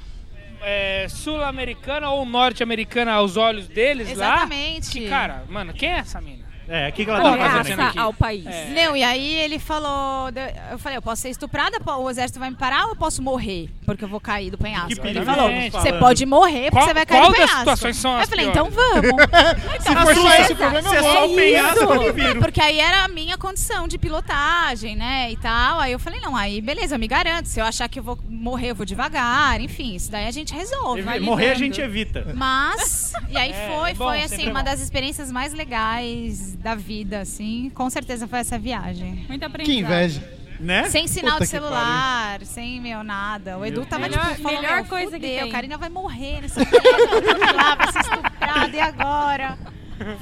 [SPEAKER 4] é, sul-americana ou norte-americana aos olhos deles lá.
[SPEAKER 15] Exatamente.
[SPEAKER 4] Que, cara, mano, quem é essa mina? É.
[SPEAKER 9] É, o que, que ela tava
[SPEAKER 15] Graça
[SPEAKER 9] fazendo aqui?
[SPEAKER 15] Tá, ao
[SPEAKER 16] país.
[SPEAKER 15] Não, e aí ele falou. Eu falei, eu posso ser estuprada, pô, o exército vai me parar ou eu posso morrer? Porque eu vou cair do penhasco.
[SPEAKER 4] Que
[SPEAKER 15] ele
[SPEAKER 4] perigo.
[SPEAKER 15] falou,
[SPEAKER 4] Gente,
[SPEAKER 15] você
[SPEAKER 4] falando.
[SPEAKER 15] pode morrer porque
[SPEAKER 4] Qual-
[SPEAKER 15] você vai cair
[SPEAKER 4] qual
[SPEAKER 15] do
[SPEAKER 4] das
[SPEAKER 15] penhasco.
[SPEAKER 4] situações são as
[SPEAKER 15] eu falei, então
[SPEAKER 4] piores?
[SPEAKER 15] vamos. Então,
[SPEAKER 4] Se for só esse o problema,
[SPEAKER 15] é
[SPEAKER 4] eu vou.
[SPEAKER 15] isso.
[SPEAKER 4] É só o penhasco, eu prefiro.
[SPEAKER 15] Porque aí era a minha condição de pilotagem, né? E tal. Aí eu falei, não, aí beleza, eu me garanto. Se eu achar que eu vou morrer, eu vou devagar, enfim, isso daí a gente resolve. vai
[SPEAKER 9] Morrer a
[SPEAKER 15] lidando.
[SPEAKER 9] gente evita.
[SPEAKER 15] Mas, e aí
[SPEAKER 9] É,
[SPEAKER 15] foi,
[SPEAKER 9] é bom,
[SPEAKER 15] foi
[SPEAKER 9] sempre
[SPEAKER 15] assim,
[SPEAKER 9] é
[SPEAKER 15] uma
[SPEAKER 9] bom.
[SPEAKER 15] das experiências mais legais da vida, assim. Com certeza foi essa viagem.
[SPEAKER 2] Muito
[SPEAKER 1] Que inveja.
[SPEAKER 9] Né?
[SPEAKER 15] Sem sinal
[SPEAKER 1] Puta
[SPEAKER 15] de
[SPEAKER 1] que pariu.
[SPEAKER 15] celular, sem, meu, nada. O Edu tava,
[SPEAKER 2] Deus.
[SPEAKER 15] tipo,
[SPEAKER 2] Melhor-
[SPEAKER 15] falando,
[SPEAKER 2] melhor
[SPEAKER 15] "Meu,
[SPEAKER 2] coisa que
[SPEAKER 15] fudeu,
[SPEAKER 2] tem."
[SPEAKER 15] A Karina vai morrer nessa merda, lá, vai ser estuprada, e agora?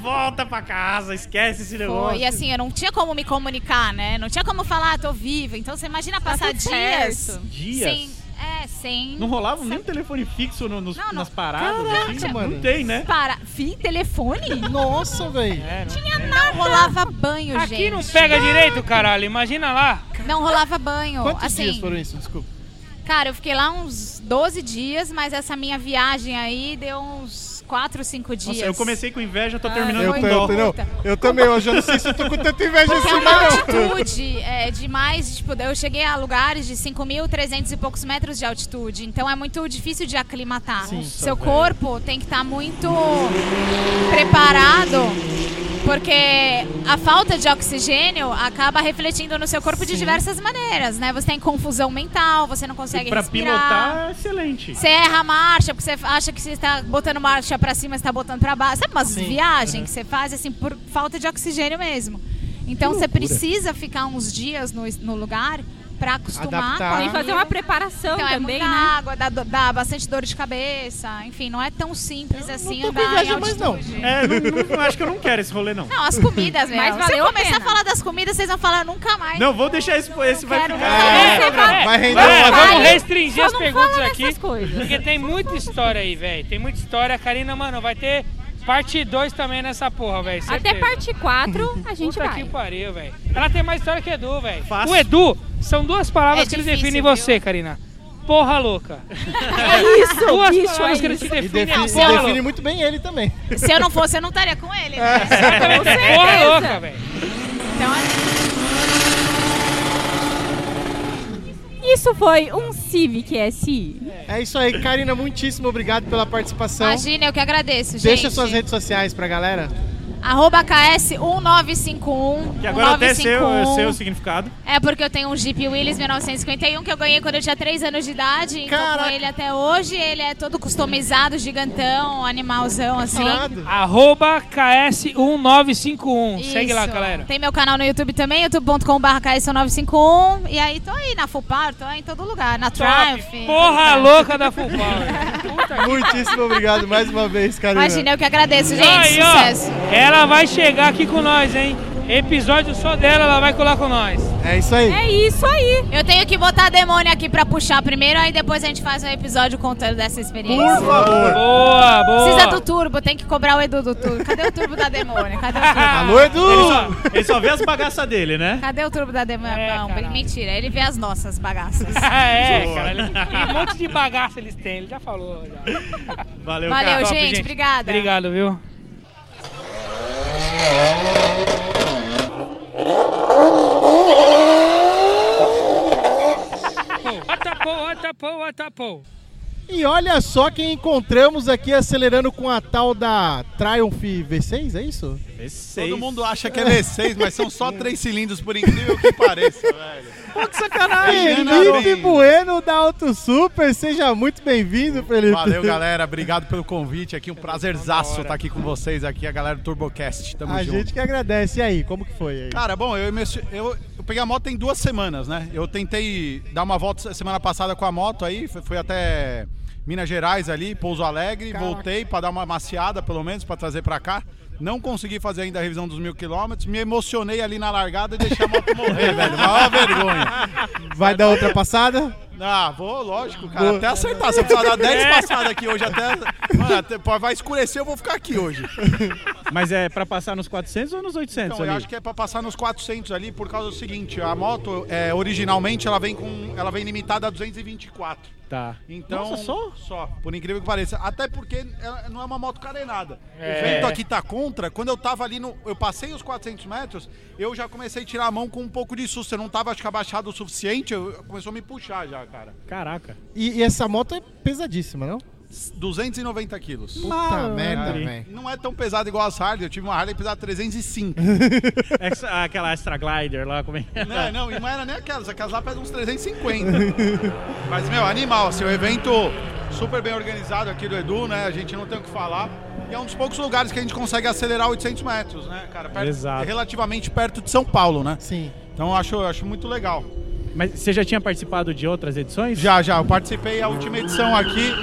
[SPEAKER 9] Volta pra casa, esquece esse
[SPEAKER 3] É
[SPEAKER 9] negócio.
[SPEAKER 15] Foi, e assim, eu não tinha como me comunicar, né? Não tinha como falar, "Ah, tô viva. Então, você imagina
[SPEAKER 2] Tá
[SPEAKER 15] passar
[SPEAKER 2] tudo
[SPEAKER 15] dias...
[SPEAKER 2] certo.
[SPEAKER 9] Dias?
[SPEAKER 15] Sem, é, sem...
[SPEAKER 9] Não rolava nem um telefone fixo no- nos- nas paradas?
[SPEAKER 15] Caraca,
[SPEAKER 9] assim?
[SPEAKER 15] mano.
[SPEAKER 9] Não tem, né?
[SPEAKER 15] Para, fim, telefone?
[SPEAKER 1] Nossa, velho.
[SPEAKER 15] tinha nada. Não rolava banho,
[SPEAKER 4] Aqui
[SPEAKER 15] gente.
[SPEAKER 4] não pega direito, caralho. Imagina lá.
[SPEAKER 15] Não rolava banho.
[SPEAKER 1] Quantos
[SPEAKER 15] assim,
[SPEAKER 1] dias foram isso? Desculpa.
[SPEAKER 15] Cara, eu fiquei lá uns 12 dias, mas essa minha viagem aí deu uns 4, 5 dias. Ah,
[SPEAKER 9] Nossa, eu comecei com inveja, tô
[SPEAKER 15] Ai,
[SPEAKER 9] terminando
[SPEAKER 1] Eu,
[SPEAKER 9] com
[SPEAKER 1] tô- eu,
[SPEAKER 9] dó.
[SPEAKER 1] tô- não, eu também, hoje eu não sei se eu tô com tanta inveja
[SPEAKER 15] Porque é
[SPEAKER 1] assim,
[SPEAKER 15] uma
[SPEAKER 1] mas não.
[SPEAKER 15] altitude é, de mais, tipo, eu cheguei a lugares de 5.300 e poucos metros de altitude, então é muito difícil de aclimatar.
[SPEAKER 16] Sim.
[SPEAKER 15] Seu
[SPEAKER 16] Nossa,
[SPEAKER 15] corpo tem que estar muito preparado, porque a falta de oxigênio acaba refletindo no seu corpo de diversas maneiras, né? Você tem confusão mental, você não consegue
[SPEAKER 9] E pra
[SPEAKER 15] respirar.
[SPEAKER 9] pilotar, é excelente.
[SPEAKER 15] Você erra a marcha, porque você acha que você está botando marcha pra cima, você está botando pra baixo. Sabe umas
[SPEAKER 16] Sim,
[SPEAKER 15] viagens
[SPEAKER 16] aham.
[SPEAKER 15] que você faz, assim, por falta de oxigênio mesmo. Então você precisa ficar uns dias no, no lugar pra acostumar
[SPEAKER 2] Adaptar.
[SPEAKER 15] com
[SPEAKER 2] E fazer uma preparação
[SPEAKER 15] então,
[SPEAKER 2] também,
[SPEAKER 15] é muita
[SPEAKER 2] né?
[SPEAKER 15] água, dá, do- dá bastante dor de cabeça. Enfim, não é tão simples assim
[SPEAKER 1] Não tô com
[SPEAKER 15] andar em
[SPEAKER 1] inveja mais
[SPEAKER 15] altitude.
[SPEAKER 1] não.
[SPEAKER 9] É, não, não- acho que eu não quero esse rolê, não.
[SPEAKER 15] Não, as comidas, velho.
[SPEAKER 2] Mas
[SPEAKER 15] Se
[SPEAKER 2] valeu
[SPEAKER 15] eu
[SPEAKER 2] a
[SPEAKER 15] começar a
[SPEAKER 2] pena.
[SPEAKER 15] falar das comidas, vocês vão falar nunca mais.
[SPEAKER 9] Não, vou deixar esse, esse vai
[SPEAKER 15] quero
[SPEAKER 9] ficar.
[SPEAKER 4] É,
[SPEAKER 1] Vai render um
[SPEAKER 4] vai,
[SPEAKER 1] uma-
[SPEAKER 4] Vamos
[SPEAKER 1] vai.
[SPEAKER 4] restringir
[SPEAKER 2] Só
[SPEAKER 4] as
[SPEAKER 2] não
[SPEAKER 4] perguntas
[SPEAKER 2] fala
[SPEAKER 4] aqui.
[SPEAKER 2] dessas coisas.
[SPEAKER 4] Porque tem muita história aí, velho. Tem muita história. Karina, mano, vai ter parte 2 também nessa porra, velho.
[SPEAKER 2] Até
[SPEAKER 4] certeza.
[SPEAKER 2] parte 4 a gente
[SPEAKER 4] Puta
[SPEAKER 2] vai.
[SPEAKER 4] que pariu, velho. Ela tem mais história que Edu, velho.
[SPEAKER 9] Fácil.
[SPEAKER 4] O Edu, são duas palavras
[SPEAKER 15] É
[SPEAKER 4] que eles
[SPEAKER 15] difícil,
[SPEAKER 4] definem
[SPEAKER 15] viu?
[SPEAKER 4] você, Karina. Porra louca.
[SPEAKER 2] É isso,
[SPEAKER 4] duas
[SPEAKER 2] bicho,
[SPEAKER 4] palavras
[SPEAKER 2] é
[SPEAKER 4] que eles
[SPEAKER 2] isso.
[SPEAKER 4] te
[SPEAKER 1] E
[SPEAKER 4] definem.
[SPEAKER 1] define,
[SPEAKER 4] a porra
[SPEAKER 1] define
[SPEAKER 4] louca.
[SPEAKER 1] muito bem ele também. É.
[SPEAKER 15] Se eu não fosse, eu não estaria com ele. Né?
[SPEAKER 4] Porra louca, velho.
[SPEAKER 15] Então,
[SPEAKER 2] Isso foi um Civic SI.
[SPEAKER 1] É isso aí, Karina, muitíssimo obrigado pela participação.
[SPEAKER 15] imagina, eu que agradeço, gente.
[SPEAKER 1] Deixa suas redes sociais pra galera.
[SPEAKER 15] Arroba KS1951.
[SPEAKER 9] Que agora até
[SPEAKER 4] é
[SPEAKER 9] sei, o- eu sei o significado.
[SPEAKER 15] É porque eu tenho um Jeep Willys 1951 que eu ganhei quando eu tinha 3 anos de idade. Então
[SPEAKER 1] Caraca.
[SPEAKER 15] com ele até hoje, ele é todo customizado, gigantão, animalzão assim.
[SPEAKER 1] Falado.
[SPEAKER 4] Arroba KS1951.
[SPEAKER 15] Isso.
[SPEAKER 4] Segue lá, galera.
[SPEAKER 15] Tem meu canal no YouTube também, youtube.com.br KS1951. E aí tô aí na Full Power, tô
[SPEAKER 2] Então,
[SPEAKER 15] aí em todo lugar, na
[SPEAKER 4] Trap,
[SPEAKER 15] Triumph.
[SPEAKER 4] Porra louca da Full
[SPEAKER 2] então-
[SPEAKER 4] Power.
[SPEAKER 1] Muitíssimo obrigado mais uma vez, Karina.
[SPEAKER 15] Imagina, eu que agradeço, gente.
[SPEAKER 4] Aí, ó,
[SPEAKER 15] Sucesso.
[SPEAKER 4] Ela vai chegar aqui com nós, hein? Episódio só dela, ela vai colar com nós.
[SPEAKER 1] É isso aí.
[SPEAKER 2] É isso aí.
[SPEAKER 15] Eu tenho que botar demônio aqui pra puxar primeiro, aí depois a gente faz um episódio contando dessa experiência.
[SPEAKER 1] Por favor.
[SPEAKER 4] Boa, boa.
[SPEAKER 15] Precisa do turbo, tem que cobrar o Edu do turbo. Cadê o turbo da demônio? Cadê o turbo?
[SPEAKER 1] Alô, Edu!
[SPEAKER 9] Ah, Ele só, ele só vê as bagaças dele, né?
[SPEAKER 15] Cadê o turbo da demônio?
[SPEAKER 4] É,
[SPEAKER 15] não,
[SPEAKER 4] caralho.
[SPEAKER 15] mentira, ele vê as nossas bagaças.
[SPEAKER 4] Ah, é,
[SPEAKER 9] Boa.
[SPEAKER 4] cara. ele- E um monte de bagaça eles têm, ele já falou. já.
[SPEAKER 9] Valeu, cara.
[SPEAKER 15] Valeu,
[SPEAKER 4] top,
[SPEAKER 15] gente,
[SPEAKER 4] gente.
[SPEAKER 15] obrigada.
[SPEAKER 4] Obrigado, viu? Atapou, atapou, atapou.
[SPEAKER 1] E olha só quem encontramos aqui acelerando com a tal da Triumph V6, é isso?
[SPEAKER 9] Seis.
[SPEAKER 13] Todo mundo acha que é V6, mas são só três cilindros, por incrível que pareça, velho.
[SPEAKER 1] Felipe Bueno da Auto Super, seja muito bem-vindo, Felipe.
[SPEAKER 13] Valeu, galera. Obrigado pelo convite aqui. Um prazerzaço estar aqui com vocês aqui, a galera do TurboCast. Tamo
[SPEAKER 1] A
[SPEAKER 13] junto.
[SPEAKER 1] gente que agradece. E aí, como que foi aí?
[SPEAKER 13] Cara, bom, eu, investi- eu, eu peguei a moto tem duas semanas, né? Eu tentei dar uma volta semana passada com a moto aí, fui, fui até Minas Gerais ali, Pouso Alegre, voltei pra dar uma maciada, pelo menos, pra trazer pra cá. Não consegui fazer ainda a revisão dos mil quilômetros, me emocionei ali na largada e deixei a moto morrer, velho. Maior vergonha.
[SPEAKER 1] Vai dar outra passada?
[SPEAKER 13] Ah, vou, lógico, cara. Até acertar.
[SPEAKER 9] É.
[SPEAKER 1] É.
[SPEAKER 13] Você precisa dar 10 passadas aqui hoje, até. Mano, até- pô, vai escurecer, eu vou ficar aqui hoje.
[SPEAKER 9] Mas é pra passar nos 400 ou nos 800
[SPEAKER 13] Então, eu
[SPEAKER 9] ali?
[SPEAKER 13] acho que é pra passar nos 400 ali por causa do seguinte, a moto é, originalmente ela vem com ela vem limitada a 224.
[SPEAKER 9] Tá.
[SPEAKER 13] Então,
[SPEAKER 9] Nossa, só?
[SPEAKER 13] Só, por incrível que pareça. Até porque ela não é uma moto carenada.
[SPEAKER 9] É.
[SPEAKER 13] O vento aqui tá contra. Quando eu tava ali, no, eu passei os 400 metros, eu já comecei a tirar a mão com um pouco de susto. Eu não tava, acho que, abaixado o suficiente, eu, começou a me puxar já, cara.
[SPEAKER 9] Caraca.
[SPEAKER 1] E, e essa moto é pesadíssima, não?
[SPEAKER 13] 290 quilos.
[SPEAKER 1] Puta merda, velho.
[SPEAKER 13] Não é tão pesado igual as Harley. Eu tive uma Harley pesada 305.
[SPEAKER 9] Essa- É aquela Extra Glider lá, como é?
[SPEAKER 13] Não, Né, não, e não era nem aquelas, aquelas lá pesa uns 350. Mas, meu, animal, assim, o evento super bem organizado aqui do Edu, né? A gente não tem o que falar. E é um dos poucos lugares que a gente consegue acelerar 800 metros, né, cara? Perto-
[SPEAKER 9] Exato.
[SPEAKER 13] Relativamente perto de São Paulo, né?
[SPEAKER 1] Sim.
[SPEAKER 13] Então eu acho, eu acho muito legal.
[SPEAKER 9] Mas você já tinha participado de outras edições?
[SPEAKER 13] Já, já. Eu participei a última edição aqui.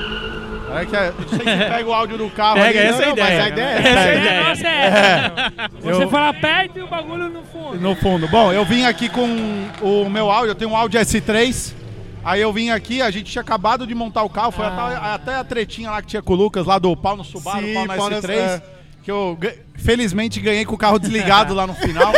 [SPEAKER 13] Peraí que eu não sei se pega o áudio do carro.
[SPEAKER 9] Pega,
[SPEAKER 13] ali.
[SPEAKER 9] essa é a
[SPEAKER 13] Não, não, mas
[SPEAKER 9] ideia.
[SPEAKER 13] a ideia é
[SPEAKER 9] Essa é a
[SPEAKER 13] essa.
[SPEAKER 9] ideia.
[SPEAKER 4] Nossa, é. Você
[SPEAKER 13] Eu-
[SPEAKER 4] fala perto e o bagulho no fundo.
[SPEAKER 13] No fundo. Bom, eu vim aqui com o meu áudio, eu tenho um áudio S3. Aí eu vim aqui, a gente tinha acabado de montar o carro, foi
[SPEAKER 4] Ah.
[SPEAKER 13] até, até a tretinha lá que tinha com o Lucas, lá do pau no Subaru,
[SPEAKER 5] Sim,
[SPEAKER 13] pau no
[SPEAKER 5] pau no-
[SPEAKER 13] S3.
[SPEAKER 5] é.
[SPEAKER 13] Que eu ga- felizmente ganhei com o carro desligado lá no final.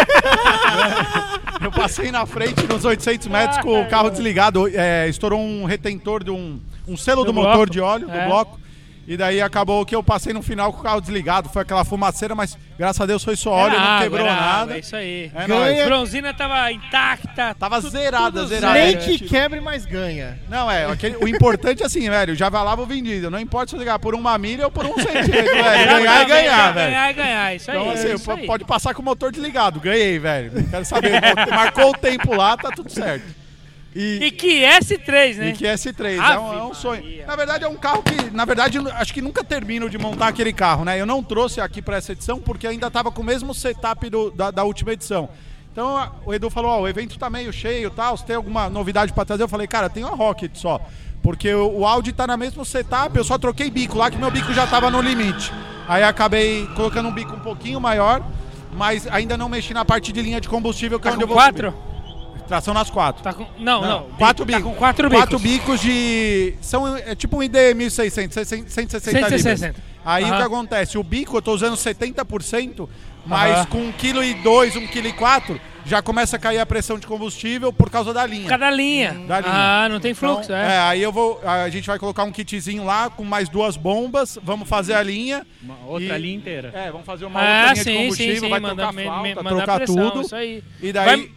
[SPEAKER 13] eu passei na frente nos 800 metros com o carro desligado. é, estourou um retentor de um, um selo
[SPEAKER 5] Do
[SPEAKER 13] do, motor
[SPEAKER 5] bloco.
[SPEAKER 13] de óleo,
[SPEAKER 5] É.
[SPEAKER 13] do bloco. E daí acabou que eu passei no final com o carro desligado. Foi aquela fumaceira, mas graças a Deus foi só óleo,
[SPEAKER 4] Era
[SPEAKER 13] não
[SPEAKER 4] água,
[SPEAKER 13] quebrou
[SPEAKER 4] era
[SPEAKER 13] nada.
[SPEAKER 4] água, Ah, é isso aí.
[SPEAKER 13] É
[SPEAKER 4] Ganha-
[SPEAKER 13] nóis.
[SPEAKER 4] Bronzina tava intacta.
[SPEAKER 13] Tava Tá zerada, zerada.
[SPEAKER 1] Nem que quebre, mas ganha.
[SPEAKER 13] Não, é, aquele- o importante é assim, velho, já vai lá vou vendido. Não importa se eu ligar por uma milha ou por um centímetro, velho. Ganhar e ganhar, velho.
[SPEAKER 4] Ganhar e ganhar, isso aí.
[SPEAKER 13] Então, assim,
[SPEAKER 4] isso
[SPEAKER 13] po-
[SPEAKER 4] aí.
[SPEAKER 13] pode passar com o motor desligado. Ganhei, velho. Não Quero saber. Marcou o tempo lá, tá tudo certo.
[SPEAKER 4] E que S3, né?
[SPEAKER 13] E que S3, é um,
[SPEAKER 4] Ave
[SPEAKER 13] é um sonho. Na verdade, é um carro que, na verdade, acho que nunca termino de montar aquele carro, né? Eu não trouxe aqui pra essa edição porque ainda tava com o mesmo setup do- da, da última edição. Então a- o Edu falou: Ó, o evento tá meio cheio e tal. Se tem alguma novidade pra trazer, eu falei: Cara, tem uma Rocket só. Porque o, o Audi tá na mesma setup, eu só troquei bico lá que meu bico já tava no limite. Aí acabei colocando um bico um pouquinho maior, mas ainda não mexi na parte de linha de combustível que é
[SPEAKER 4] Tá
[SPEAKER 13] onde eu
[SPEAKER 4] com
[SPEAKER 13] vou.
[SPEAKER 4] quatro?
[SPEAKER 13] Tração nas quatro.
[SPEAKER 4] Tá com... Não, não. Tá
[SPEAKER 13] Quatro bicos.
[SPEAKER 4] com quatro
[SPEAKER 13] Quatro
[SPEAKER 4] bicos.
[SPEAKER 13] bicos de. São, é tipo um ID 1600, 600, 160 libras.
[SPEAKER 4] 160.
[SPEAKER 13] Aí o que
[SPEAKER 4] Aham.
[SPEAKER 13] acontece? O bico eu tô usando 70%, mas
[SPEAKER 4] Aham.
[SPEAKER 13] com 1,2 kg, 1,4 kg, já começa a cair a pressão de combustível por causa da linha. Por
[SPEAKER 4] causa da linha.
[SPEAKER 13] Da linha.
[SPEAKER 4] Ah, não tem fluxo,
[SPEAKER 13] Então,
[SPEAKER 4] é.
[SPEAKER 13] aí eu vou. A gente vai colocar um kitzinho lá com mais duas bombas. Vamos fazer a linha.
[SPEAKER 9] outra
[SPEAKER 13] E-
[SPEAKER 9] linha inteira.
[SPEAKER 13] É, vamos fazer uma
[SPEAKER 4] Ah,
[SPEAKER 13] outra linha de
[SPEAKER 4] sim,
[SPEAKER 13] combustível,
[SPEAKER 4] sim, sim.
[SPEAKER 13] vai
[SPEAKER 4] mandar,
[SPEAKER 13] trocar
[SPEAKER 4] me-
[SPEAKER 13] falta,
[SPEAKER 4] me- mandar
[SPEAKER 13] trocar
[SPEAKER 4] pressão,
[SPEAKER 13] tudo.
[SPEAKER 4] Isso aí.
[SPEAKER 13] E daí.
[SPEAKER 4] Vai-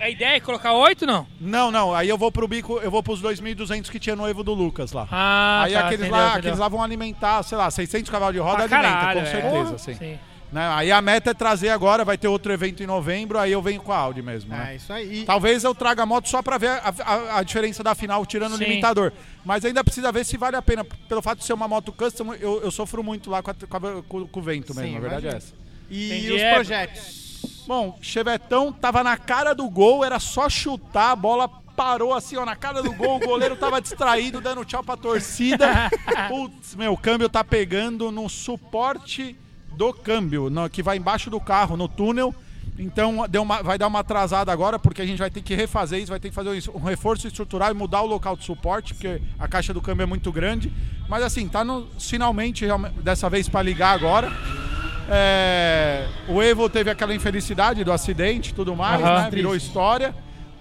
[SPEAKER 4] A ideia é colocar oito, não?
[SPEAKER 13] Não, não. Aí eu vou pro bico, eu vou pros 2.200 que tinha no Evo do Lucas lá.
[SPEAKER 4] Ah,
[SPEAKER 13] aí
[SPEAKER 4] tá,
[SPEAKER 13] aqueles,
[SPEAKER 4] entendeu,
[SPEAKER 13] lá,
[SPEAKER 4] entendeu.
[SPEAKER 13] aqueles lá vão alimentar, sei lá, 600 cavalos de roda
[SPEAKER 4] Pra
[SPEAKER 13] alimenta,
[SPEAKER 4] caralho,
[SPEAKER 13] com
[SPEAKER 4] é.
[SPEAKER 13] certeza,
[SPEAKER 4] Porra,
[SPEAKER 13] assim.
[SPEAKER 4] sim.
[SPEAKER 13] Né? Aí a meta é trazer agora, vai ter outro evento em novembro, aí eu venho com a Audi mesmo. né?
[SPEAKER 1] É isso aí.
[SPEAKER 13] Talvez eu traga a moto só pra ver a, a- a diferença da final, tirando
[SPEAKER 1] Sim.
[SPEAKER 13] o limitador. Mas ainda precisa ver se vale a pena. Pelo fato de ser uma moto custom, eu, eu sofro muito lá com, a- com a- com- com o vento mesmo,
[SPEAKER 1] Sim,
[SPEAKER 13] a verdade é
[SPEAKER 1] imagino.
[SPEAKER 13] essa.
[SPEAKER 1] E Entendi, os é. projetos?
[SPEAKER 13] Bom, Chevetão tava na cara do gol, era só chutar, a bola parou assim, ó, na cara do gol, o goleiro tava distraído, dando tchau pra torcida. Putz, meu, o câmbio tá pegando no suporte do câmbio, no- que vai embaixo do carro, no túnel. Então deu uma- vai dar uma atrasada agora, porque a gente vai ter que refazer isso, vai ter que fazer isso, um reforço estrutural e mudar o local de suporte, porque a caixa do câmbio é muito grande. Mas assim, tá no- finalmente, realme- dessa vez, pra ligar agora. É, o Evo teve aquela infelicidade do acidente e tudo mais,
[SPEAKER 4] Aham.
[SPEAKER 13] né? Virou história.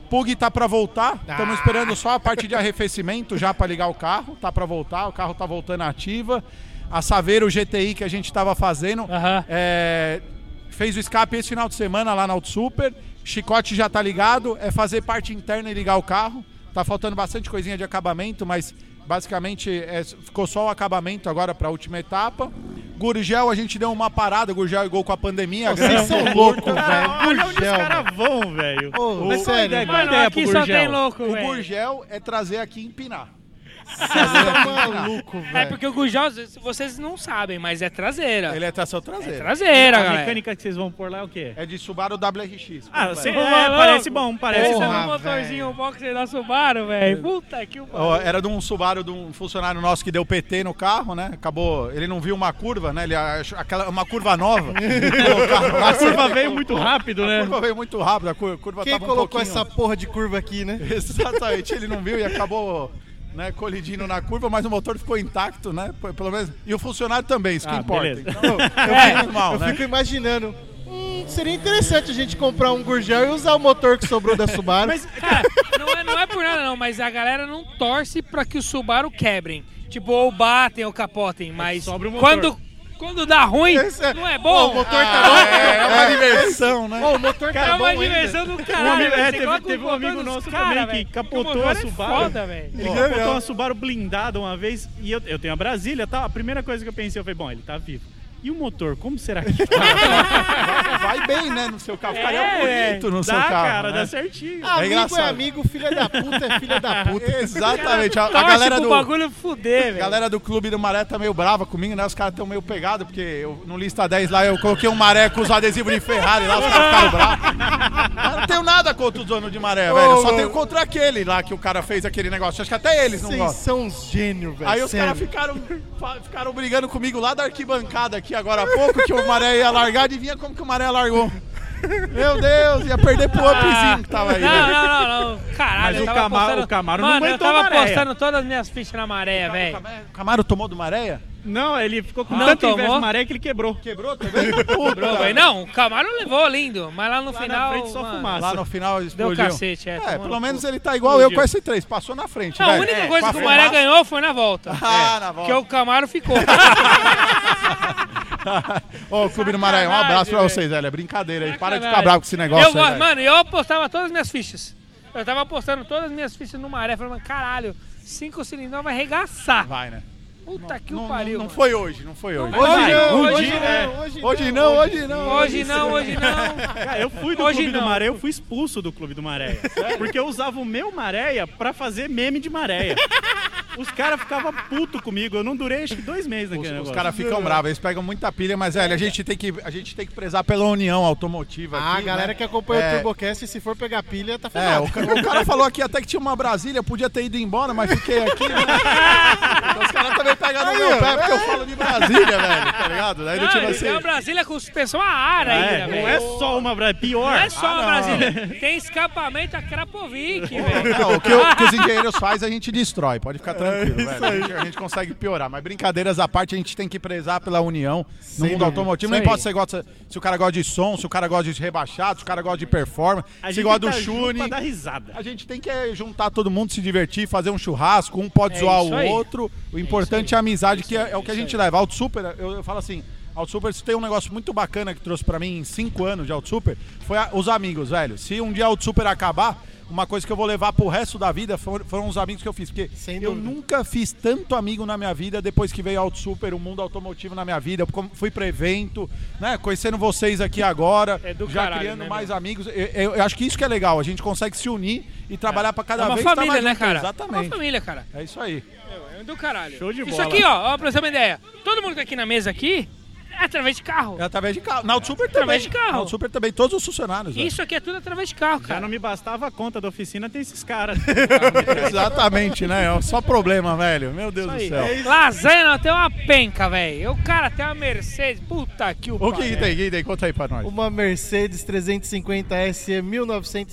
[SPEAKER 13] Pug tá pra voltar.
[SPEAKER 9] Ah.
[SPEAKER 13] Estamos esperando só a parte de arrefecimento já pra ligar o carro. Tá pra voltar, o carro tá voltando ativa. A Saveiro GTI que a gente tava fazendo é, fez o escape esse final de semana lá na Auto Super. Chicote já tá ligado, é fazer parte interna e ligar o carro. Tá faltando bastante coisinha de acabamento, mas basicamente é, ficou só o acabamento agora pra última etapa. Gurgel, a gente deu uma parada, Gurgel e Gol com a pandemia.
[SPEAKER 9] Vocês
[SPEAKER 13] grande- um
[SPEAKER 9] são loucos, velho. Olha onde os caras vão, velho.
[SPEAKER 13] Ô,
[SPEAKER 3] é
[SPEAKER 9] Mas qual a ideia? Qual a
[SPEAKER 13] mano,
[SPEAKER 9] ideia pro Gurgel?
[SPEAKER 13] O Gurgel é trazer aqui e empinar.
[SPEAKER 1] maluco,
[SPEAKER 4] É porque o Gujal, vocês não sabem, mas é traseira. Ele
[SPEAKER 13] é tração traseira.
[SPEAKER 4] É traseira,
[SPEAKER 9] A
[SPEAKER 4] galera.
[SPEAKER 9] mecânica que vocês vão pôr lá é o quê?
[SPEAKER 13] É de Subaru WRX.
[SPEAKER 9] Ah,
[SPEAKER 4] Você
[SPEAKER 9] sei,
[SPEAKER 4] é
[SPEAKER 9] é,
[SPEAKER 4] louco.
[SPEAKER 9] parece bom, parece
[SPEAKER 4] Pensa
[SPEAKER 9] bom.
[SPEAKER 4] no motorzinho boxer da Subaru, velho. Puta que o
[SPEAKER 13] É. Ó, Era de um Subaru de um funcionário nosso que deu PT no carro, né? Acabou. Ele não viu uma curva, né? Ele achou aquela, uma curva nova.
[SPEAKER 9] A curva veio muito rápido, né?
[SPEAKER 13] A curva veio muito rápido. A cur- curva
[SPEAKER 1] Quem
[SPEAKER 13] tava um
[SPEAKER 1] colocou
[SPEAKER 13] pouquinho-
[SPEAKER 1] essa porra de curva aqui, né?
[SPEAKER 13] Exatamente, ele não viu e acabou né, colidindo na curva, mas o motor ficou intacto, né? p- Pelo menos. E o funcionário também, isso que
[SPEAKER 17] Ah,
[SPEAKER 13] importa.
[SPEAKER 17] beleza.
[SPEAKER 13] Então, eu,
[SPEAKER 17] É,
[SPEAKER 13] fico mal,
[SPEAKER 17] eu
[SPEAKER 13] né?
[SPEAKER 17] fico
[SPEAKER 1] imaginando. Hum, seria interessante a gente comprar um Gurgel e usar o motor que sobrou da Subaru.
[SPEAKER 4] Não é, não é por nada, não, mas a galera não torce pra que o Subaru quebrem. Tipo, ou batem ou capotem, mas
[SPEAKER 9] É, motor.
[SPEAKER 4] quando, quando dá ruim, não é bom.
[SPEAKER 9] o motor tá bom.
[SPEAKER 4] é,
[SPEAKER 9] é uma diversão, né?
[SPEAKER 4] Ô, o motor tá
[SPEAKER 9] Cara,
[SPEAKER 4] bom
[SPEAKER 9] é uma
[SPEAKER 4] ainda.
[SPEAKER 9] diversão do
[SPEAKER 4] Um
[SPEAKER 9] caralho.
[SPEAKER 4] amigo- é,
[SPEAKER 9] velho. Você
[SPEAKER 4] teve-
[SPEAKER 9] igual
[SPEAKER 4] teve um
[SPEAKER 9] capotou
[SPEAKER 4] amigo
[SPEAKER 9] nos
[SPEAKER 4] nosso
[SPEAKER 9] cara,
[SPEAKER 4] também que
[SPEAKER 9] velho.
[SPEAKER 4] capotou
[SPEAKER 9] O motor
[SPEAKER 4] a
[SPEAKER 9] é
[SPEAKER 4] Subaru.
[SPEAKER 9] foda, velho. Ele
[SPEAKER 4] Ó.
[SPEAKER 9] capotou uma Subaru blindada uma vez e eu, eu tenho a Brasília, tá? A primeira coisa que eu pensei, eu falei, bom, ele tá vivo. E o motor, como será que tá?
[SPEAKER 13] Vai bem, né, no seu carro. Ficaria
[SPEAKER 9] É,
[SPEAKER 13] bonito no
[SPEAKER 9] dá,
[SPEAKER 13] seu carro.
[SPEAKER 9] cara,
[SPEAKER 13] né?
[SPEAKER 9] dá certinho.
[SPEAKER 13] é engraçado.
[SPEAKER 1] filha da puta é filha da puta.
[SPEAKER 13] Exatamente. A, a
[SPEAKER 1] Torce
[SPEAKER 13] galera
[SPEAKER 1] pro
[SPEAKER 13] do
[SPEAKER 1] bagulho
[SPEAKER 4] tipo, fuder,
[SPEAKER 13] A galera do clube do Maré tá meio brava comigo, né? Os caras tão meio pegados, porque eu, no lista 10 lá eu coloquei um Maré com os adesivos de Ferrari lá, os caras ficaram bravos. Eu não tenho nada contra os donos de Maré,
[SPEAKER 1] Ô,
[SPEAKER 13] velho. Eu só
[SPEAKER 1] meu-
[SPEAKER 13] tenho contra aquele lá que o cara fez aquele negócio. Acho que até eles não
[SPEAKER 1] Vocês
[SPEAKER 13] gostam.
[SPEAKER 1] são uns gênios, velho.
[SPEAKER 13] Aí os caras
[SPEAKER 1] sério.
[SPEAKER 13] ficaram, fa- ficaram Tá brigando comigo lá da arquibancada aqui agora há pouco, que o Maré ia largar, adivinha como que o Maré largou. Meu Deus, ia perder pro upzinho que tava aí.
[SPEAKER 4] Ah. Não,
[SPEAKER 13] né?
[SPEAKER 4] não, não, não. Caralho,
[SPEAKER 13] Mas
[SPEAKER 4] eu
[SPEAKER 13] o
[SPEAKER 4] tava
[SPEAKER 13] Camaro-
[SPEAKER 4] apostando-
[SPEAKER 13] o Camaro não
[SPEAKER 4] Mano,
[SPEAKER 13] aguentou
[SPEAKER 4] eu
[SPEAKER 13] a
[SPEAKER 4] tava
[SPEAKER 13] maré.
[SPEAKER 4] apostando todas as minhas fichas na maré, velho.
[SPEAKER 13] O Camaro tomou do Maré?
[SPEAKER 9] Não, ele ficou com
[SPEAKER 4] Não
[SPEAKER 9] tanto
[SPEAKER 4] tomou?
[SPEAKER 9] inveja de maré que ele quebrou.
[SPEAKER 13] Quebrou também?
[SPEAKER 4] Quebrou, velho. Não, o Camaro levou, lindo. Mas lá no
[SPEAKER 9] Lá na
[SPEAKER 4] final.
[SPEAKER 9] frente só
[SPEAKER 4] mano,
[SPEAKER 9] fumaça.
[SPEAKER 13] Lá no final explodiu.
[SPEAKER 4] Deu cacete, é. tomou
[SPEAKER 13] pelo
[SPEAKER 4] no
[SPEAKER 13] menos
[SPEAKER 4] cu.
[SPEAKER 13] ele tá igual eu com esse 3 Passou na frente.
[SPEAKER 4] Não, a
[SPEAKER 13] velho.
[SPEAKER 4] única
[SPEAKER 13] É,
[SPEAKER 4] coisa
[SPEAKER 13] com
[SPEAKER 4] que
[SPEAKER 13] a
[SPEAKER 4] o Maré
[SPEAKER 13] fumaça.
[SPEAKER 4] ganhou foi na volta.
[SPEAKER 13] Ah, na volta.
[SPEAKER 4] Que o Camaro ficou.
[SPEAKER 13] Ô, Clube do Maré, um abraço pra vocês, velho. É brincadeira aí. Para de ficar bravo com esse negócio.
[SPEAKER 4] Eu,
[SPEAKER 13] aí,
[SPEAKER 4] gosto-
[SPEAKER 13] velho.
[SPEAKER 4] mano, eu apostava todas as minhas fichas. Eu tava apostando todas as minhas fichas no Maré. Falei, mano, caralho, cinco cilindrão vai arregaçar.
[SPEAKER 13] Vai, né?
[SPEAKER 4] Puta que o pariu.
[SPEAKER 13] Não
[SPEAKER 4] mano.
[SPEAKER 13] foi hoje, não foi hoje.
[SPEAKER 4] Hoje não, hoje não,
[SPEAKER 13] hoje não, hoje não, hoje não.
[SPEAKER 4] Hoje não, hoje não.
[SPEAKER 9] Cara, eu fui do
[SPEAKER 4] Hoje
[SPEAKER 9] Clube
[SPEAKER 4] não.
[SPEAKER 9] do Maré, eu fui expulso do Clube do Maré. Porque eu usava o meu Maréia pra fazer meme de Maréia. Os caras ficavam puto comigo, eu não durei acho que dois meses naquele
[SPEAKER 13] Os
[SPEAKER 9] negócio.
[SPEAKER 13] caras ficam bravos, eles pegam muita pilha, mas,
[SPEAKER 4] É.
[SPEAKER 13] velho, a gente tem que, a gente tem que prezar pela união automotiva.
[SPEAKER 1] Ah, a galera que acompanha o
[SPEAKER 13] É.
[SPEAKER 1] Turbocast, se for pegar pilha, tá
[SPEAKER 13] É,
[SPEAKER 1] ferrado.
[SPEAKER 13] o, ca- o cara falou aqui até que tinha uma Brasília, podia ter ido embora, mas fiquei aqui. Né? Então os caras também pegaram no meu pé, porque eu falo de Brasília, velho, tá ligado? Daí
[SPEAKER 4] Não,
[SPEAKER 13] não, tipo
[SPEAKER 4] ele
[SPEAKER 13] assim...
[SPEAKER 4] tem uma Brasília com suspensão a ar
[SPEAKER 13] É,
[SPEAKER 4] ainda,
[SPEAKER 13] não
[SPEAKER 4] velho.
[SPEAKER 13] é
[SPEAKER 9] só uma Brasília, pior.
[SPEAKER 4] Não é só
[SPEAKER 13] Ah,
[SPEAKER 4] uma
[SPEAKER 13] não.
[SPEAKER 4] Brasília. Tem escapamento a Krapovic, velho.
[SPEAKER 13] Não, o que, o que os engenheiros fazem a gente destrói, pode
[SPEAKER 9] É
[SPEAKER 13] ficar tranquilo,
[SPEAKER 1] isso
[SPEAKER 13] velho. A
[SPEAKER 1] aí.
[SPEAKER 13] gente, a gente consegue piorar, mas brincadeiras à parte, a gente tem que prezar pela união no
[SPEAKER 1] Sem
[SPEAKER 13] mundo
[SPEAKER 1] dúvida.
[SPEAKER 13] automotivo.
[SPEAKER 1] Isso
[SPEAKER 13] Não
[SPEAKER 1] aí.
[SPEAKER 13] importa se, você gosta, se o cara gosta de som, se o cara gosta de rebaixado, se o cara gosta de performance,
[SPEAKER 9] A
[SPEAKER 13] se
[SPEAKER 9] gente
[SPEAKER 13] gosta do
[SPEAKER 9] tá junto
[SPEAKER 13] Shune.
[SPEAKER 9] pra dar risada.
[SPEAKER 13] A gente tem que é, juntar todo mundo, se divertir, fazer um churrasco, um pode
[SPEAKER 9] É
[SPEAKER 13] zoar
[SPEAKER 9] isso
[SPEAKER 13] o
[SPEAKER 9] aí.
[SPEAKER 13] outro. O importante é a amizade, que é, é o que a gente leva. Auto Super, eu, eu falo assim, Auto Super, isso tem um negócio muito bacana que trouxe pra mim em cinco anos de Auto Super, foi a- os amigos, velho. Se um dia Auto Super acabar, uma coisa que eu vou levar pro resto da vida for- foram os amigos que eu fiz, porque eu nunca fiz tanto amigo na minha vida depois que veio Auto Super, o mundo automotivo na minha vida. Eu com- fui pra evento, né? Conhecendo vocês aqui agora,
[SPEAKER 4] É do
[SPEAKER 13] já
[SPEAKER 4] caralho,
[SPEAKER 13] criando
[SPEAKER 4] né,
[SPEAKER 13] mais amigos. Eu, eu- eu acho que isso que é legal, a gente consegue se unir e trabalhar pra cada
[SPEAKER 4] é uma
[SPEAKER 13] vez tá
[SPEAKER 4] família,
[SPEAKER 13] mais
[SPEAKER 4] né,
[SPEAKER 13] junto.
[SPEAKER 4] cara? É uma
[SPEAKER 13] Exatamente.
[SPEAKER 4] família, cara.
[SPEAKER 13] É isso aí.
[SPEAKER 4] É do caralho.
[SPEAKER 13] Show de
[SPEAKER 4] Isso
[SPEAKER 13] bola.
[SPEAKER 4] aqui, ó, ó, pra você ter uma ideia. Todo mundo que tá aqui na mesa aqui é através de carro.
[SPEAKER 13] É através de carro. Na Super também.
[SPEAKER 4] Através de carro.
[SPEAKER 13] Na Auto Super também, todos os funcionários. velho.
[SPEAKER 4] Isso aqui é tudo através de carro,
[SPEAKER 9] Já
[SPEAKER 4] cara.
[SPEAKER 9] não me bastava a conta da oficina, tem esses caras.
[SPEAKER 13] Exatamente, né? É Só problema, velho. Meu Deus do céu.
[SPEAKER 4] Lasanha não tem uma penca, velho. O cara tem uma Mercedes. Puta que o
[SPEAKER 13] O que, que tem? O que que tem? Conta aí pra nós.
[SPEAKER 1] Uma Mercedes 350 SE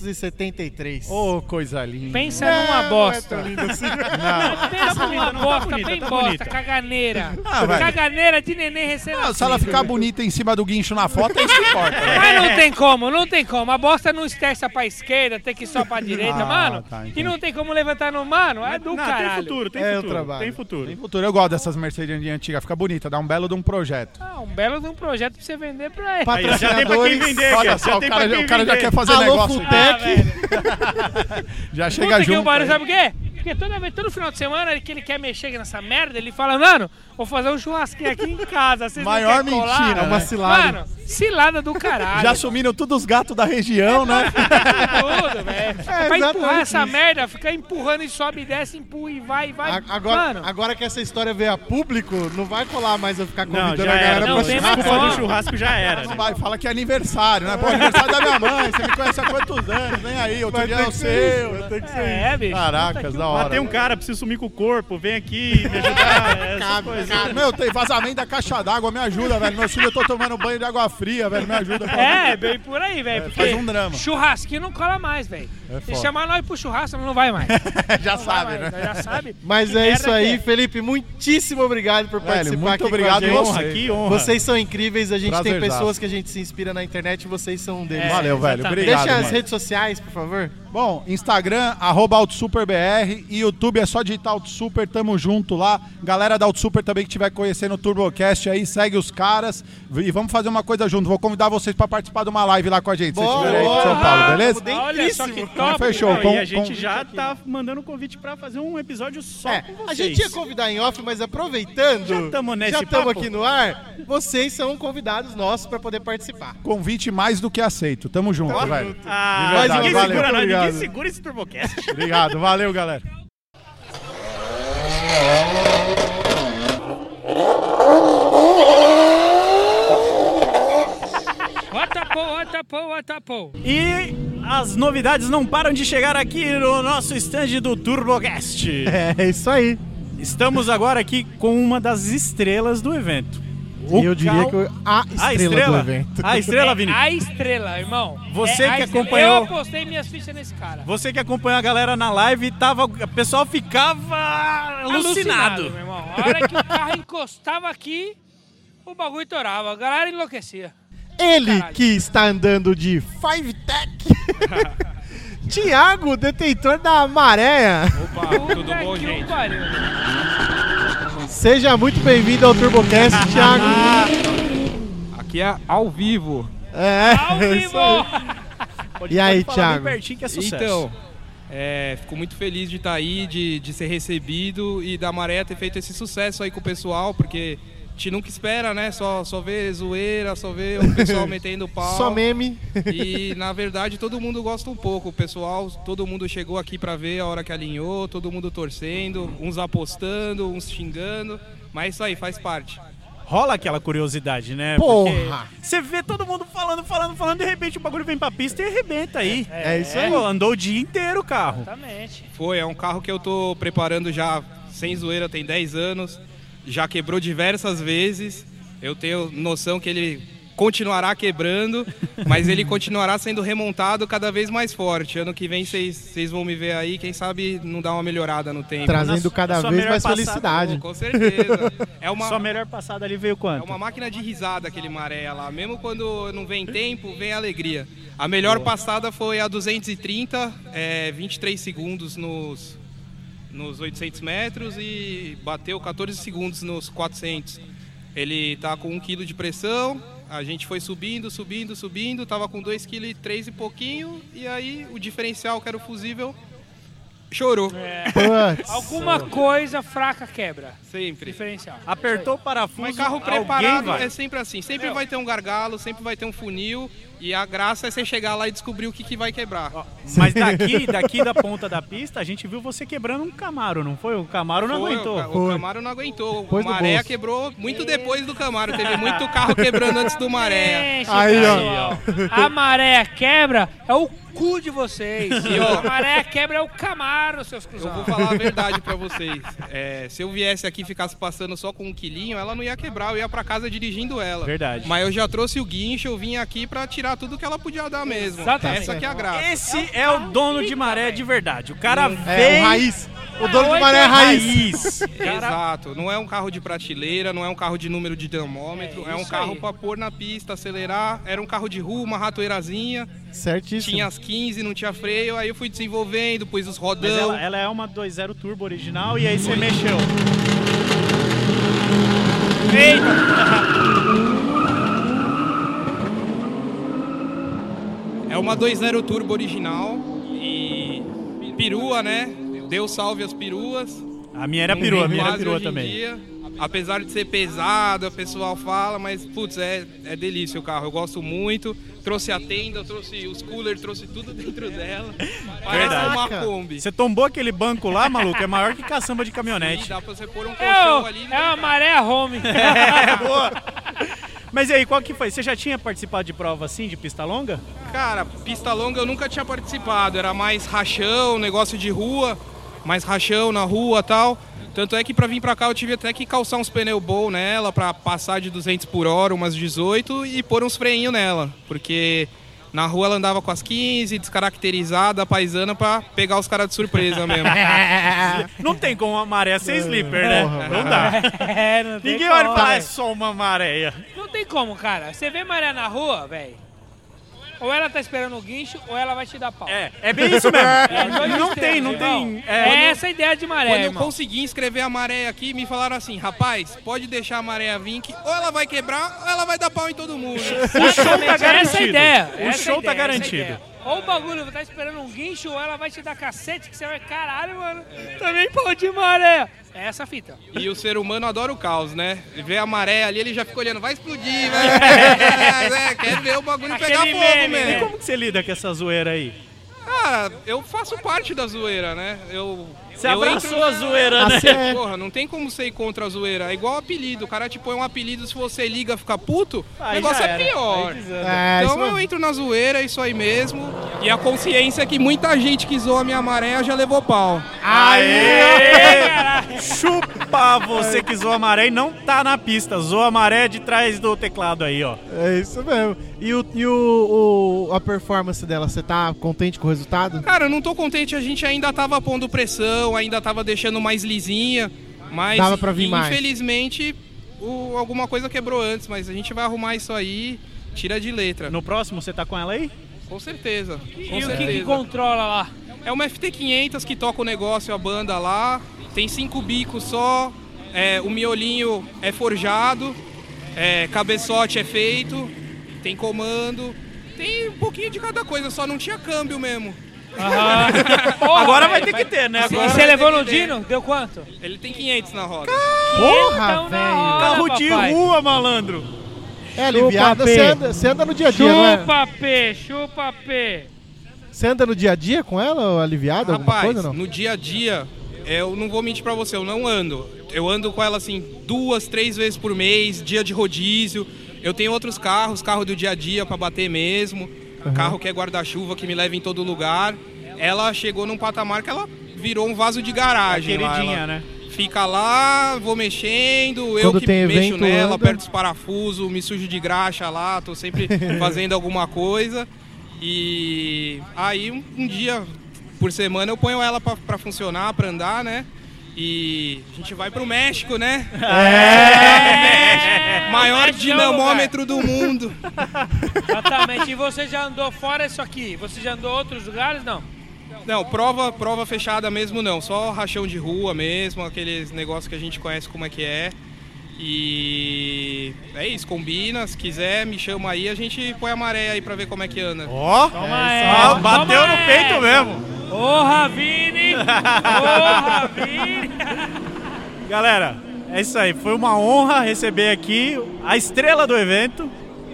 [SPEAKER 1] 1973.
[SPEAKER 13] Ô, coisa linda.
[SPEAKER 4] Pensa
[SPEAKER 1] Não,
[SPEAKER 4] numa
[SPEAKER 1] não é
[SPEAKER 4] bosta.
[SPEAKER 1] tão lindo assim.
[SPEAKER 13] Não.
[SPEAKER 4] Pensa
[SPEAKER 9] Tá bonita, não, tá
[SPEAKER 4] numa bosta,
[SPEAKER 9] bonita,
[SPEAKER 4] bem
[SPEAKER 9] tá
[SPEAKER 4] bosta,
[SPEAKER 9] bonita.
[SPEAKER 4] caganeira.
[SPEAKER 13] Ah, vai.
[SPEAKER 4] caganeira de neném recém
[SPEAKER 13] Ah, se ela ficar bonita em cima do guincho na foto, é isso que importa. né?
[SPEAKER 4] Mas não tem como, não tem como. A bosta não esterça pra esquerda, tem que ir só pra direita,
[SPEAKER 13] Ah,
[SPEAKER 4] mano.
[SPEAKER 13] tá,
[SPEAKER 4] e não tem como levantar no mano. É do
[SPEAKER 9] não, tem
[SPEAKER 4] caralho.
[SPEAKER 9] futuro, tem
[SPEAKER 13] É, eu
[SPEAKER 9] futuro.
[SPEAKER 13] trabalho.
[SPEAKER 9] Tem futuro.
[SPEAKER 13] Tem futuro. Eu gosto dessas Mercedes antigas. Fica bonita, dá um belo de um projeto.
[SPEAKER 4] Ah, um belo de um projeto pra você vender pra ele.
[SPEAKER 13] Aí, já tem pra quem vender, Olha cara, só, já o tem cara pra já- quem o cara já vender. quer fazer negócio.
[SPEAKER 4] Ah, velho.
[SPEAKER 13] Já
[SPEAKER 4] Puta
[SPEAKER 13] chega
[SPEAKER 4] que
[SPEAKER 13] junto.
[SPEAKER 4] o é barulho,
[SPEAKER 13] aí.
[SPEAKER 4] sabe o quê? Porque toda vez, todo final de semana que ele quer mexer nessa merda, ele fala, mano, vou fazer um churrasquinho aqui em casa. Vocês não
[SPEAKER 13] Maior
[SPEAKER 4] querem colar?
[SPEAKER 13] mentira, uma cilada.
[SPEAKER 4] Mano, cilada do caralho.
[SPEAKER 13] Já sumiram todos os gatos da região, né?
[SPEAKER 4] tudo, velho. É, pra
[SPEAKER 1] exatamente
[SPEAKER 4] empurrar essa
[SPEAKER 1] isso.
[SPEAKER 4] merda, ficar empurrando e sobe e desce, empurra e vai e vai.
[SPEAKER 1] A- Agora,
[SPEAKER 4] Mano,
[SPEAKER 1] agora que essa história veio a público, não vai colar mais eu ficar convidando
[SPEAKER 9] já
[SPEAKER 1] a
[SPEAKER 9] era.
[SPEAKER 1] galera
[SPEAKER 9] Não,
[SPEAKER 1] pra
[SPEAKER 9] tem
[SPEAKER 1] churrasco.
[SPEAKER 9] mais como. churrasco já era,
[SPEAKER 13] Não
[SPEAKER 9] né?
[SPEAKER 13] vai, fala que é aniversário, né? Pô, aniversário da minha mãe, você me conhece há quantos anos, vem aí, outro
[SPEAKER 1] Vai
[SPEAKER 13] dia
[SPEAKER 1] ter
[SPEAKER 13] é o
[SPEAKER 1] que ser
[SPEAKER 13] seu.
[SPEAKER 1] isso,
[SPEAKER 13] né?
[SPEAKER 1] vai ter que ser
[SPEAKER 13] É,
[SPEAKER 1] isso.
[SPEAKER 13] bicho, Caracas, puta que da hora.
[SPEAKER 9] Matei um cara, preciso sumir com o corpo, vem aqui, me ajudar. é essas coisas.
[SPEAKER 13] Meu, tem vazamento da caixa d'água, me ajuda, velho. Meu filho, eu tô tomando banho de água fria, velho, me ajuda.
[SPEAKER 4] é, bem por aí, velho. porque
[SPEAKER 13] faz um drama.
[SPEAKER 4] Churrasquinho não cola mais, velho.
[SPEAKER 13] É
[SPEAKER 4] Você
[SPEAKER 13] foda.
[SPEAKER 4] chamar nós pro churrasco, não vai mais.
[SPEAKER 13] já
[SPEAKER 4] sabe, né? Já sabe.
[SPEAKER 1] Mas
[SPEAKER 4] Que
[SPEAKER 1] é
[SPEAKER 4] merda
[SPEAKER 1] isso aí,
[SPEAKER 4] que
[SPEAKER 1] Felipe. Muitíssimo obrigado por
[SPEAKER 13] Velho,
[SPEAKER 1] participar
[SPEAKER 13] muito
[SPEAKER 1] aqui
[SPEAKER 13] obrigado
[SPEAKER 1] com a gente.
[SPEAKER 13] você. Honra, que honra.
[SPEAKER 1] Vocês são incríveis. A gente tem
[SPEAKER 13] Prazerzaço.
[SPEAKER 1] pessoas que a gente se inspira na internet e vocês são um deles.
[SPEAKER 13] É, Valeu, velho. exatamente. Obrigado,
[SPEAKER 1] Deixa as
[SPEAKER 13] mano.
[SPEAKER 1] redes sociais, por favor.
[SPEAKER 13] Bom, Instagram, arroba AutoSuperBR e YouTube é só digitar AutoSuper, tamo junto lá. Galera da AutoSuper também que estiver conhecendo o TurboCast aí, segue os caras e vamos fazer uma coisa junto. Vou convidar vocês para participar de uma live lá com a gente, se vocês estiverem aí em São Paulo,
[SPEAKER 1] Ah,
[SPEAKER 13] beleza?
[SPEAKER 9] Olha só que
[SPEAKER 13] Então,
[SPEAKER 9] top.
[SPEAKER 13] fechou.
[SPEAKER 9] Não,
[SPEAKER 13] Com-
[SPEAKER 9] e a gente
[SPEAKER 13] com-
[SPEAKER 9] já tá mandando um convite pra fazer um episódio só com vocês.
[SPEAKER 1] É, A gente ia convidar em off, mas aproveitando, já
[SPEAKER 9] tamo nesse
[SPEAKER 1] tamo
[SPEAKER 9] papo.
[SPEAKER 1] aqui no ar, vocês são convidados nossos para poder participar.
[SPEAKER 13] Convite mais do que aceito. Tamo junto,
[SPEAKER 1] Tamo
[SPEAKER 13] velho.
[SPEAKER 1] junto.
[SPEAKER 9] Ah,
[SPEAKER 13] De verdade,
[SPEAKER 9] ninguém
[SPEAKER 13] valeu.
[SPEAKER 9] segura nós, ninguém
[SPEAKER 13] Obrigado.
[SPEAKER 9] segura esse Turbocast.
[SPEAKER 13] Obrigado, valeu, galera.
[SPEAKER 4] What a po, what a po, what a po.
[SPEAKER 9] E as novidades não param de chegar aqui no nosso stand do TurboCast.
[SPEAKER 1] É isso aí.
[SPEAKER 9] Estamos agora aqui com uma das estrelas do evento.
[SPEAKER 1] E eu diria que eu- a estrela do evento.
[SPEAKER 9] A estrela,
[SPEAKER 4] É
[SPEAKER 9] Vini.
[SPEAKER 4] A estrela, irmão.
[SPEAKER 9] Você
[SPEAKER 4] É a
[SPEAKER 9] que
[SPEAKER 4] estrela.
[SPEAKER 9] acompanhou-
[SPEAKER 4] Eu apostei minhas fichas nesse cara.
[SPEAKER 9] Você que acompanhou a galera na live, tava, o pessoal ficava alucinado.
[SPEAKER 4] meu irmão. A hora que o carro encostava aqui, o bagulho torava. A galera enlouquecia.
[SPEAKER 1] Ele que está andando de Five Tech. Tiago, detentor da maréia.
[SPEAKER 4] Tudo bom, gente?
[SPEAKER 1] Seja muito bem-vindo ao TurboCast, Thiago.
[SPEAKER 18] Aqui é ao vivo.
[SPEAKER 1] É, Ao é isso vivo! aí. E aí, Thiago?
[SPEAKER 18] Então, é, fico muito feliz de estar aí, de, de ser recebido e da Maré ter feito esse sucesso aí com o pessoal, porque a gente nunca espera, né? Só, só vê zoeira, só vê o pessoal metendo pau.
[SPEAKER 1] Só meme.
[SPEAKER 18] E, na verdade, todo mundo gosta um pouco. O pessoal, todo mundo chegou aqui pra ver a hora que alinhou, todo mundo torcendo, uns apostando, uns xingando. Mas isso aí, faz parte.
[SPEAKER 9] Rola aquela curiosidade, né?
[SPEAKER 18] Porra!
[SPEAKER 9] Porque Você vê todo mundo falando, falando, falando, de repente o bagulho vem pra pista e arrebenta aí.
[SPEAKER 18] É, é isso aí.
[SPEAKER 9] Pô, Andou o dia inteiro o carro.
[SPEAKER 4] Exatamente.
[SPEAKER 18] Foi, é um carro que eu tô preparando já, sem zoeira, tem 10 anos. Já quebrou diversas vezes. Eu tenho noção que ele continuará quebrando, mas ele continuará sendo remontado cada vez mais forte. Ano que vem vocês vocês vão me ver aí, quem sabe não dá uma melhorada no tempo.
[SPEAKER 1] Trazendo Na- cada na sua vez melhor mais passada. felicidade.
[SPEAKER 18] Com certeza. É uma,
[SPEAKER 9] Sua melhor passada ali veio
[SPEAKER 18] é
[SPEAKER 9] quanto?
[SPEAKER 18] uma máquina de risada aquele maré lá. Mesmo quando não vem tempo, vem alegria. A melhor passada foi a 230, é, 23 segundos nos, nos 800 metros e bateu 14 segundos nos 400. Ele tá com 1 kg de pressão. A gente foi subindo, subindo, subindo. Tava com 2 kg e 3 e pouquinho. E aí o diferencial, que era o fusível, chorou.
[SPEAKER 4] É. Alguma coisa fraca quebra.
[SPEAKER 18] Sempre.
[SPEAKER 4] Diferencial.
[SPEAKER 9] Apertou o parafuso.
[SPEAKER 18] Mas carro
[SPEAKER 4] alguém
[SPEAKER 18] preparado
[SPEAKER 4] vai.
[SPEAKER 18] é sempre assim. Sempre vai ter um gargalo, sempre vai ter um funil. E a graça é você chegar lá e descobrir o que, que vai quebrar.
[SPEAKER 9] Mas daqui, daqui da ponta da pista, a gente viu você quebrando um Camaro, não foi? O Camaro não
[SPEAKER 18] Foi,
[SPEAKER 9] aguentou.
[SPEAKER 18] O, Ca- o Camaro não aguentou.
[SPEAKER 9] Pôs
[SPEAKER 18] o
[SPEAKER 9] no
[SPEAKER 18] Maré
[SPEAKER 9] bolso.
[SPEAKER 18] quebrou muito depois do Camaro. Teve muito carro quebrando antes do Maré.
[SPEAKER 4] Gente, pessoal, A maré quebra é o cu de vocês.
[SPEAKER 18] E, ó,
[SPEAKER 4] a maré quebra é o camaro, seus
[SPEAKER 18] Eu
[SPEAKER 4] cruzados.
[SPEAKER 18] vou falar a verdade pra vocês. É, se eu viesse aqui e ficasse passando só com um quilinho, ela não ia quebrar, eu ia pra casa dirigindo ela.
[SPEAKER 9] Verdade.
[SPEAKER 18] Mas eu já trouxe o guincho, eu vim aqui pra tirar tudo que ela podia dar mesmo.
[SPEAKER 9] Exatamente.
[SPEAKER 18] Essa que é a graça. É,
[SPEAKER 9] Esse é o dono de maré de verdade. O cara é
[SPEAKER 18] Não.
[SPEAKER 9] veio.
[SPEAKER 18] Exato. Não é um carro de prateleira, não é um carro de número de termômetro, é, um
[SPEAKER 9] isso
[SPEAKER 18] carro
[SPEAKER 9] aí.
[SPEAKER 18] pra pôr na pista, acelerar. Era um carro de rua, uma ratoeirazinha.
[SPEAKER 1] Certíssimo.
[SPEAKER 18] Tinha as 15, não tinha freio, aí eu fui desenvolvendo, pus os rodão.
[SPEAKER 9] Mas ela, ela é uma 2.0 turbo original e aí você mexeu.
[SPEAKER 18] É uma 2.0 turbo original e perua, né? Deu salve às peruas.
[SPEAKER 9] A minha era
[SPEAKER 18] Não
[SPEAKER 9] perua, a
[SPEAKER 18] vem
[SPEAKER 9] minha era
[SPEAKER 18] quase
[SPEAKER 9] perua
[SPEAKER 18] hoje em
[SPEAKER 9] também.
[SPEAKER 18] dia. Apesar de ser pesado, o pessoal fala, mas putz, é, é delícia o carro. Eu gosto muito. Trouxe a tenda, trouxe os coolers, trouxe tudo dentro dela. Parece uma Kombi.
[SPEAKER 9] Você tombou aquele banco lá, maluco, é maior que caçamba de
[SPEAKER 18] E
[SPEAKER 9] caminhonete.
[SPEAKER 18] dá pra você pôr um
[SPEAKER 4] É,
[SPEAKER 18] colchão
[SPEAKER 4] o,
[SPEAKER 18] ali.
[SPEAKER 4] é a maré home.
[SPEAKER 9] É, boa. Mas e aí, qual que foi? Você já tinha participado de prova assim, de pista longa?
[SPEAKER 18] Cara, pista longa eu nunca tinha participado, era mais rachão, negócio de rua, mais rachão na rua tal. Tanto é que pra vir pra cá eu tive até que calçar uns pneus bons nela pra passar de 200 por hora, umas 18 e pôr uns freinhos nela, porque Na rua ela andava com as 15, descaracterizada, paisana, pra pegar os caras de surpresa mesmo.
[SPEAKER 3] Não tem como uma maré ser slipper, né?
[SPEAKER 18] Porra,
[SPEAKER 3] Não dá.
[SPEAKER 18] cara.
[SPEAKER 4] É, não tem
[SPEAKER 3] Ninguém olha e
[SPEAKER 4] como,
[SPEAKER 3] fala, é
[SPEAKER 4] velho.
[SPEAKER 3] só uma maréia.
[SPEAKER 4] Não tem como, cara. Você vê Maria na rua, velho. Ou ela tá esperando o guincho, ou ela vai te dar pau. É,
[SPEAKER 3] é bem isso mesmo.
[SPEAKER 18] Não tem, não tem.
[SPEAKER 4] É,
[SPEAKER 18] Quando-
[SPEAKER 4] essa a ideia de maré.
[SPEAKER 18] Quando eu
[SPEAKER 4] irmão.
[SPEAKER 18] consegui inscrever a maré aqui, me falaram assim, rapaz, pode deixar a maré vir que ou ela vai quebrar ou ela vai dar pau em
[SPEAKER 4] é
[SPEAKER 18] todo mundo.
[SPEAKER 4] O show tá Essa é a ideia.
[SPEAKER 18] O
[SPEAKER 4] essa é a
[SPEAKER 18] show tá
[SPEAKER 4] ideia,
[SPEAKER 18] garantido.
[SPEAKER 4] essa é a ideia. Ou o bagulho tá esperando um guincho, ou ela vai te dar cacete, que você vai, caralho, mano, também pau de
[SPEAKER 8] né?
[SPEAKER 4] maré. É essa a fita.
[SPEAKER 18] E o ser humano adora o caos, né? Ele vê a maré ali, ele já fica olhando, vai explodir, vai. vai, vai, quer ver o bagulho pegar fogo
[SPEAKER 4] É,
[SPEAKER 3] E
[SPEAKER 4] né?
[SPEAKER 18] mesmo.
[SPEAKER 3] como que você lida com essa zoeira aí?
[SPEAKER 18] Cara, Ah, eu faço parte da zoeira, né? Eu.
[SPEAKER 3] Você
[SPEAKER 18] eu
[SPEAKER 3] abraçou a zoeira, né?
[SPEAKER 18] Assim, Porra, não tem como ser contra a zoeira. É igual apelido. O cara te põe um apelido, se você liga fica puto,
[SPEAKER 3] Aí
[SPEAKER 18] o negócio
[SPEAKER 3] já
[SPEAKER 18] é
[SPEAKER 3] era.
[SPEAKER 18] pior.
[SPEAKER 3] Aí desanda. É, isso
[SPEAKER 18] então
[SPEAKER 3] mesmo.
[SPEAKER 18] eu entro na zoeira, é isso aí mesmo. E a consciência é que muita gente que zoa a minha maré já levou pau.
[SPEAKER 3] Aê! Chupa você que zoa a maré e não tá na pista. Zoa a maré de trás do teclado aí, ó.
[SPEAKER 1] É isso mesmo. E, o, e o, o- a performance dela, você tá contente com o resultado?
[SPEAKER 18] Cara, eu não tô contente, a gente ainda tava pondo pressão, ainda tava deixando mais lisinha, mas
[SPEAKER 1] Dava pra vir mais.
[SPEAKER 18] infelizmente o- alguma coisa quebrou antes, mas a gente vai arrumar isso aí, tira de letra.
[SPEAKER 3] No próximo você tá com ela aí?
[SPEAKER 18] Com certeza. com
[SPEAKER 4] e o que que
[SPEAKER 18] certeza.
[SPEAKER 4] controla lá?
[SPEAKER 18] É uma FT500 que toca o negócio, a banda lá, tem cinco bicos só, é, o miolinho é forjado, é, cabeçote é feito, tem comando, tem um pouquinho de cada coisa, só não tinha câmbio mesmo.
[SPEAKER 4] Porra,
[SPEAKER 18] Ah. Agora vai
[SPEAKER 4] velho,
[SPEAKER 18] ter que ter, né?
[SPEAKER 4] E
[SPEAKER 18] Agora
[SPEAKER 4] você
[SPEAKER 18] vai
[SPEAKER 4] levou
[SPEAKER 18] ter
[SPEAKER 4] no
[SPEAKER 18] que ter.
[SPEAKER 4] Dino? Deu quanto?
[SPEAKER 18] Ele tem 500 na roda.
[SPEAKER 9] Então
[SPEAKER 4] Porra, velho.
[SPEAKER 3] Carro de rua, malandro.
[SPEAKER 1] É, aliviada.
[SPEAKER 3] P.
[SPEAKER 1] Você anda, você anda no dia a dia, não é?
[SPEAKER 4] Chupa P, chupa P.
[SPEAKER 1] Você anda no dia a dia com ela, ou aliviada, alguma
[SPEAKER 18] Rapaz,
[SPEAKER 1] coisa, não?
[SPEAKER 18] no dia a dia, eu não vou mentir pra você, eu não ando. Eu ando com ela assim duas, três vezes por mês, dia de rodízio. Eu tenho outros carros, carro do dia a dia pra bater mesmo, carro que é guarda-chuva que me leva em todo lugar. Ela chegou num patamar que ela virou um vaso de garagem.
[SPEAKER 3] É queridinha,
[SPEAKER 18] lá. Ela
[SPEAKER 3] né?
[SPEAKER 18] Fica lá, vou mexendo, eu
[SPEAKER 1] Quando
[SPEAKER 18] que
[SPEAKER 1] tem
[SPEAKER 18] mexo
[SPEAKER 1] evento, né?
[SPEAKER 18] nela,
[SPEAKER 1] anda.
[SPEAKER 18] aperto os parafusos, me sujo de graxa lá, tô sempre fazendo alguma coisa. E aí um, um dia por semana eu ponho ela pra, pra funcionar, pra andar, né? E a gente vai pro México, né? É! Maior
[SPEAKER 4] México é o lugar.
[SPEAKER 18] dinamômetro do mundo.
[SPEAKER 4] Exatamente. E você já andou fora isso aqui? Você já andou outros lugares? Não.
[SPEAKER 18] Não, prova, prova fechada mesmo não, só rachão de rua mesmo, aqueles negócios que a gente conhece como é que é. E é isso, combina, se quiser, me chama aí, a gente põe a maré aí pra ver como é que anda.
[SPEAKER 3] Ó, é
[SPEAKER 4] essa,
[SPEAKER 3] bateu no peito mesmo.
[SPEAKER 4] Ô, Ravine! Ô, Ravine!
[SPEAKER 3] Galera, é isso aí. Foi uma honra receber aqui a estrela do evento.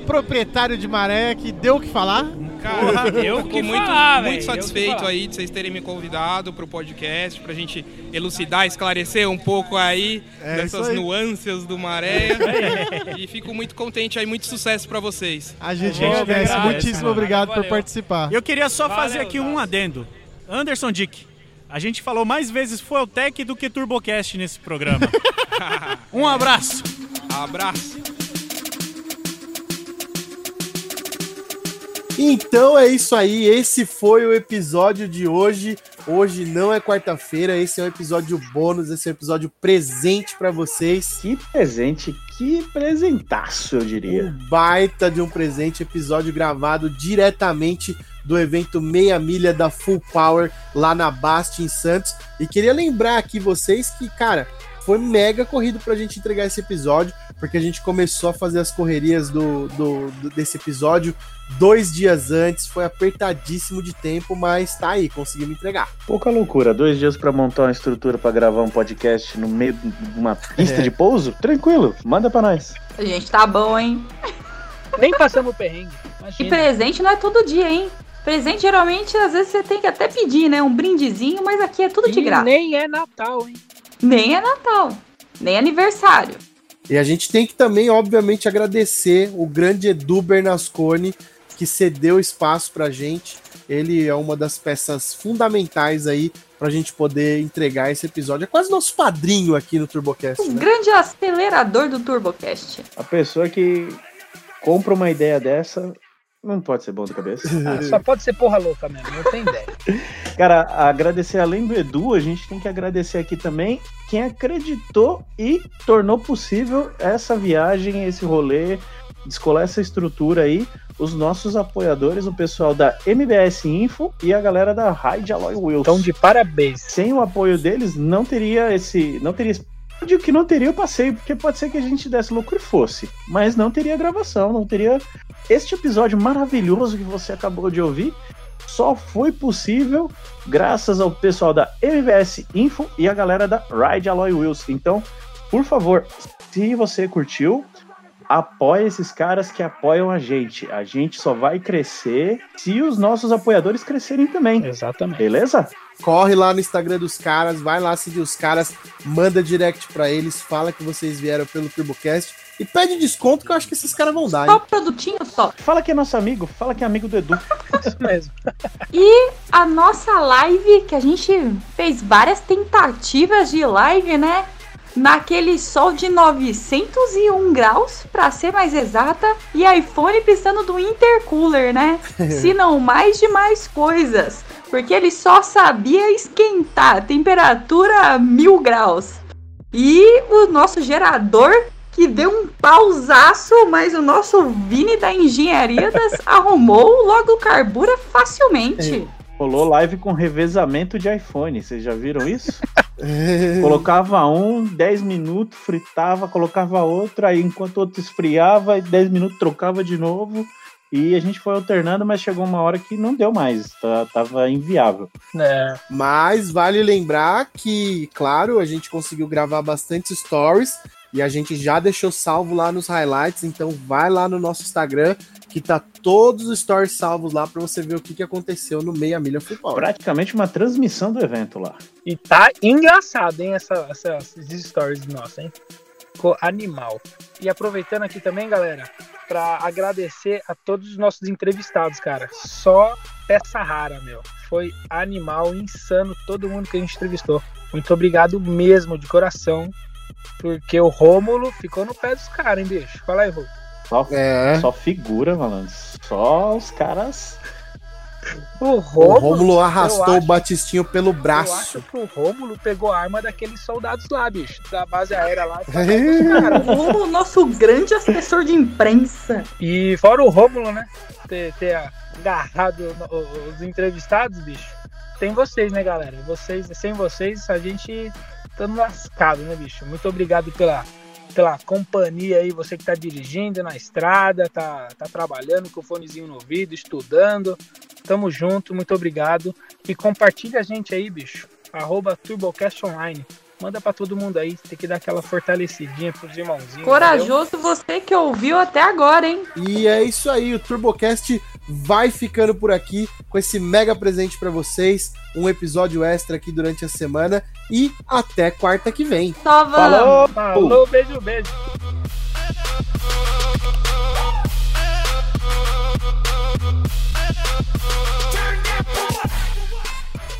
[SPEAKER 1] Proprietário de Maré que deu o que falar.
[SPEAKER 18] Cara, eu
[SPEAKER 4] que
[SPEAKER 18] fico muito,
[SPEAKER 4] falar,
[SPEAKER 18] muito
[SPEAKER 4] velho, eu que
[SPEAKER 18] satisfeito
[SPEAKER 4] falar.
[SPEAKER 18] aí de vocês terem me convidado pro podcast, pra gente elucidar, esclarecer um pouco aí
[SPEAKER 1] É,
[SPEAKER 18] dessas
[SPEAKER 1] isso aí. É
[SPEAKER 18] nuances do Maré. e fico muito contente aí, muito sucesso pra vocês.
[SPEAKER 1] A gente agradece. Muitíssimo obrigado por participar.
[SPEAKER 3] Eu queria só fazer aqui um adendo. Anderson Dick, a gente falou mais vezes Fueltec do que Turbocast nesse programa. um abraço.
[SPEAKER 18] Abraço.
[SPEAKER 17] Então é isso aí, esse foi o episódio de hoje. Hoje não é quarta-feira, esse é um episódio bônus, esse é um episódio presente pra vocês. Que presente, que presentaço, eu diria. Um baita de um presente, episódio gravado diretamente do evento Meia Milha da Full Power lá na Basti em Santos. E queria lembrar aqui vocês que, cara, foi mega corrido pra gente entregar esse episódio, porque a gente começou a fazer as correrias do, do- do- desse episódio dois dias antes, foi apertadíssimo de tempo, mas tá aí, conseguimos entregar.
[SPEAKER 19] Pouca loucura, dois dias pra montar uma estrutura pra gravar um podcast no meio de uma
[SPEAKER 1] É.
[SPEAKER 19] pista de pouso? Tranquilo, manda pra nós.
[SPEAKER 20] A gente tá bom, hein?
[SPEAKER 4] Nem passamos o perrengue.
[SPEAKER 20] E presente não é todo dia, hein? Presente geralmente, às vezes, você tem que até pedir, né? Um brindezinho, mas aqui é tudo de
[SPEAKER 4] E
[SPEAKER 20] graça.
[SPEAKER 4] nem é Natal, hein?
[SPEAKER 20] Nem é Natal. Nem é aniversário.
[SPEAKER 17] E a gente tem que também, obviamente, agradecer o grande Edu Bernasconi, que cedeu espaço pra gente. Ele é uma das peças fundamentais aí pra gente poder entregar esse episódio. É quase nosso padrinho aqui no TurboCast.
[SPEAKER 20] Um
[SPEAKER 17] Né?
[SPEAKER 20] grande acelerador do TurboCast.
[SPEAKER 19] A pessoa que compra uma ideia dessa
[SPEAKER 3] Não pode ser bom da cabeça.
[SPEAKER 4] Ah, só pode ser porra louca mesmo, não tem ideia.
[SPEAKER 3] Cara, agradecer além do Edu, a gente tem que agradecer aqui também quem acreditou e tornou possível essa viagem, esse rolê, descolar essa estrutura aí, os nossos apoiadores, o pessoal da MBS Info e a galera da Raid Alloy Wheels. Então de
[SPEAKER 4] parabéns.
[SPEAKER 3] Sem o apoio deles não teria esse, não teria esse- eu digo que não teria o passeio, porque pode ser que a gente desse lucro e fosse. Mas não teria gravação, não teria. Este episódio maravilhoso que você acabou de ouvir só foi possível graças ao pessoal da MBS Info e a galera da Ride Alloy Wheels. Então, por favor, se você curtiu, apoia esses caras que apoiam a gente. A gente só vai crescer se os nossos apoiadores crescerem também.
[SPEAKER 4] Exatamente.
[SPEAKER 3] Beleza?
[SPEAKER 1] Corre lá no Instagram dos caras, vai lá seguir os caras, manda direct pra eles, fala que vocês vieram pelo TurboCast e pede desconto que eu acho que esses caras vão dar. Só
[SPEAKER 20] produtinho só.
[SPEAKER 3] Fala que é nosso amigo, fala que é amigo do Edu.
[SPEAKER 4] Isso mesmo.
[SPEAKER 20] E a nossa live, que a gente fez várias tentativas de live, né? Naquele sol de 901 graus, pra ser mais exata, e iPhone precisando do intercooler, né? Se não mais de mais coisas, porque ele só sabia esquentar, temperatura a mil graus. E o nosso gerador que deu um pausaço, mas o nosso Vini da engenharia das arrumou logo carbura facilmente.
[SPEAKER 3] É. Rolou live com revezamento de iPhone, vocês já viram isso? colocava um, 10 minutos, fritava, colocava outro, aí enquanto o outro esfriava, 10 minutos trocava de novo. E a gente foi alternando, mas chegou uma hora que não deu mais, tá- tava inviável.
[SPEAKER 4] É.
[SPEAKER 1] Mas vale lembrar que, claro, a gente conseguiu gravar bastante stories e a gente já deixou salvo lá nos highlights, então vai lá no nosso Instagram que tá todos os stories salvos lá pra você ver o que, que aconteceu no Meia Milha Futebol.
[SPEAKER 3] Praticamente uma transmissão do evento lá.
[SPEAKER 4] E tá engraçado, hein, essa, essa- esses stories nossos, hein? Ficou animal. E aproveitando aqui também, galera, pra agradecer a todos os nossos entrevistados, cara. Só peça rara, meu. Foi animal, insano, todo mundo que a gente entrevistou. Muito obrigado mesmo, de coração, porque o Rômulo ficou no pé dos caras, hein, bicho? Fala aí, Rômulo.
[SPEAKER 3] Só, só figura, malandro. Só os caras.
[SPEAKER 4] O
[SPEAKER 1] O
[SPEAKER 4] Rômulo,
[SPEAKER 1] Rômulo
[SPEAKER 4] eu
[SPEAKER 1] arrastou o
[SPEAKER 4] acho-
[SPEAKER 1] Batistinho pelo
[SPEAKER 4] Eu
[SPEAKER 1] braço.
[SPEAKER 4] acho que o Rômulo pegou a arma daqueles soldados lá, bicho, da base aérea lá. Tá
[SPEAKER 20] Como o nosso grande assessor de imprensa.
[SPEAKER 4] E fora o Rômulo, né? Ter, ter agarrado o- o- os entrevistados, bicho. Tem vocês, né, galera? Vocês, sem vocês, a gente tá lascado, né, bicho? Muito obrigado pela, pela companhia aí, você que tá dirigindo na estrada, tá, tá trabalhando com o fonezinho no ouvido, estudando. Tamo junto, muito obrigado. E compartilha a gente aí, bicho. Arroba TurboCast Online. Manda pra todo mundo aí, tem que dar aquela fortalecidinha pros irmãozinhos. entendeu?
[SPEAKER 20] Corajoso você que ouviu até agora, hein?
[SPEAKER 1] E é isso aí, o TurboCast vai ficando por aqui com esse mega presente pra vocês, um episódio extra aqui durante a semana e até quarta que vem.
[SPEAKER 20] Só
[SPEAKER 4] Falou, falou, beijo, beijo.